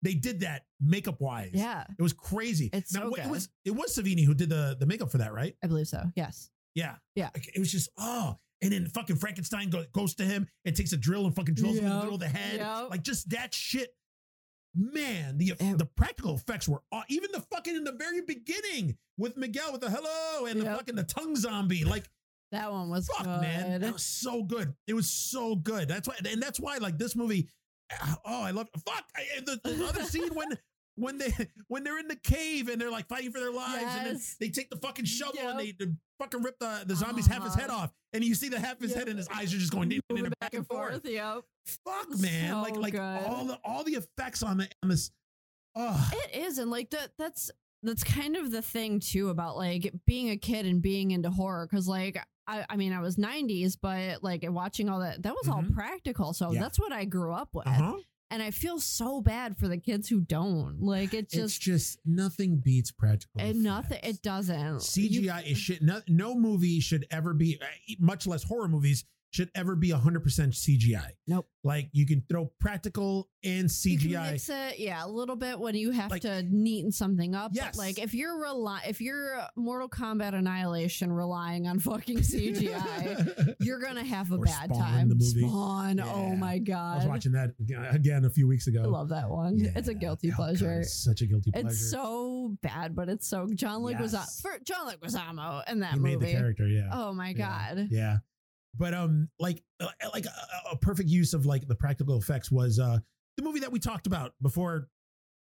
Speaker 2: they did that makeup wise.
Speaker 1: Yeah,
Speaker 2: It was crazy.
Speaker 1: It's so
Speaker 2: wh- it
Speaker 1: good.
Speaker 2: was it was Savini who did the the makeup for that, right?
Speaker 1: I believe so. Yes.
Speaker 2: Yeah.
Speaker 1: Yeah.
Speaker 2: Like, it was just oh, and then fucking Frankenstein go, goes to him and takes a drill and fucking drills him in the
Speaker 1: Yep.
Speaker 2: middle of the head.
Speaker 1: Yep.
Speaker 2: Like just that shit. Man, the the practical effects were aw- even the fucking in the very beginning with Miguel with the hello and the
Speaker 1: Yep.
Speaker 2: fucking the tongue zombie like
Speaker 1: That one was
Speaker 2: fuck
Speaker 1: good.
Speaker 2: man that was so good it was so good that's why and that's why like this movie ah, oh i love fuck I, and the, the other scene when when they when they're in the cave and they're like fighting for their lives and then
Speaker 1: Yes.
Speaker 2: they take the fucking shovel and they,
Speaker 1: Yep.
Speaker 2: they fucking rip the the zombies half his
Speaker 1: Uh-huh.
Speaker 2: head off and you see the half his
Speaker 1: Yep.
Speaker 2: head and his eyes are just going in,
Speaker 1: Moving
Speaker 2: and back and forth,
Speaker 1: Yep.
Speaker 2: fuck man
Speaker 1: So
Speaker 2: like like
Speaker 1: good.
Speaker 2: all the all the effects on the on this oh
Speaker 1: It is, and like that. That's that's kind of the thing too about like being a kid and being into horror because like. I, I mean, I was 90s, but like watching all that, that was all
Speaker 2: Mhm.
Speaker 1: practical. So
Speaker 2: Yeah.
Speaker 1: that's what I grew up with.
Speaker 2: uh-huh.
Speaker 1: And I feel so bad for the kids who don't. Like, it
Speaker 2: it's
Speaker 1: just,
Speaker 2: just nothing beats practical
Speaker 1: it, nothing,
Speaker 2: effects.
Speaker 1: it doesn't. You-
Speaker 2: CGI is shit. No, no movie should ever be, uh, much less horror movies, should ever be 100% CGI.
Speaker 1: Nope.
Speaker 2: Like you can throw practical and
Speaker 1: You can
Speaker 2: CGI.
Speaker 1: mix it, yeah, a little bit when you have
Speaker 2: Like-
Speaker 1: to neaten something up. But
Speaker 2: Yes.
Speaker 1: like if you're rely if you're Mortal Kombat Annihilation relying on fucking CGI, you're gonna have a
Speaker 2: Or
Speaker 1: bad
Speaker 2: Spawn,
Speaker 1: time.
Speaker 2: the movie.
Speaker 1: Spawn. Oh
Speaker 2: Yeah.
Speaker 1: my
Speaker 2: I was
Speaker 1: god.
Speaker 2: watching that again a few weeks ago.
Speaker 1: I love that one. it's a
Speaker 2: Yeah.
Speaker 1: guilty
Speaker 2: Oh, God,
Speaker 1: pleasure.
Speaker 2: it's such a guilty pleasure.
Speaker 1: It's so bad, but it's so John Leguizamo
Speaker 2: Yes.
Speaker 1: for John Leguizamo in that
Speaker 2: he made the
Speaker 1: movie.
Speaker 2: character, yeah.
Speaker 1: Oh my
Speaker 2: Yeah.
Speaker 1: god.
Speaker 2: Yeah. But um like uh, like a, a perfect use of like the practical effects was uh the movie that we talked about before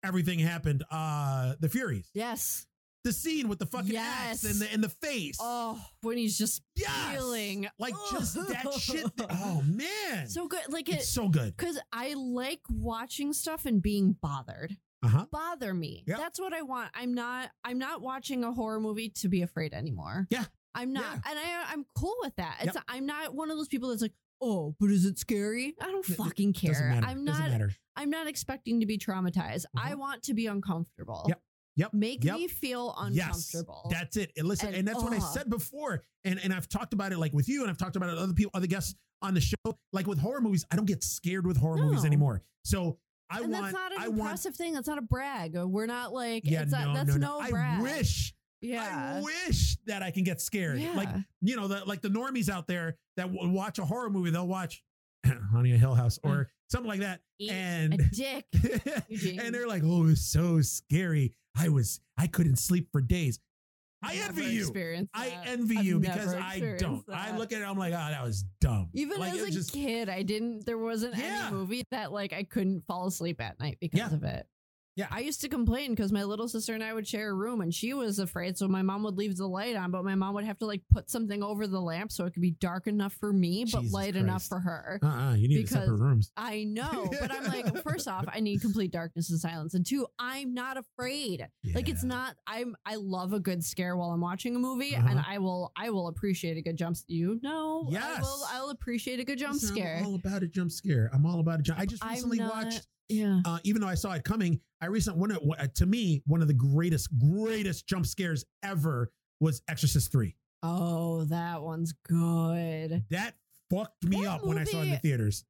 Speaker 2: everything happened, uh The Furies.
Speaker 1: Yes.
Speaker 2: The scene with the fucking axe
Speaker 1: Yes.
Speaker 2: and the and the face.
Speaker 1: Oh, when he's just
Speaker 2: yes!
Speaker 1: feeling.
Speaker 2: Like
Speaker 1: Oh.
Speaker 2: just that shit. that- oh man,
Speaker 1: so good. Like
Speaker 2: it's
Speaker 1: it
Speaker 2: so good.
Speaker 1: because I like watching stuff and being bothered.
Speaker 2: Uh huh.
Speaker 1: bother me.
Speaker 2: Yep.
Speaker 1: That's what I want. I'm not I'm not watching a horror movie to be afraid anymore.
Speaker 2: Yeah.
Speaker 1: I'm not
Speaker 2: Yeah.
Speaker 1: and I I'm cool with that. It's I'm not one of those people that's like, "Oh, but is it scary?" I don't
Speaker 2: It- it
Speaker 1: fucking
Speaker 2: Doesn't
Speaker 1: care.
Speaker 2: matter.
Speaker 1: I'm
Speaker 2: Doesn't
Speaker 1: not
Speaker 2: matter.
Speaker 1: I'm not expecting to be traumatized. I
Speaker 2: Uh-huh.
Speaker 1: want to be uncomfortable.
Speaker 2: Yep. Yep.
Speaker 1: Make
Speaker 2: Yep.
Speaker 1: me feel
Speaker 2: Yes.
Speaker 1: uncomfortable.
Speaker 2: That's it. And listen, and,
Speaker 1: And,
Speaker 2: that's what I
Speaker 1: ugh.
Speaker 2: said before. And and I've talked about it like with you, and I've talked about it with other people, other guests on the show. Like with horror movies, I don't get scared with horror movies
Speaker 1: No.
Speaker 2: anymore. So I
Speaker 1: and
Speaker 2: want.
Speaker 1: that's not an
Speaker 2: I want.
Speaker 1: impressive thing. That's not a brag. We're not like
Speaker 2: Yeah,
Speaker 1: it's
Speaker 2: no,
Speaker 1: not, that's
Speaker 2: no,
Speaker 1: no,
Speaker 2: no.
Speaker 1: brag.
Speaker 2: I wish. I
Speaker 1: yeah.
Speaker 2: wish that I can get scared.
Speaker 1: Yeah.
Speaker 2: Like you know, the, like the normies out there that w- watch a horror movie, they'll watch Honey a Hill House or something like that,
Speaker 1: Eat a
Speaker 2: and
Speaker 1: dick. Mm. Eugene.
Speaker 2: and they're like, "Oh, it's so scary. I was, I couldn't sleep for days. I
Speaker 1: Never
Speaker 2: envy you.
Speaker 1: experienced
Speaker 2: I
Speaker 1: that.
Speaker 2: envy
Speaker 1: I've
Speaker 2: you
Speaker 1: never
Speaker 2: because I
Speaker 1: experienced
Speaker 2: don't. I
Speaker 1: that.
Speaker 2: look at it, I'm like, oh, that was dumb.
Speaker 1: Even
Speaker 2: like,
Speaker 1: as
Speaker 2: it
Speaker 1: a kid, I didn't. There wasn't
Speaker 2: Yeah.
Speaker 1: any movie that like I couldn't fall asleep at night because
Speaker 2: Yeah.
Speaker 1: of it.
Speaker 2: Yeah.
Speaker 1: I used to complain because my little sister and I would share a room, and she was afraid, so my mom would leave the light on, but my mom would have to like put something over the lamp so it could be dark enough for me, but
Speaker 2: Jesus
Speaker 1: light enough
Speaker 2: Christ.
Speaker 1: for her.
Speaker 2: uh-uh, you need
Speaker 1: because-
Speaker 2: separate rooms.
Speaker 1: I know, but I'm like, first off, I need complete darkness and silence, and two, I'm not afraid. Like it's
Speaker 2: Yeah.
Speaker 1: not. I'm. I love a good scare while I'm watching a movie, and
Speaker 2: Uh-huh.
Speaker 1: I will. I will appreciate a good jump. You know, I
Speaker 2: Yes.
Speaker 1: will. I'll appreciate a good jump
Speaker 2: Listen,
Speaker 1: scare.
Speaker 2: I'm all about a jump scare. I'm all about a jump. I just
Speaker 1: I'm
Speaker 2: recently
Speaker 1: not-
Speaker 2: watched
Speaker 1: Yeah.
Speaker 2: uh, even though I saw it coming, I recently one of, uh, to me one of the greatest greatest jump scares ever was Exorcist three.
Speaker 1: Oh, that one's good.
Speaker 2: That fucked me
Speaker 1: That
Speaker 2: up when I saw it in the
Speaker 1: movie-
Speaker 2: theaters.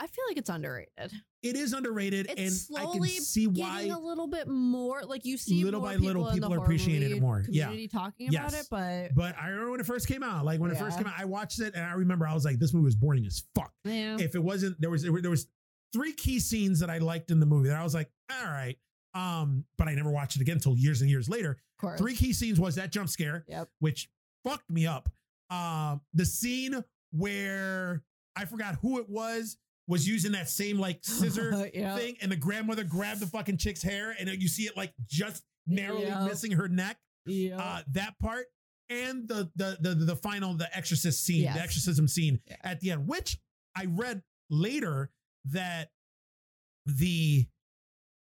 Speaker 1: I feel like it's underrated.
Speaker 2: It is underrated,
Speaker 1: It's
Speaker 2: and I
Speaker 1: slowly
Speaker 2: can see why.
Speaker 1: Getting a little bit more, like you see,
Speaker 2: Little
Speaker 1: more
Speaker 2: by little,
Speaker 1: people in the
Speaker 2: people are
Speaker 1: horror
Speaker 2: appreciating it
Speaker 1: movie
Speaker 2: more. Yeah.
Speaker 1: Community talking about
Speaker 2: Yes.
Speaker 1: it, but
Speaker 2: but I remember when it first came out. Like when it first
Speaker 1: Yeah.
Speaker 2: came out, I watched it, and I remember I was like, "This movie was boring as fuck."
Speaker 1: yeah,
Speaker 2: If it wasn't, there was there were- there was three key scenes that I liked in the movie that I was like, "All right." Um, but I never watched it again until years and years later.
Speaker 1: course.
Speaker 2: Three key scenes was that jump scare,
Speaker 1: Yep.
Speaker 2: which fucked me up. Um, the scene where I forgot who it was was using that same like scissor
Speaker 1: yeah.
Speaker 2: thing, and the grandmother grabbed the fucking chick's hair, and you see it like just narrowly
Speaker 1: Yeah.
Speaker 2: missing her neck.
Speaker 1: Yeah.
Speaker 2: Uh, that part and the the the the final the exorcist scene,
Speaker 1: Yes.
Speaker 2: the exorcism scene
Speaker 1: Yeah.
Speaker 2: at the end, which I read later that the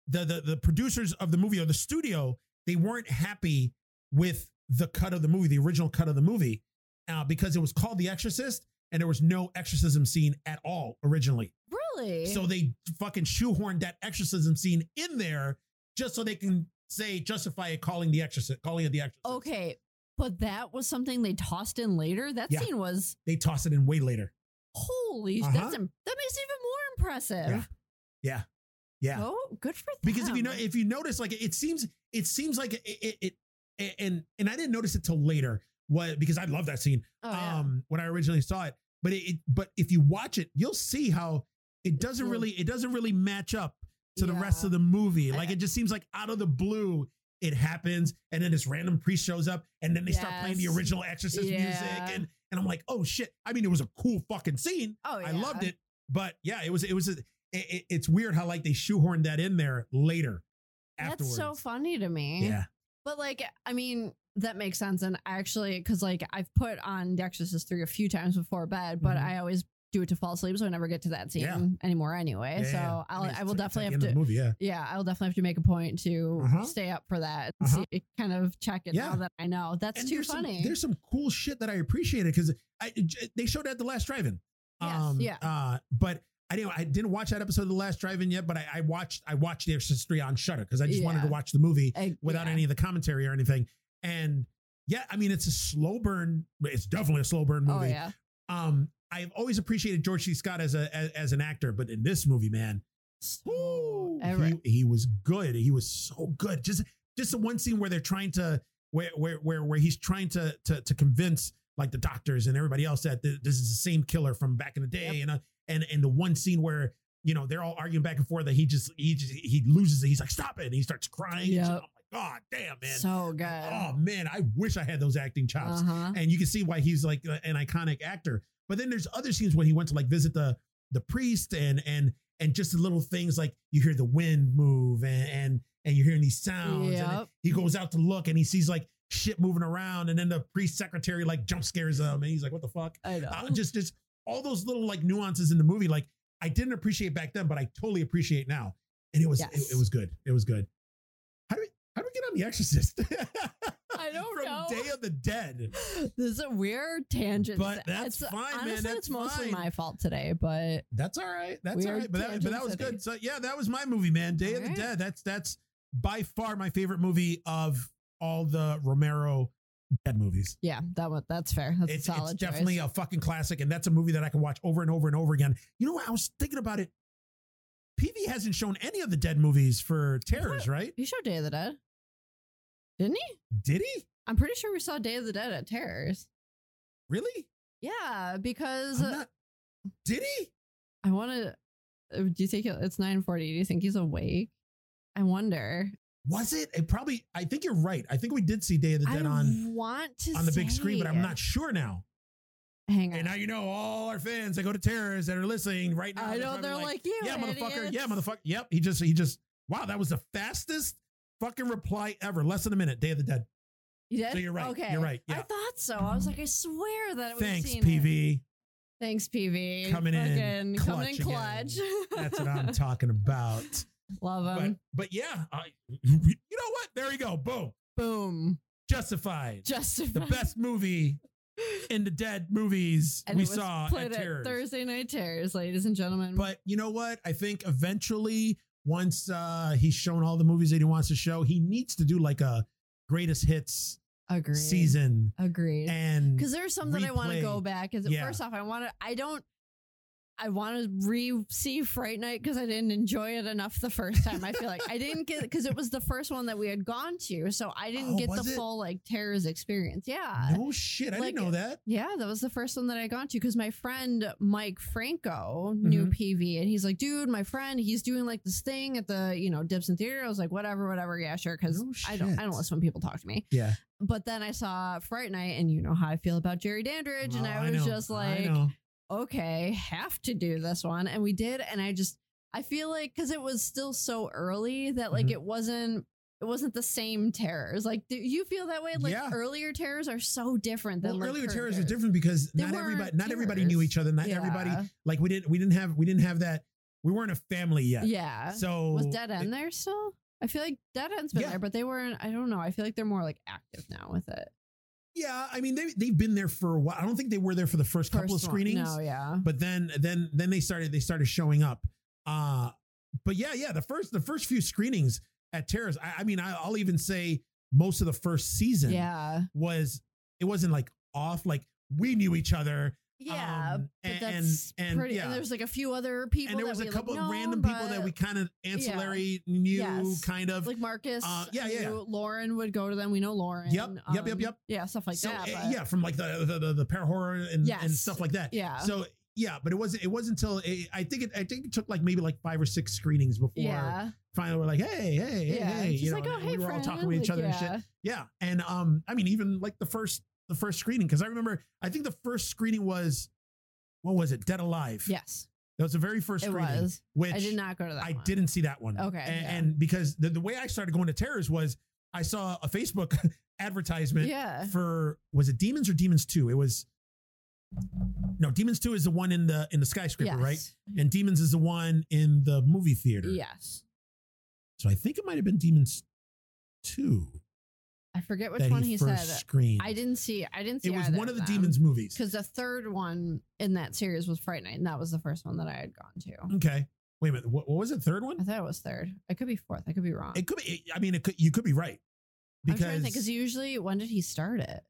Speaker 2: the the the producers of the movie or the studio they weren't happy with the cut of the movie, the original cut of the movie, uh, because it was called The Exorcist and there was no exorcism scene at all originally.
Speaker 1: really?
Speaker 2: So they fucking shoehorned that exorcism scene in there just so they can say justify it calling the exorcist calling it the exorcist.
Speaker 1: okay, but that was something they tossed in later. That
Speaker 2: Yeah.
Speaker 1: scene was
Speaker 2: They toss it in way later.
Speaker 1: holy.
Speaker 2: Uh-huh.
Speaker 1: That's im- that makes it even more impressive.
Speaker 2: Yeah. Yeah.
Speaker 1: Oh, good for them.
Speaker 2: Because if you know if you notice like it seems it seems like it it, it and and I didn't notice it till later what because I love that scene
Speaker 1: oh, yeah.
Speaker 2: um when I originally saw it but it, it- but if you watch it you'll see how it doesn't
Speaker 1: Mm.
Speaker 2: really it doesn't really match up to the
Speaker 1: Yeah.
Speaker 2: rest of the movie
Speaker 1: I-
Speaker 2: like it just seems like out of the blue it happens and then this random priest shows up and then they start playing the
Speaker 1: Yes.
Speaker 2: original exorcist
Speaker 1: Yeah.
Speaker 2: music and and I'm like oh shit I mean it was a cool fucking scene
Speaker 1: oh, yeah.
Speaker 2: I loved it, but yeah, it was it was a, it, it- it's weird how like they shoehorned that in there later.
Speaker 1: That's
Speaker 2: Afterwards.
Speaker 1: so funny to me.
Speaker 2: Yeah,
Speaker 1: But like, I mean, that makes sense. And actually, because like I've put on The Exorcist three a few times before bed, but
Speaker 2: Mhm.
Speaker 1: I always do it to fall asleep, so I never get to that scene
Speaker 2: Yeah.
Speaker 1: anymore anyway.
Speaker 2: Yeah,
Speaker 1: so
Speaker 2: yeah.
Speaker 1: I'll,
Speaker 2: mean, it's
Speaker 1: I will
Speaker 2: like- it's
Speaker 1: definitely
Speaker 2: like
Speaker 1: have
Speaker 2: the
Speaker 1: to.
Speaker 2: end of the movie. Yeah,
Speaker 1: Yeah, I'll definitely have to make a point to
Speaker 2: Uh-huh.
Speaker 1: stay up for that and
Speaker 2: Uh-huh.
Speaker 1: see, kind of check it
Speaker 2: Yeah.
Speaker 1: now that I know. That's
Speaker 2: And
Speaker 1: too
Speaker 2: there's
Speaker 1: funny.
Speaker 2: Some, there's some cool shit that I appreciated because I j- they showed that at the last drive-in.
Speaker 1: Yes, yeah.
Speaker 2: Uh, but I didn't I didn't watch that episode of the last drive-in yet, but I, I watched I watched The Exorcist three on Shutter because I just wanted
Speaker 1: Yeah.
Speaker 2: to watch the movie
Speaker 1: I-
Speaker 2: without
Speaker 1: yeah.
Speaker 2: any of the commentary or anything. And yeah, I mean it's a slow burn. It's definitely a slow burn movie.
Speaker 1: Oh yeah,
Speaker 2: Um, I've always appreciated George C. Scott as a as, as an actor, but in this movie, man,
Speaker 1: So ever-
Speaker 2: he, he was good. He was so good. Just just the one scene where they're trying to where where where where he's trying to to to convince like the doctors and everybody else that th- this is the same killer from back in the day, and uh, and and the one scene where you know they're all arguing back and forth that he just he just he loses it. He's like, stop it, and he starts crying.
Speaker 1: Yep.
Speaker 2: Oh my god, damn man.
Speaker 1: so good.
Speaker 2: Oh man, I wish I had those acting chops
Speaker 1: Uh huh.
Speaker 2: and you can see why he's like an iconic actor. But then there's other scenes when he went to like visit the the priest and and and just the little things like you hear the wind move and and and you're hearing these sounds. And
Speaker 1: Yep.
Speaker 2: he goes out to look and he sees like shit moving around, and then the priest secretary like jump scares him, and he's like, "What the fuck?"
Speaker 1: I know.
Speaker 2: Uh, just just all those little like nuances in the movie, like I didn't appreciate back then, but I totally appreciate now. And it was it-
Speaker 1: Yes.
Speaker 2: it, was good. It was good. How do we how do we get on The Exorcist?
Speaker 1: I don't
Speaker 2: From
Speaker 1: know.
Speaker 2: Day of the Dead.
Speaker 1: this is a weird tangent.
Speaker 2: But that's
Speaker 1: It's-
Speaker 2: fine, man,
Speaker 1: Honestly,
Speaker 2: that's
Speaker 1: it's mostly
Speaker 2: fine.
Speaker 1: my fault today, but
Speaker 2: That's all right. That's
Speaker 1: We
Speaker 2: all
Speaker 1: are
Speaker 2: right. But that, but that was
Speaker 1: tangent
Speaker 2: good. So yeah, that was my movie, man. Day
Speaker 1: All
Speaker 2: of the
Speaker 1: right.
Speaker 2: Dead. That's that's by far my favorite movie of all the Romero dead movies.
Speaker 1: yeah, that one that's fair. That's
Speaker 2: It's,
Speaker 1: a
Speaker 2: it's
Speaker 1: solid.
Speaker 2: definitely a fucking classic, and that's a movie that I can watch over and over and over again. You know what? I was thinking about it. PV hasn't shown any of the dead movies for terrors, right?
Speaker 1: He showed Day of the Dead, didn't he?
Speaker 2: Did he?
Speaker 1: I'm pretty sure we saw Day of the Dead at Terrors.
Speaker 2: Really?
Speaker 1: Yeah, because
Speaker 2: I'm not- did he?
Speaker 1: I want to. Do you think he'll, it's 9:40? Do you think he's awake? I wonder.
Speaker 2: Was it? It probably. I think you're right. I think we did see Day of the
Speaker 1: I
Speaker 2: Dead on
Speaker 1: want to
Speaker 2: on the big screen, but I'm
Speaker 1: say-
Speaker 2: not sure now.
Speaker 1: Hang on.
Speaker 2: And now you know all our fans that go to terrorists that are listening right now.
Speaker 1: I know
Speaker 2: probably
Speaker 1: they're like, you.
Speaker 2: yeah, motherfucker, yeah,
Speaker 1: idiots."
Speaker 2: motherfucker. Yep, he just, he just, wow, that was the fastest fucking reply ever. Less than a minute. Day of the Dead.
Speaker 1: You did?
Speaker 2: So you're right.
Speaker 1: Okay.
Speaker 2: You're right.
Speaker 1: I
Speaker 2: Yeah.
Speaker 1: thought so. I was like, I swear that it was.
Speaker 2: Thanks,
Speaker 1: seen it.
Speaker 2: PV.
Speaker 1: Thanks, PV.
Speaker 2: Coming in
Speaker 1: Fucking coming in
Speaker 2: clutch
Speaker 1: clutch.
Speaker 2: That's what I'm talking about.
Speaker 1: Love
Speaker 2: But,
Speaker 1: him.
Speaker 2: but yeah, I, you know what? There you go. Boom.
Speaker 1: Boom.
Speaker 2: Justified.
Speaker 1: Justified.
Speaker 2: the best movie in the dead movies we
Speaker 1: it was
Speaker 2: saw
Speaker 1: played
Speaker 2: at Terrors.
Speaker 1: Thursday Night Terrors, ladies and gentlemen.
Speaker 2: But you know what? I think eventually, once uh, he's shown all the movies that he wants to show, he needs to do like a greatest hits
Speaker 1: agreed.
Speaker 2: season.
Speaker 1: Agreed.
Speaker 2: And
Speaker 1: Because there's something I want to
Speaker 2: replay.
Speaker 1: go back. Is
Speaker 2: Yeah.
Speaker 1: first off, I want to. I don't. I want to re see Fright Night because I didn't enjoy it enough the first time. I feel like I didn't get because it was the first one that we had gone to, so I didn't
Speaker 2: Oh,
Speaker 1: get the
Speaker 2: was it?
Speaker 1: full like terrors experience. Yeah.
Speaker 2: No shit, I
Speaker 1: uh, like-
Speaker 2: didn't know that.
Speaker 1: Yeah, that was the first one that I got to because my friend Mike Franco knew
Speaker 2: Mm-hmm.
Speaker 1: PV and he's like, dude, my friend, he's doing like this thing at the, you know, Dips and Theater. I was like, whatever, whatever. Yeah, sure. Cause
Speaker 2: No
Speaker 1: I don't, I
Speaker 2: Oh, shit.
Speaker 1: don't listen when people talk to me.
Speaker 2: Yeah.
Speaker 1: But then I saw Fright Night and you know how I feel about Jerry Dandridge. and
Speaker 2: Oh,
Speaker 1: I was
Speaker 2: know,
Speaker 1: just
Speaker 2: I
Speaker 1: like,
Speaker 2: know.
Speaker 1: okay, have to do this one. And we did. And I just, I feel like, cause it was still so early that like
Speaker 2: Mhm.
Speaker 1: it wasn't, it wasn't the same terrors. Like, do you feel that way? Like
Speaker 2: Yeah.
Speaker 1: earlier terrors are so different than
Speaker 2: Well,
Speaker 1: like,
Speaker 2: earlier
Speaker 1: current
Speaker 2: terrors are different because
Speaker 1: They
Speaker 2: not
Speaker 1: weren't
Speaker 2: everybody not everybody knew
Speaker 1: terrors.
Speaker 2: each other. Not everybody like we didn't we didn't have we didn't have that we weren't a family yet.
Speaker 1: Yeah.
Speaker 2: So
Speaker 1: was Dead End there still? I feel like Dead End's been
Speaker 2: Yeah.
Speaker 1: there, but they weren't. I don't know. I feel like they're more like active now with it.
Speaker 2: Yeah, I mean they they've been there for a while. I don't think they were there for the first, couple of
Speaker 1: First one-
Speaker 2: screenings,
Speaker 1: No, yeah.
Speaker 2: but then then then they started they started showing up. Uh but yeah, yeah, the first the first few screenings at Terrace, I, I mean I, I'll even say most of the first season
Speaker 1: Yeah.
Speaker 2: was it wasn't like off like we knew each other.
Speaker 1: Yeah.
Speaker 2: um,
Speaker 1: but
Speaker 2: and-
Speaker 1: that's
Speaker 2: and- and,
Speaker 1: pretty.
Speaker 2: yeah.
Speaker 1: And there's like a few other people.
Speaker 2: and there
Speaker 1: that
Speaker 2: was a
Speaker 1: we,
Speaker 2: couple
Speaker 1: like,
Speaker 2: of
Speaker 1: know,
Speaker 2: random people that
Speaker 1: but-
Speaker 2: we kind of ancillary knew,
Speaker 1: Yes.
Speaker 2: kind of.
Speaker 1: Like Marcus.
Speaker 2: Uh, yeah, yeah,
Speaker 1: I
Speaker 2: yeah.
Speaker 1: knew Lauren would go to them. We know Lauren. Um,
Speaker 2: Yep, yep, yep, yep.
Speaker 1: Yeah, stuff like
Speaker 2: so
Speaker 1: that.
Speaker 2: eh,
Speaker 1: But
Speaker 2: yeah, from like the the, the, the para horror and, and
Speaker 1: Yes.
Speaker 2: stuff like that.
Speaker 1: Yeah.
Speaker 2: So yeah, but it wasn't it wasn't until it, I think it I think it took like maybe like five or six screenings before
Speaker 1: Yeah.
Speaker 2: finally we're like hey hey hey
Speaker 1: yeah.
Speaker 2: hey
Speaker 1: Just
Speaker 2: you
Speaker 1: like,
Speaker 2: know
Speaker 1: oh,
Speaker 2: and
Speaker 1: hey,
Speaker 2: we were all
Speaker 1: friend.
Speaker 2: talking with each
Speaker 1: like,
Speaker 2: other and shit
Speaker 1: yeah.
Speaker 2: yeah and um I mean even like the first the first screening because I remember I think the first screening was what was it Dead Alive
Speaker 1: Yes,
Speaker 2: that was the very first
Speaker 1: it
Speaker 2: screening
Speaker 1: was.
Speaker 2: which
Speaker 1: I did not go to that.
Speaker 2: I
Speaker 1: one.
Speaker 2: didn't see that one.
Speaker 1: Okay,
Speaker 2: A- And,
Speaker 1: yeah.
Speaker 2: because the, the way I started going to terrors was I saw a Facebook advertisement
Speaker 1: Yeah.
Speaker 2: for was it Demons or Demons 2? It was No, Demons 2 is the one in the in the skyscraper,
Speaker 1: Yes.
Speaker 2: right? And Demons is the one in the movie theater.
Speaker 1: Yes.
Speaker 2: So I think it might have been Demons 2
Speaker 1: I forget which
Speaker 2: that
Speaker 1: one
Speaker 2: he,
Speaker 1: he
Speaker 2: first
Speaker 1: said.
Speaker 2: screened.
Speaker 1: I didn't see. I didn't see.
Speaker 2: it was
Speaker 1: either
Speaker 2: one of the
Speaker 1: them.
Speaker 2: Demons movies.
Speaker 1: because the third one in that series was Fright Night, and that was the first one that I had gone to.
Speaker 2: Okay. Wait a minute. What, what was it? Third
Speaker 1: I
Speaker 2: one?
Speaker 1: thought it was third. I could be fourth. I could be wrong.
Speaker 2: It could be I mean it could you could be
Speaker 1: I'm
Speaker 2: right. Because
Speaker 1: trying to think. Because usually, when did he start it?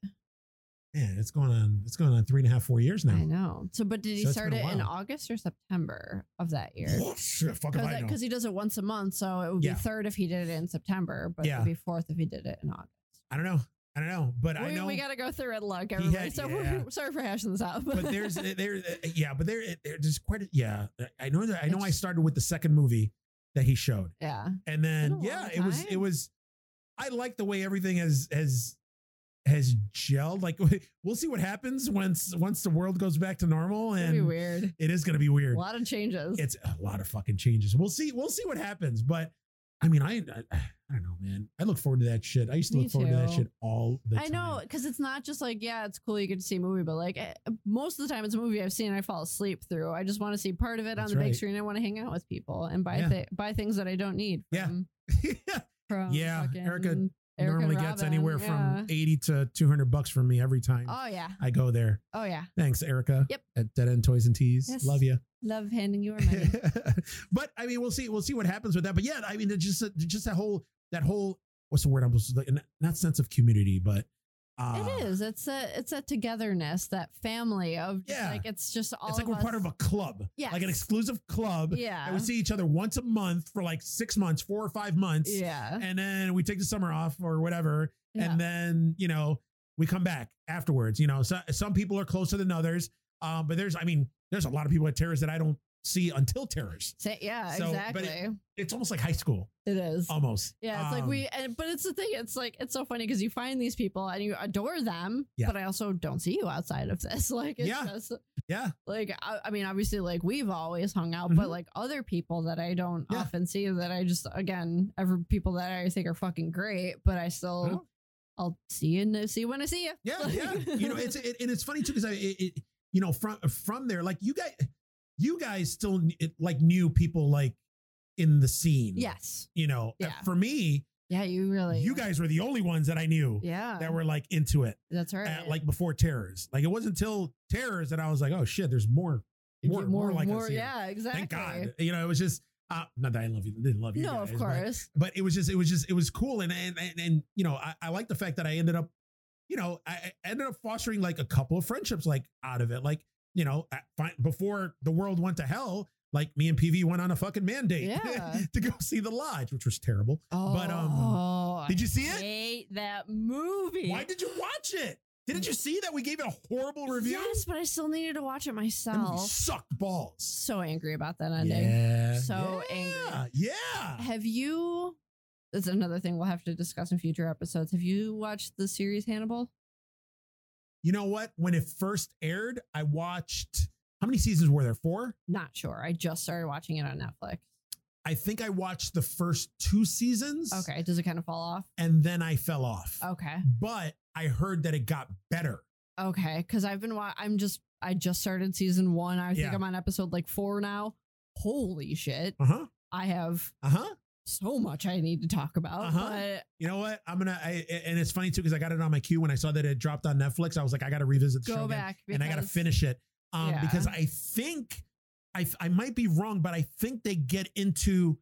Speaker 2: man, it's going on it's going on three and a half, four years now.
Speaker 1: I know. So, but did he
Speaker 2: So it's
Speaker 1: start
Speaker 2: been
Speaker 1: it
Speaker 2: a
Speaker 1: in
Speaker 2: while.
Speaker 1: August or September of that year?
Speaker 2: Shit, fuck if I know.
Speaker 1: Because he does it once a month, so it would
Speaker 2: Yeah.
Speaker 1: be third if he did it in September, but
Speaker 2: Yeah.
Speaker 1: it would be fourth if he did it in August.
Speaker 2: I don't know. I don't know, but I
Speaker 1: we,
Speaker 2: know.
Speaker 1: we got to go through it, look,
Speaker 2: had-
Speaker 1: everybody. so
Speaker 2: yeah.
Speaker 1: we're, sorry for hashing this out.
Speaker 2: but there's eh, there yeah, but there eh, there's quite a, yeah. I know that I know I
Speaker 1: It's-
Speaker 2: started with the second movie that he showed,
Speaker 1: yeah,
Speaker 2: and
Speaker 1: been
Speaker 2: then
Speaker 1: a
Speaker 2: yeah,
Speaker 1: long
Speaker 2: it was it
Speaker 1: time.
Speaker 2: was. I like the way everything has has has gelled. Like we'll see what happens once once the world goes back to normal,
Speaker 1: it'd be
Speaker 2: and
Speaker 1: weird.
Speaker 2: it is gonna be weird.
Speaker 1: A lot of changes.
Speaker 2: It's a lot of fucking changes. We'll see. We'll see what happens. But I mean, I I, I don't know, man. I look forward to that shit. I used to
Speaker 1: Me
Speaker 2: look forward to that
Speaker 1: too.
Speaker 2: shit all the time.
Speaker 1: I know because it's not just like yeah, it's cool you get to see a movie, but like eh, most of the time it's a movie I've seen and I fall asleep through. I just want to see part of it on
Speaker 2: That's
Speaker 1: the
Speaker 2: right.
Speaker 1: big screen. I want to hang out with people and buy
Speaker 2: Yeah.
Speaker 1: thi- buy things that I don't need.
Speaker 2: Yeah.
Speaker 1: From, from
Speaker 2: Yeah,
Speaker 1: fucking
Speaker 2: Erica
Speaker 1: Erica
Speaker 2: normally gets
Speaker 1: Robin,
Speaker 2: anywhere from
Speaker 1: yeah.
Speaker 2: 80 to 200 bucks from me every time
Speaker 1: Oh yeah,
Speaker 2: I go there.
Speaker 1: oh yeah.
Speaker 2: Thanks, Erica.
Speaker 1: Yep.
Speaker 2: At Dead End Toys and Tees.
Speaker 1: Yes.
Speaker 2: Love you.
Speaker 1: Love handing you our money.
Speaker 2: but I mean, we'll see. We'll see what happens with that. But yeah, I mean, it's just it's just that whole that whole what's the word I'm supposed to like, not sense of community, but uh,
Speaker 1: it is. It's a it's a togetherness that family of just
Speaker 2: Yeah.
Speaker 1: like it's just all.
Speaker 2: It's like
Speaker 1: of
Speaker 2: we're
Speaker 1: us.
Speaker 2: part of a club,
Speaker 1: Yes.
Speaker 2: like an exclusive club.
Speaker 1: Yeah.
Speaker 2: And we see each other once a month for like six months, four or five months.
Speaker 1: yeah.
Speaker 2: And then we take the summer off or whatever.
Speaker 1: yeah.
Speaker 2: and then you know we come back afterwards you know so, some people are closer than others um but there's i mean there's a lot of people at terrors that i don't see until terrors
Speaker 1: Say- yeah,
Speaker 2: So, but it-
Speaker 1: exactly.
Speaker 2: it's almost like high school
Speaker 1: it is.
Speaker 2: almost
Speaker 1: Yeah, it's like
Speaker 2: Um,
Speaker 1: we, and, but it's the thing. It's like it's so funny because you find these people and you adore them,
Speaker 2: Yeah.
Speaker 1: but I also don't see you outside of this. Like, it's
Speaker 2: Yeah.
Speaker 1: just
Speaker 2: yeah
Speaker 1: like I, I mean, obviously, like we've always hung out,
Speaker 2: Mhm.
Speaker 1: but like other people that I don't
Speaker 2: Yeah.
Speaker 1: often see that I just again, ever people that I think are fucking great, but I still,
Speaker 2: Well.
Speaker 1: I'll see you and see you when I see you.
Speaker 2: yeah
Speaker 1: Like-
Speaker 2: yeah you know it's it, and it's funny too because i it, it, you know from from there like you guys you guys still it, like knew people like in the scene
Speaker 1: yes,
Speaker 2: you know Uh,
Speaker 1: Yeah. Oh,
Speaker 2: for me
Speaker 1: yeah, you really,
Speaker 2: you guys were the only ones that i knew
Speaker 1: yeah,
Speaker 2: that were like into it
Speaker 1: that's right.
Speaker 2: at, like before terrors. Like it wasn't until terrors that I was like, oh shit, there's more,
Speaker 1: You
Speaker 2: more,
Speaker 1: get
Speaker 2: more, like us here.
Speaker 1: yeah, exactly.
Speaker 2: Thank God. You know, it was just uh, not that I love you, didn't love you.
Speaker 1: No,
Speaker 2: guys,
Speaker 1: of
Speaker 2: but-
Speaker 1: course.
Speaker 2: But, it was just, it was just, it was cool, and and and, and you know, I, I like the fact that I ended up, you know, I I ended up fostering like a couple of friendships like out of it, like. you know, at, fi- before the world went to hell, like me and PV went on a fucking mandate
Speaker 1: Yeah.
Speaker 2: to go see The Lodge, which was terrible.
Speaker 1: Oh,
Speaker 2: But, um, Did you see
Speaker 1: I
Speaker 2: it?
Speaker 1: hate that movie.
Speaker 2: Why did you watch it? Didn't you see that we gave it a horrible review?
Speaker 1: Yes, but I still needed to watch it
Speaker 2: That movie
Speaker 1: myself.
Speaker 2: sucked balls.
Speaker 1: So angry about that ending.
Speaker 2: Yeah.
Speaker 1: So angry.
Speaker 2: Yeah. Yeah.
Speaker 1: Have you? That's another thing we'll have to discuss in future episodes. Have you watched the series Hannibal?
Speaker 2: You know what? When it first aired, I watched how many seasons were there? Four?
Speaker 1: Not sure. I just started watching it on Netflix.
Speaker 2: I think I watched the first two seasons.
Speaker 1: Okay. Oh. Does it kind of fall off?
Speaker 2: And then I fell off.
Speaker 1: Okay.
Speaker 2: But I heard that it got better.
Speaker 1: Okay. Because I've been. Wa- I'm just. I just started season one. I think
Speaker 2: Yeah.
Speaker 1: I'm on episode like four now. Holy shit!
Speaker 2: Uh huh.
Speaker 1: I have
Speaker 2: Uh huh.
Speaker 1: so much I need to talk about.
Speaker 2: Uh-huh.
Speaker 1: But
Speaker 2: You know what? I'm gonna. I, and it's funny too because I got it on my queue when I saw that it dropped on Netflix. I was like, I got to revisit the show
Speaker 1: go
Speaker 2: again,
Speaker 1: back.
Speaker 2: and I got to
Speaker 1: because-
Speaker 2: finish it. Um,
Speaker 1: Yeah.
Speaker 2: because I think I I might be wrong, but I think they get into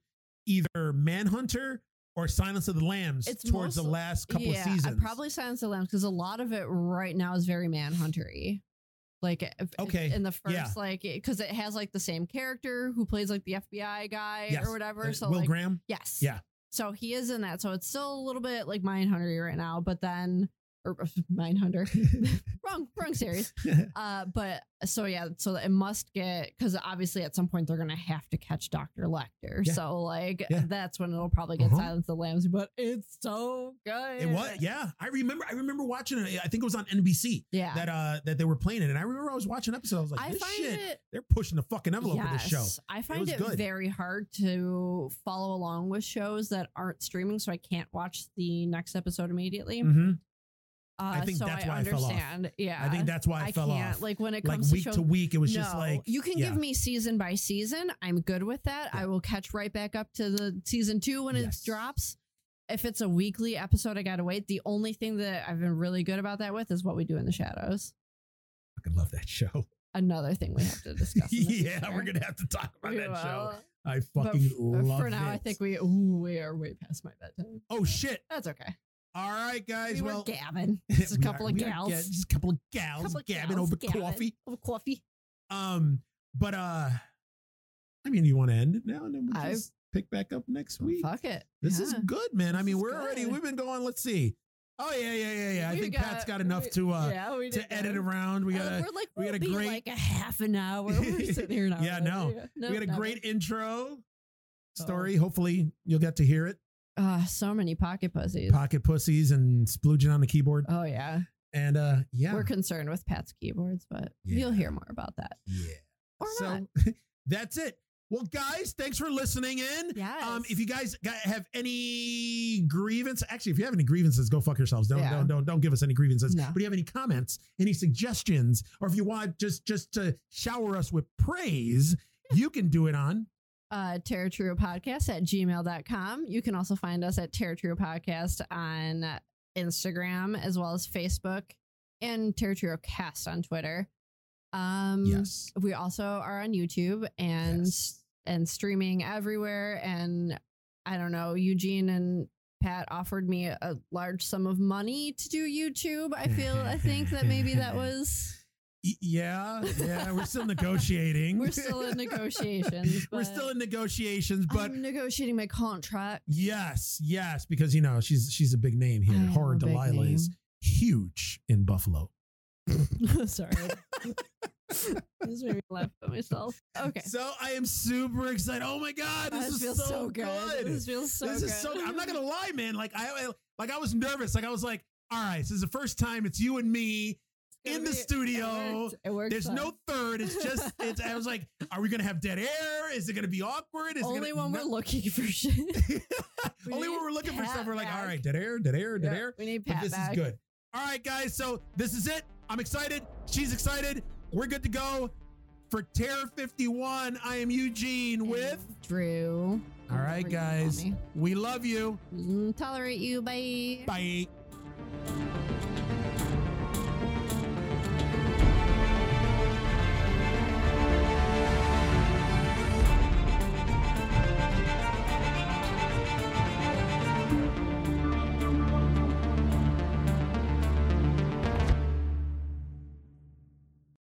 Speaker 2: either Manhunter or Silence of the Lambs
Speaker 1: It's
Speaker 2: towards the
Speaker 1: mostly-
Speaker 2: last couple
Speaker 1: yeah,
Speaker 2: of seasons.
Speaker 1: I probably Silence of the Lambs because a lot of it right now is very Manhunter-y. Like eh, if-
Speaker 2: Okay,
Speaker 1: in the first
Speaker 2: yeah.
Speaker 1: like because it has like the same character who plays like the FBI guy
Speaker 2: Yes,
Speaker 1: or whatever.
Speaker 2: Uh,
Speaker 1: so
Speaker 2: Will
Speaker 1: like
Speaker 2: Graham.
Speaker 1: yes,
Speaker 2: Yeah.
Speaker 1: So he is in that. So it's still a little bit like Mindhunter-y right now, but then or Mindhunter, wrong wrong series. Uh, but so yeah, so it must get because obviously at some point they're gonna have to catch Doctor Lecter.
Speaker 2: Yeah.
Speaker 1: So like
Speaker 2: Yeah.
Speaker 1: that's when it'll probably get
Speaker 2: Uh-huh.
Speaker 1: Silence of the Lambs. But it's so good.
Speaker 2: It was, yeah. I remember. I remember watching it. I think it was on NBC
Speaker 1: Yeah.
Speaker 2: that uh that they were playing it, and I remember I was watching episodes. I was like,
Speaker 1: I
Speaker 2: this
Speaker 1: find
Speaker 2: shit,
Speaker 1: it
Speaker 2: they're pushing the fucking envelope with this show.
Speaker 1: yes, I find
Speaker 2: was
Speaker 1: it
Speaker 2: good.
Speaker 1: very hard to follow along with shows that aren't streaming, so I can't watch the next episode immediately.
Speaker 2: Mm-hmm.
Speaker 1: Uh,
Speaker 2: I think
Speaker 1: so
Speaker 2: that's
Speaker 1: I
Speaker 2: why I fell off.
Speaker 1: understand. Yeah,
Speaker 2: I think that's why I,
Speaker 1: I
Speaker 2: fell
Speaker 1: can't
Speaker 2: off.
Speaker 1: like
Speaker 2: Like,
Speaker 1: when it comes
Speaker 2: week
Speaker 1: to
Speaker 2: to,
Speaker 1: shows.
Speaker 2: week, it was just
Speaker 1: no,
Speaker 2: like
Speaker 1: you can
Speaker 2: yeah.
Speaker 1: give me season by season. I'm good with that. I
Speaker 2: Yeah.
Speaker 1: will catch right back up to the season two when
Speaker 2: Yes.
Speaker 1: it drops. If it's a weekly episode, I gotta wait. The only thing that I've been really good about that with is what we do in the shadows.
Speaker 2: I fucking love that show.
Speaker 1: Another thing we have to discuss. in the
Speaker 2: yeah,
Speaker 1: future.
Speaker 2: we're gonna have to talk about
Speaker 1: We
Speaker 2: that show.
Speaker 1: will.
Speaker 2: I
Speaker 1: But
Speaker 2: fucking
Speaker 1: f- uh,
Speaker 2: love
Speaker 1: for now,
Speaker 2: it.
Speaker 1: I think we ooh, we are way past my bedtime.
Speaker 2: oh shit!
Speaker 1: That's okay.
Speaker 2: All right, guys.
Speaker 1: We were
Speaker 2: well,
Speaker 1: gabbing. Just a
Speaker 2: we
Speaker 1: couple
Speaker 2: are-
Speaker 1: of
Speaker 2: we are
Speaker 1: gals.
Speaker 2: ga- just a couple of gals
Speaker 1: Couple of
Speaker 2: gabbing
Speaker 1: gals
Speaker 2: over
Speaker 1: gabbing.
Speaker 2: coffee.
Speaker 1: Over coffee.
Speaker 2: Um, but uh, I mean, you want to end it now, and then we
Speaker 1: I-
Speaker 2: just pick back up next week.
Speaker 1: Fuck it.
Speaker 2: This
Speaker 1: Yeah.
Speaker 2: is good, man. I
Speaker 1: This
Speaker 2: mean,
Speaker 1: is
Speaker 2: we're already
Speaker 1: good.
Speaker 2: we've been going. Let's see. Oh yeah, yeah, yeah, yeah. I
Speaker 1: We
Speaker 2: think Pat's got enough
Speaker 1: we-
Speaker 2: to uh
Speaker 1: yeah, we did
Speaker 2: to edit
Speaker 1: good.
Speaker 2: around. We
Speaker 1: Uh,
Speaker 2: got a
Speaker 1: we're like
Speaker 2: we
Speaker 1: we
Speaker 2: got
Speaker 1: will
Speaker 2: a
Speaker 1: be
Speaker 2: great-
Speaker 1: like a half an hour. We're sitting here now.
Speaker 2: Yeah, no.
Speaker 1: no
Speaker 2: we got a
Speaker 1: no.
Speaker 2: great intro story. Hopefully, you'll get to hear it.
Speaker 1: Ah, so many pocket pussies.
Speaker 2: Pocket pussies and splooging on the keyboard.
Speaker 1: oh yeah.
Speaker 2: And uh yeah,
Speaker 1: we're concerned with Pat's keyboards, but
Speaker 2: Yeah.
Speaker 1: you'll hear more about that
Speaker 2: yeah.
Speaker 1: or not.
Speaker 2: So um, that's it. Well, guys, thanks for listening in.
Speaker 1: Yes.
Speaker 2: Um, if you guys got, have any grievance, actually, if you have any grievances, go fuck yourselves. Don't
Speaker 1: Yeah.
Speaker 2: don't don't don't give us any grievances.
Speaker 1: No.
Speaker 2: But if you have any comments, any suggestions, or if you want just just to shower us with praise, you can do it on.
Speaker 1: uh, Terra Trio Podcast at gmail.com. You can also find us at Terra Trio Podcast on Instagram as well as Facebook and Terra Trio Cast on Twitter. Um,
Speaker 2: Yes.
Speaker 1: We also are on YouTube and
Speaker 2: Yes.
Speaker 1: and streaming everywhere. And I don't know, Eugene and Pat offered me a large sum of money to do YouTube. I feel I think that maybe that was
Speaker 2: Y- Yeah, yeah, we're still negotiating.
Speaker 1: we're still in negotiations.
Speaker 2: we're
Speaker 1: but
Speaker 2: still in negotiations, but
Speaker 1: I'm negotiating my contract.
Speaker 2: yes, yes, because you know she's she's a big name here.
Speaker 1: I am
Speaker 2: Horror
Speaker 1: a big
Speaker 2: Delilah is huge in Buffalo.
Speaker 1: name. Sorry. this made me laugh at myself. Okay.
Speaker 2: So I am super excited. Oh my god, this, is
Speaker 1: feels
Speaker 2: so, good.
Speaker 1: This feels so
Speaker 2: This
Speaker 1: good.
Speaker 2: is so. I'm not gonna lie, man. Like I, I- like I was nervous. Like I was like, all right, this is the first time. It's you and me
Speaker 1: It's
Speaker 2: in
Speaker 1: gonna
Speaker 2: the
Speaker 1: be- It
Speaker 2: studio.
Speaker 1: worked. It worked
Speaker 2: There's
Speaker 1: fine.
Speaker 2: no third. It's just. It's. I was like, are we gonna have dead air? Is it gonna be awkward? Is it
Speaker 1: only
Speaker 2: gonna,
Speaker 1: when
Speaker 2: no-
Speaker 1: we're looking for shit. We
Speaker 2: only when
Speaker 1: need
Speaker 2: we're looking for
Speaker 1: Pat
Speaker 2: stuff. We're like, all
Speaker 1: back.
Speaker 2: right, dead air, dead air, dead
Speaker 1: Yeah,
Speaker 2: air.
Speaker 1: We need
Speaker 2: But
Speaker 1: Pat
Speaker 2: this
Speaker 1: back.
Speaker 2: is good. All right, guys. So this is it. I'm excited. She's excited. We're good to go. For Terror 51, I am Eugene
Speaker 1: And
Speaker 2: with.
Speaker 1: Drew.
Speaker 2: All right,
Speaker 1: Whatever you call
Speaker 2: guys.
Speaker 1: me.
Speaker 2: We love you.
Speaker 1: Mm, Tolerate you. Bye.
Speaker 2: Bye.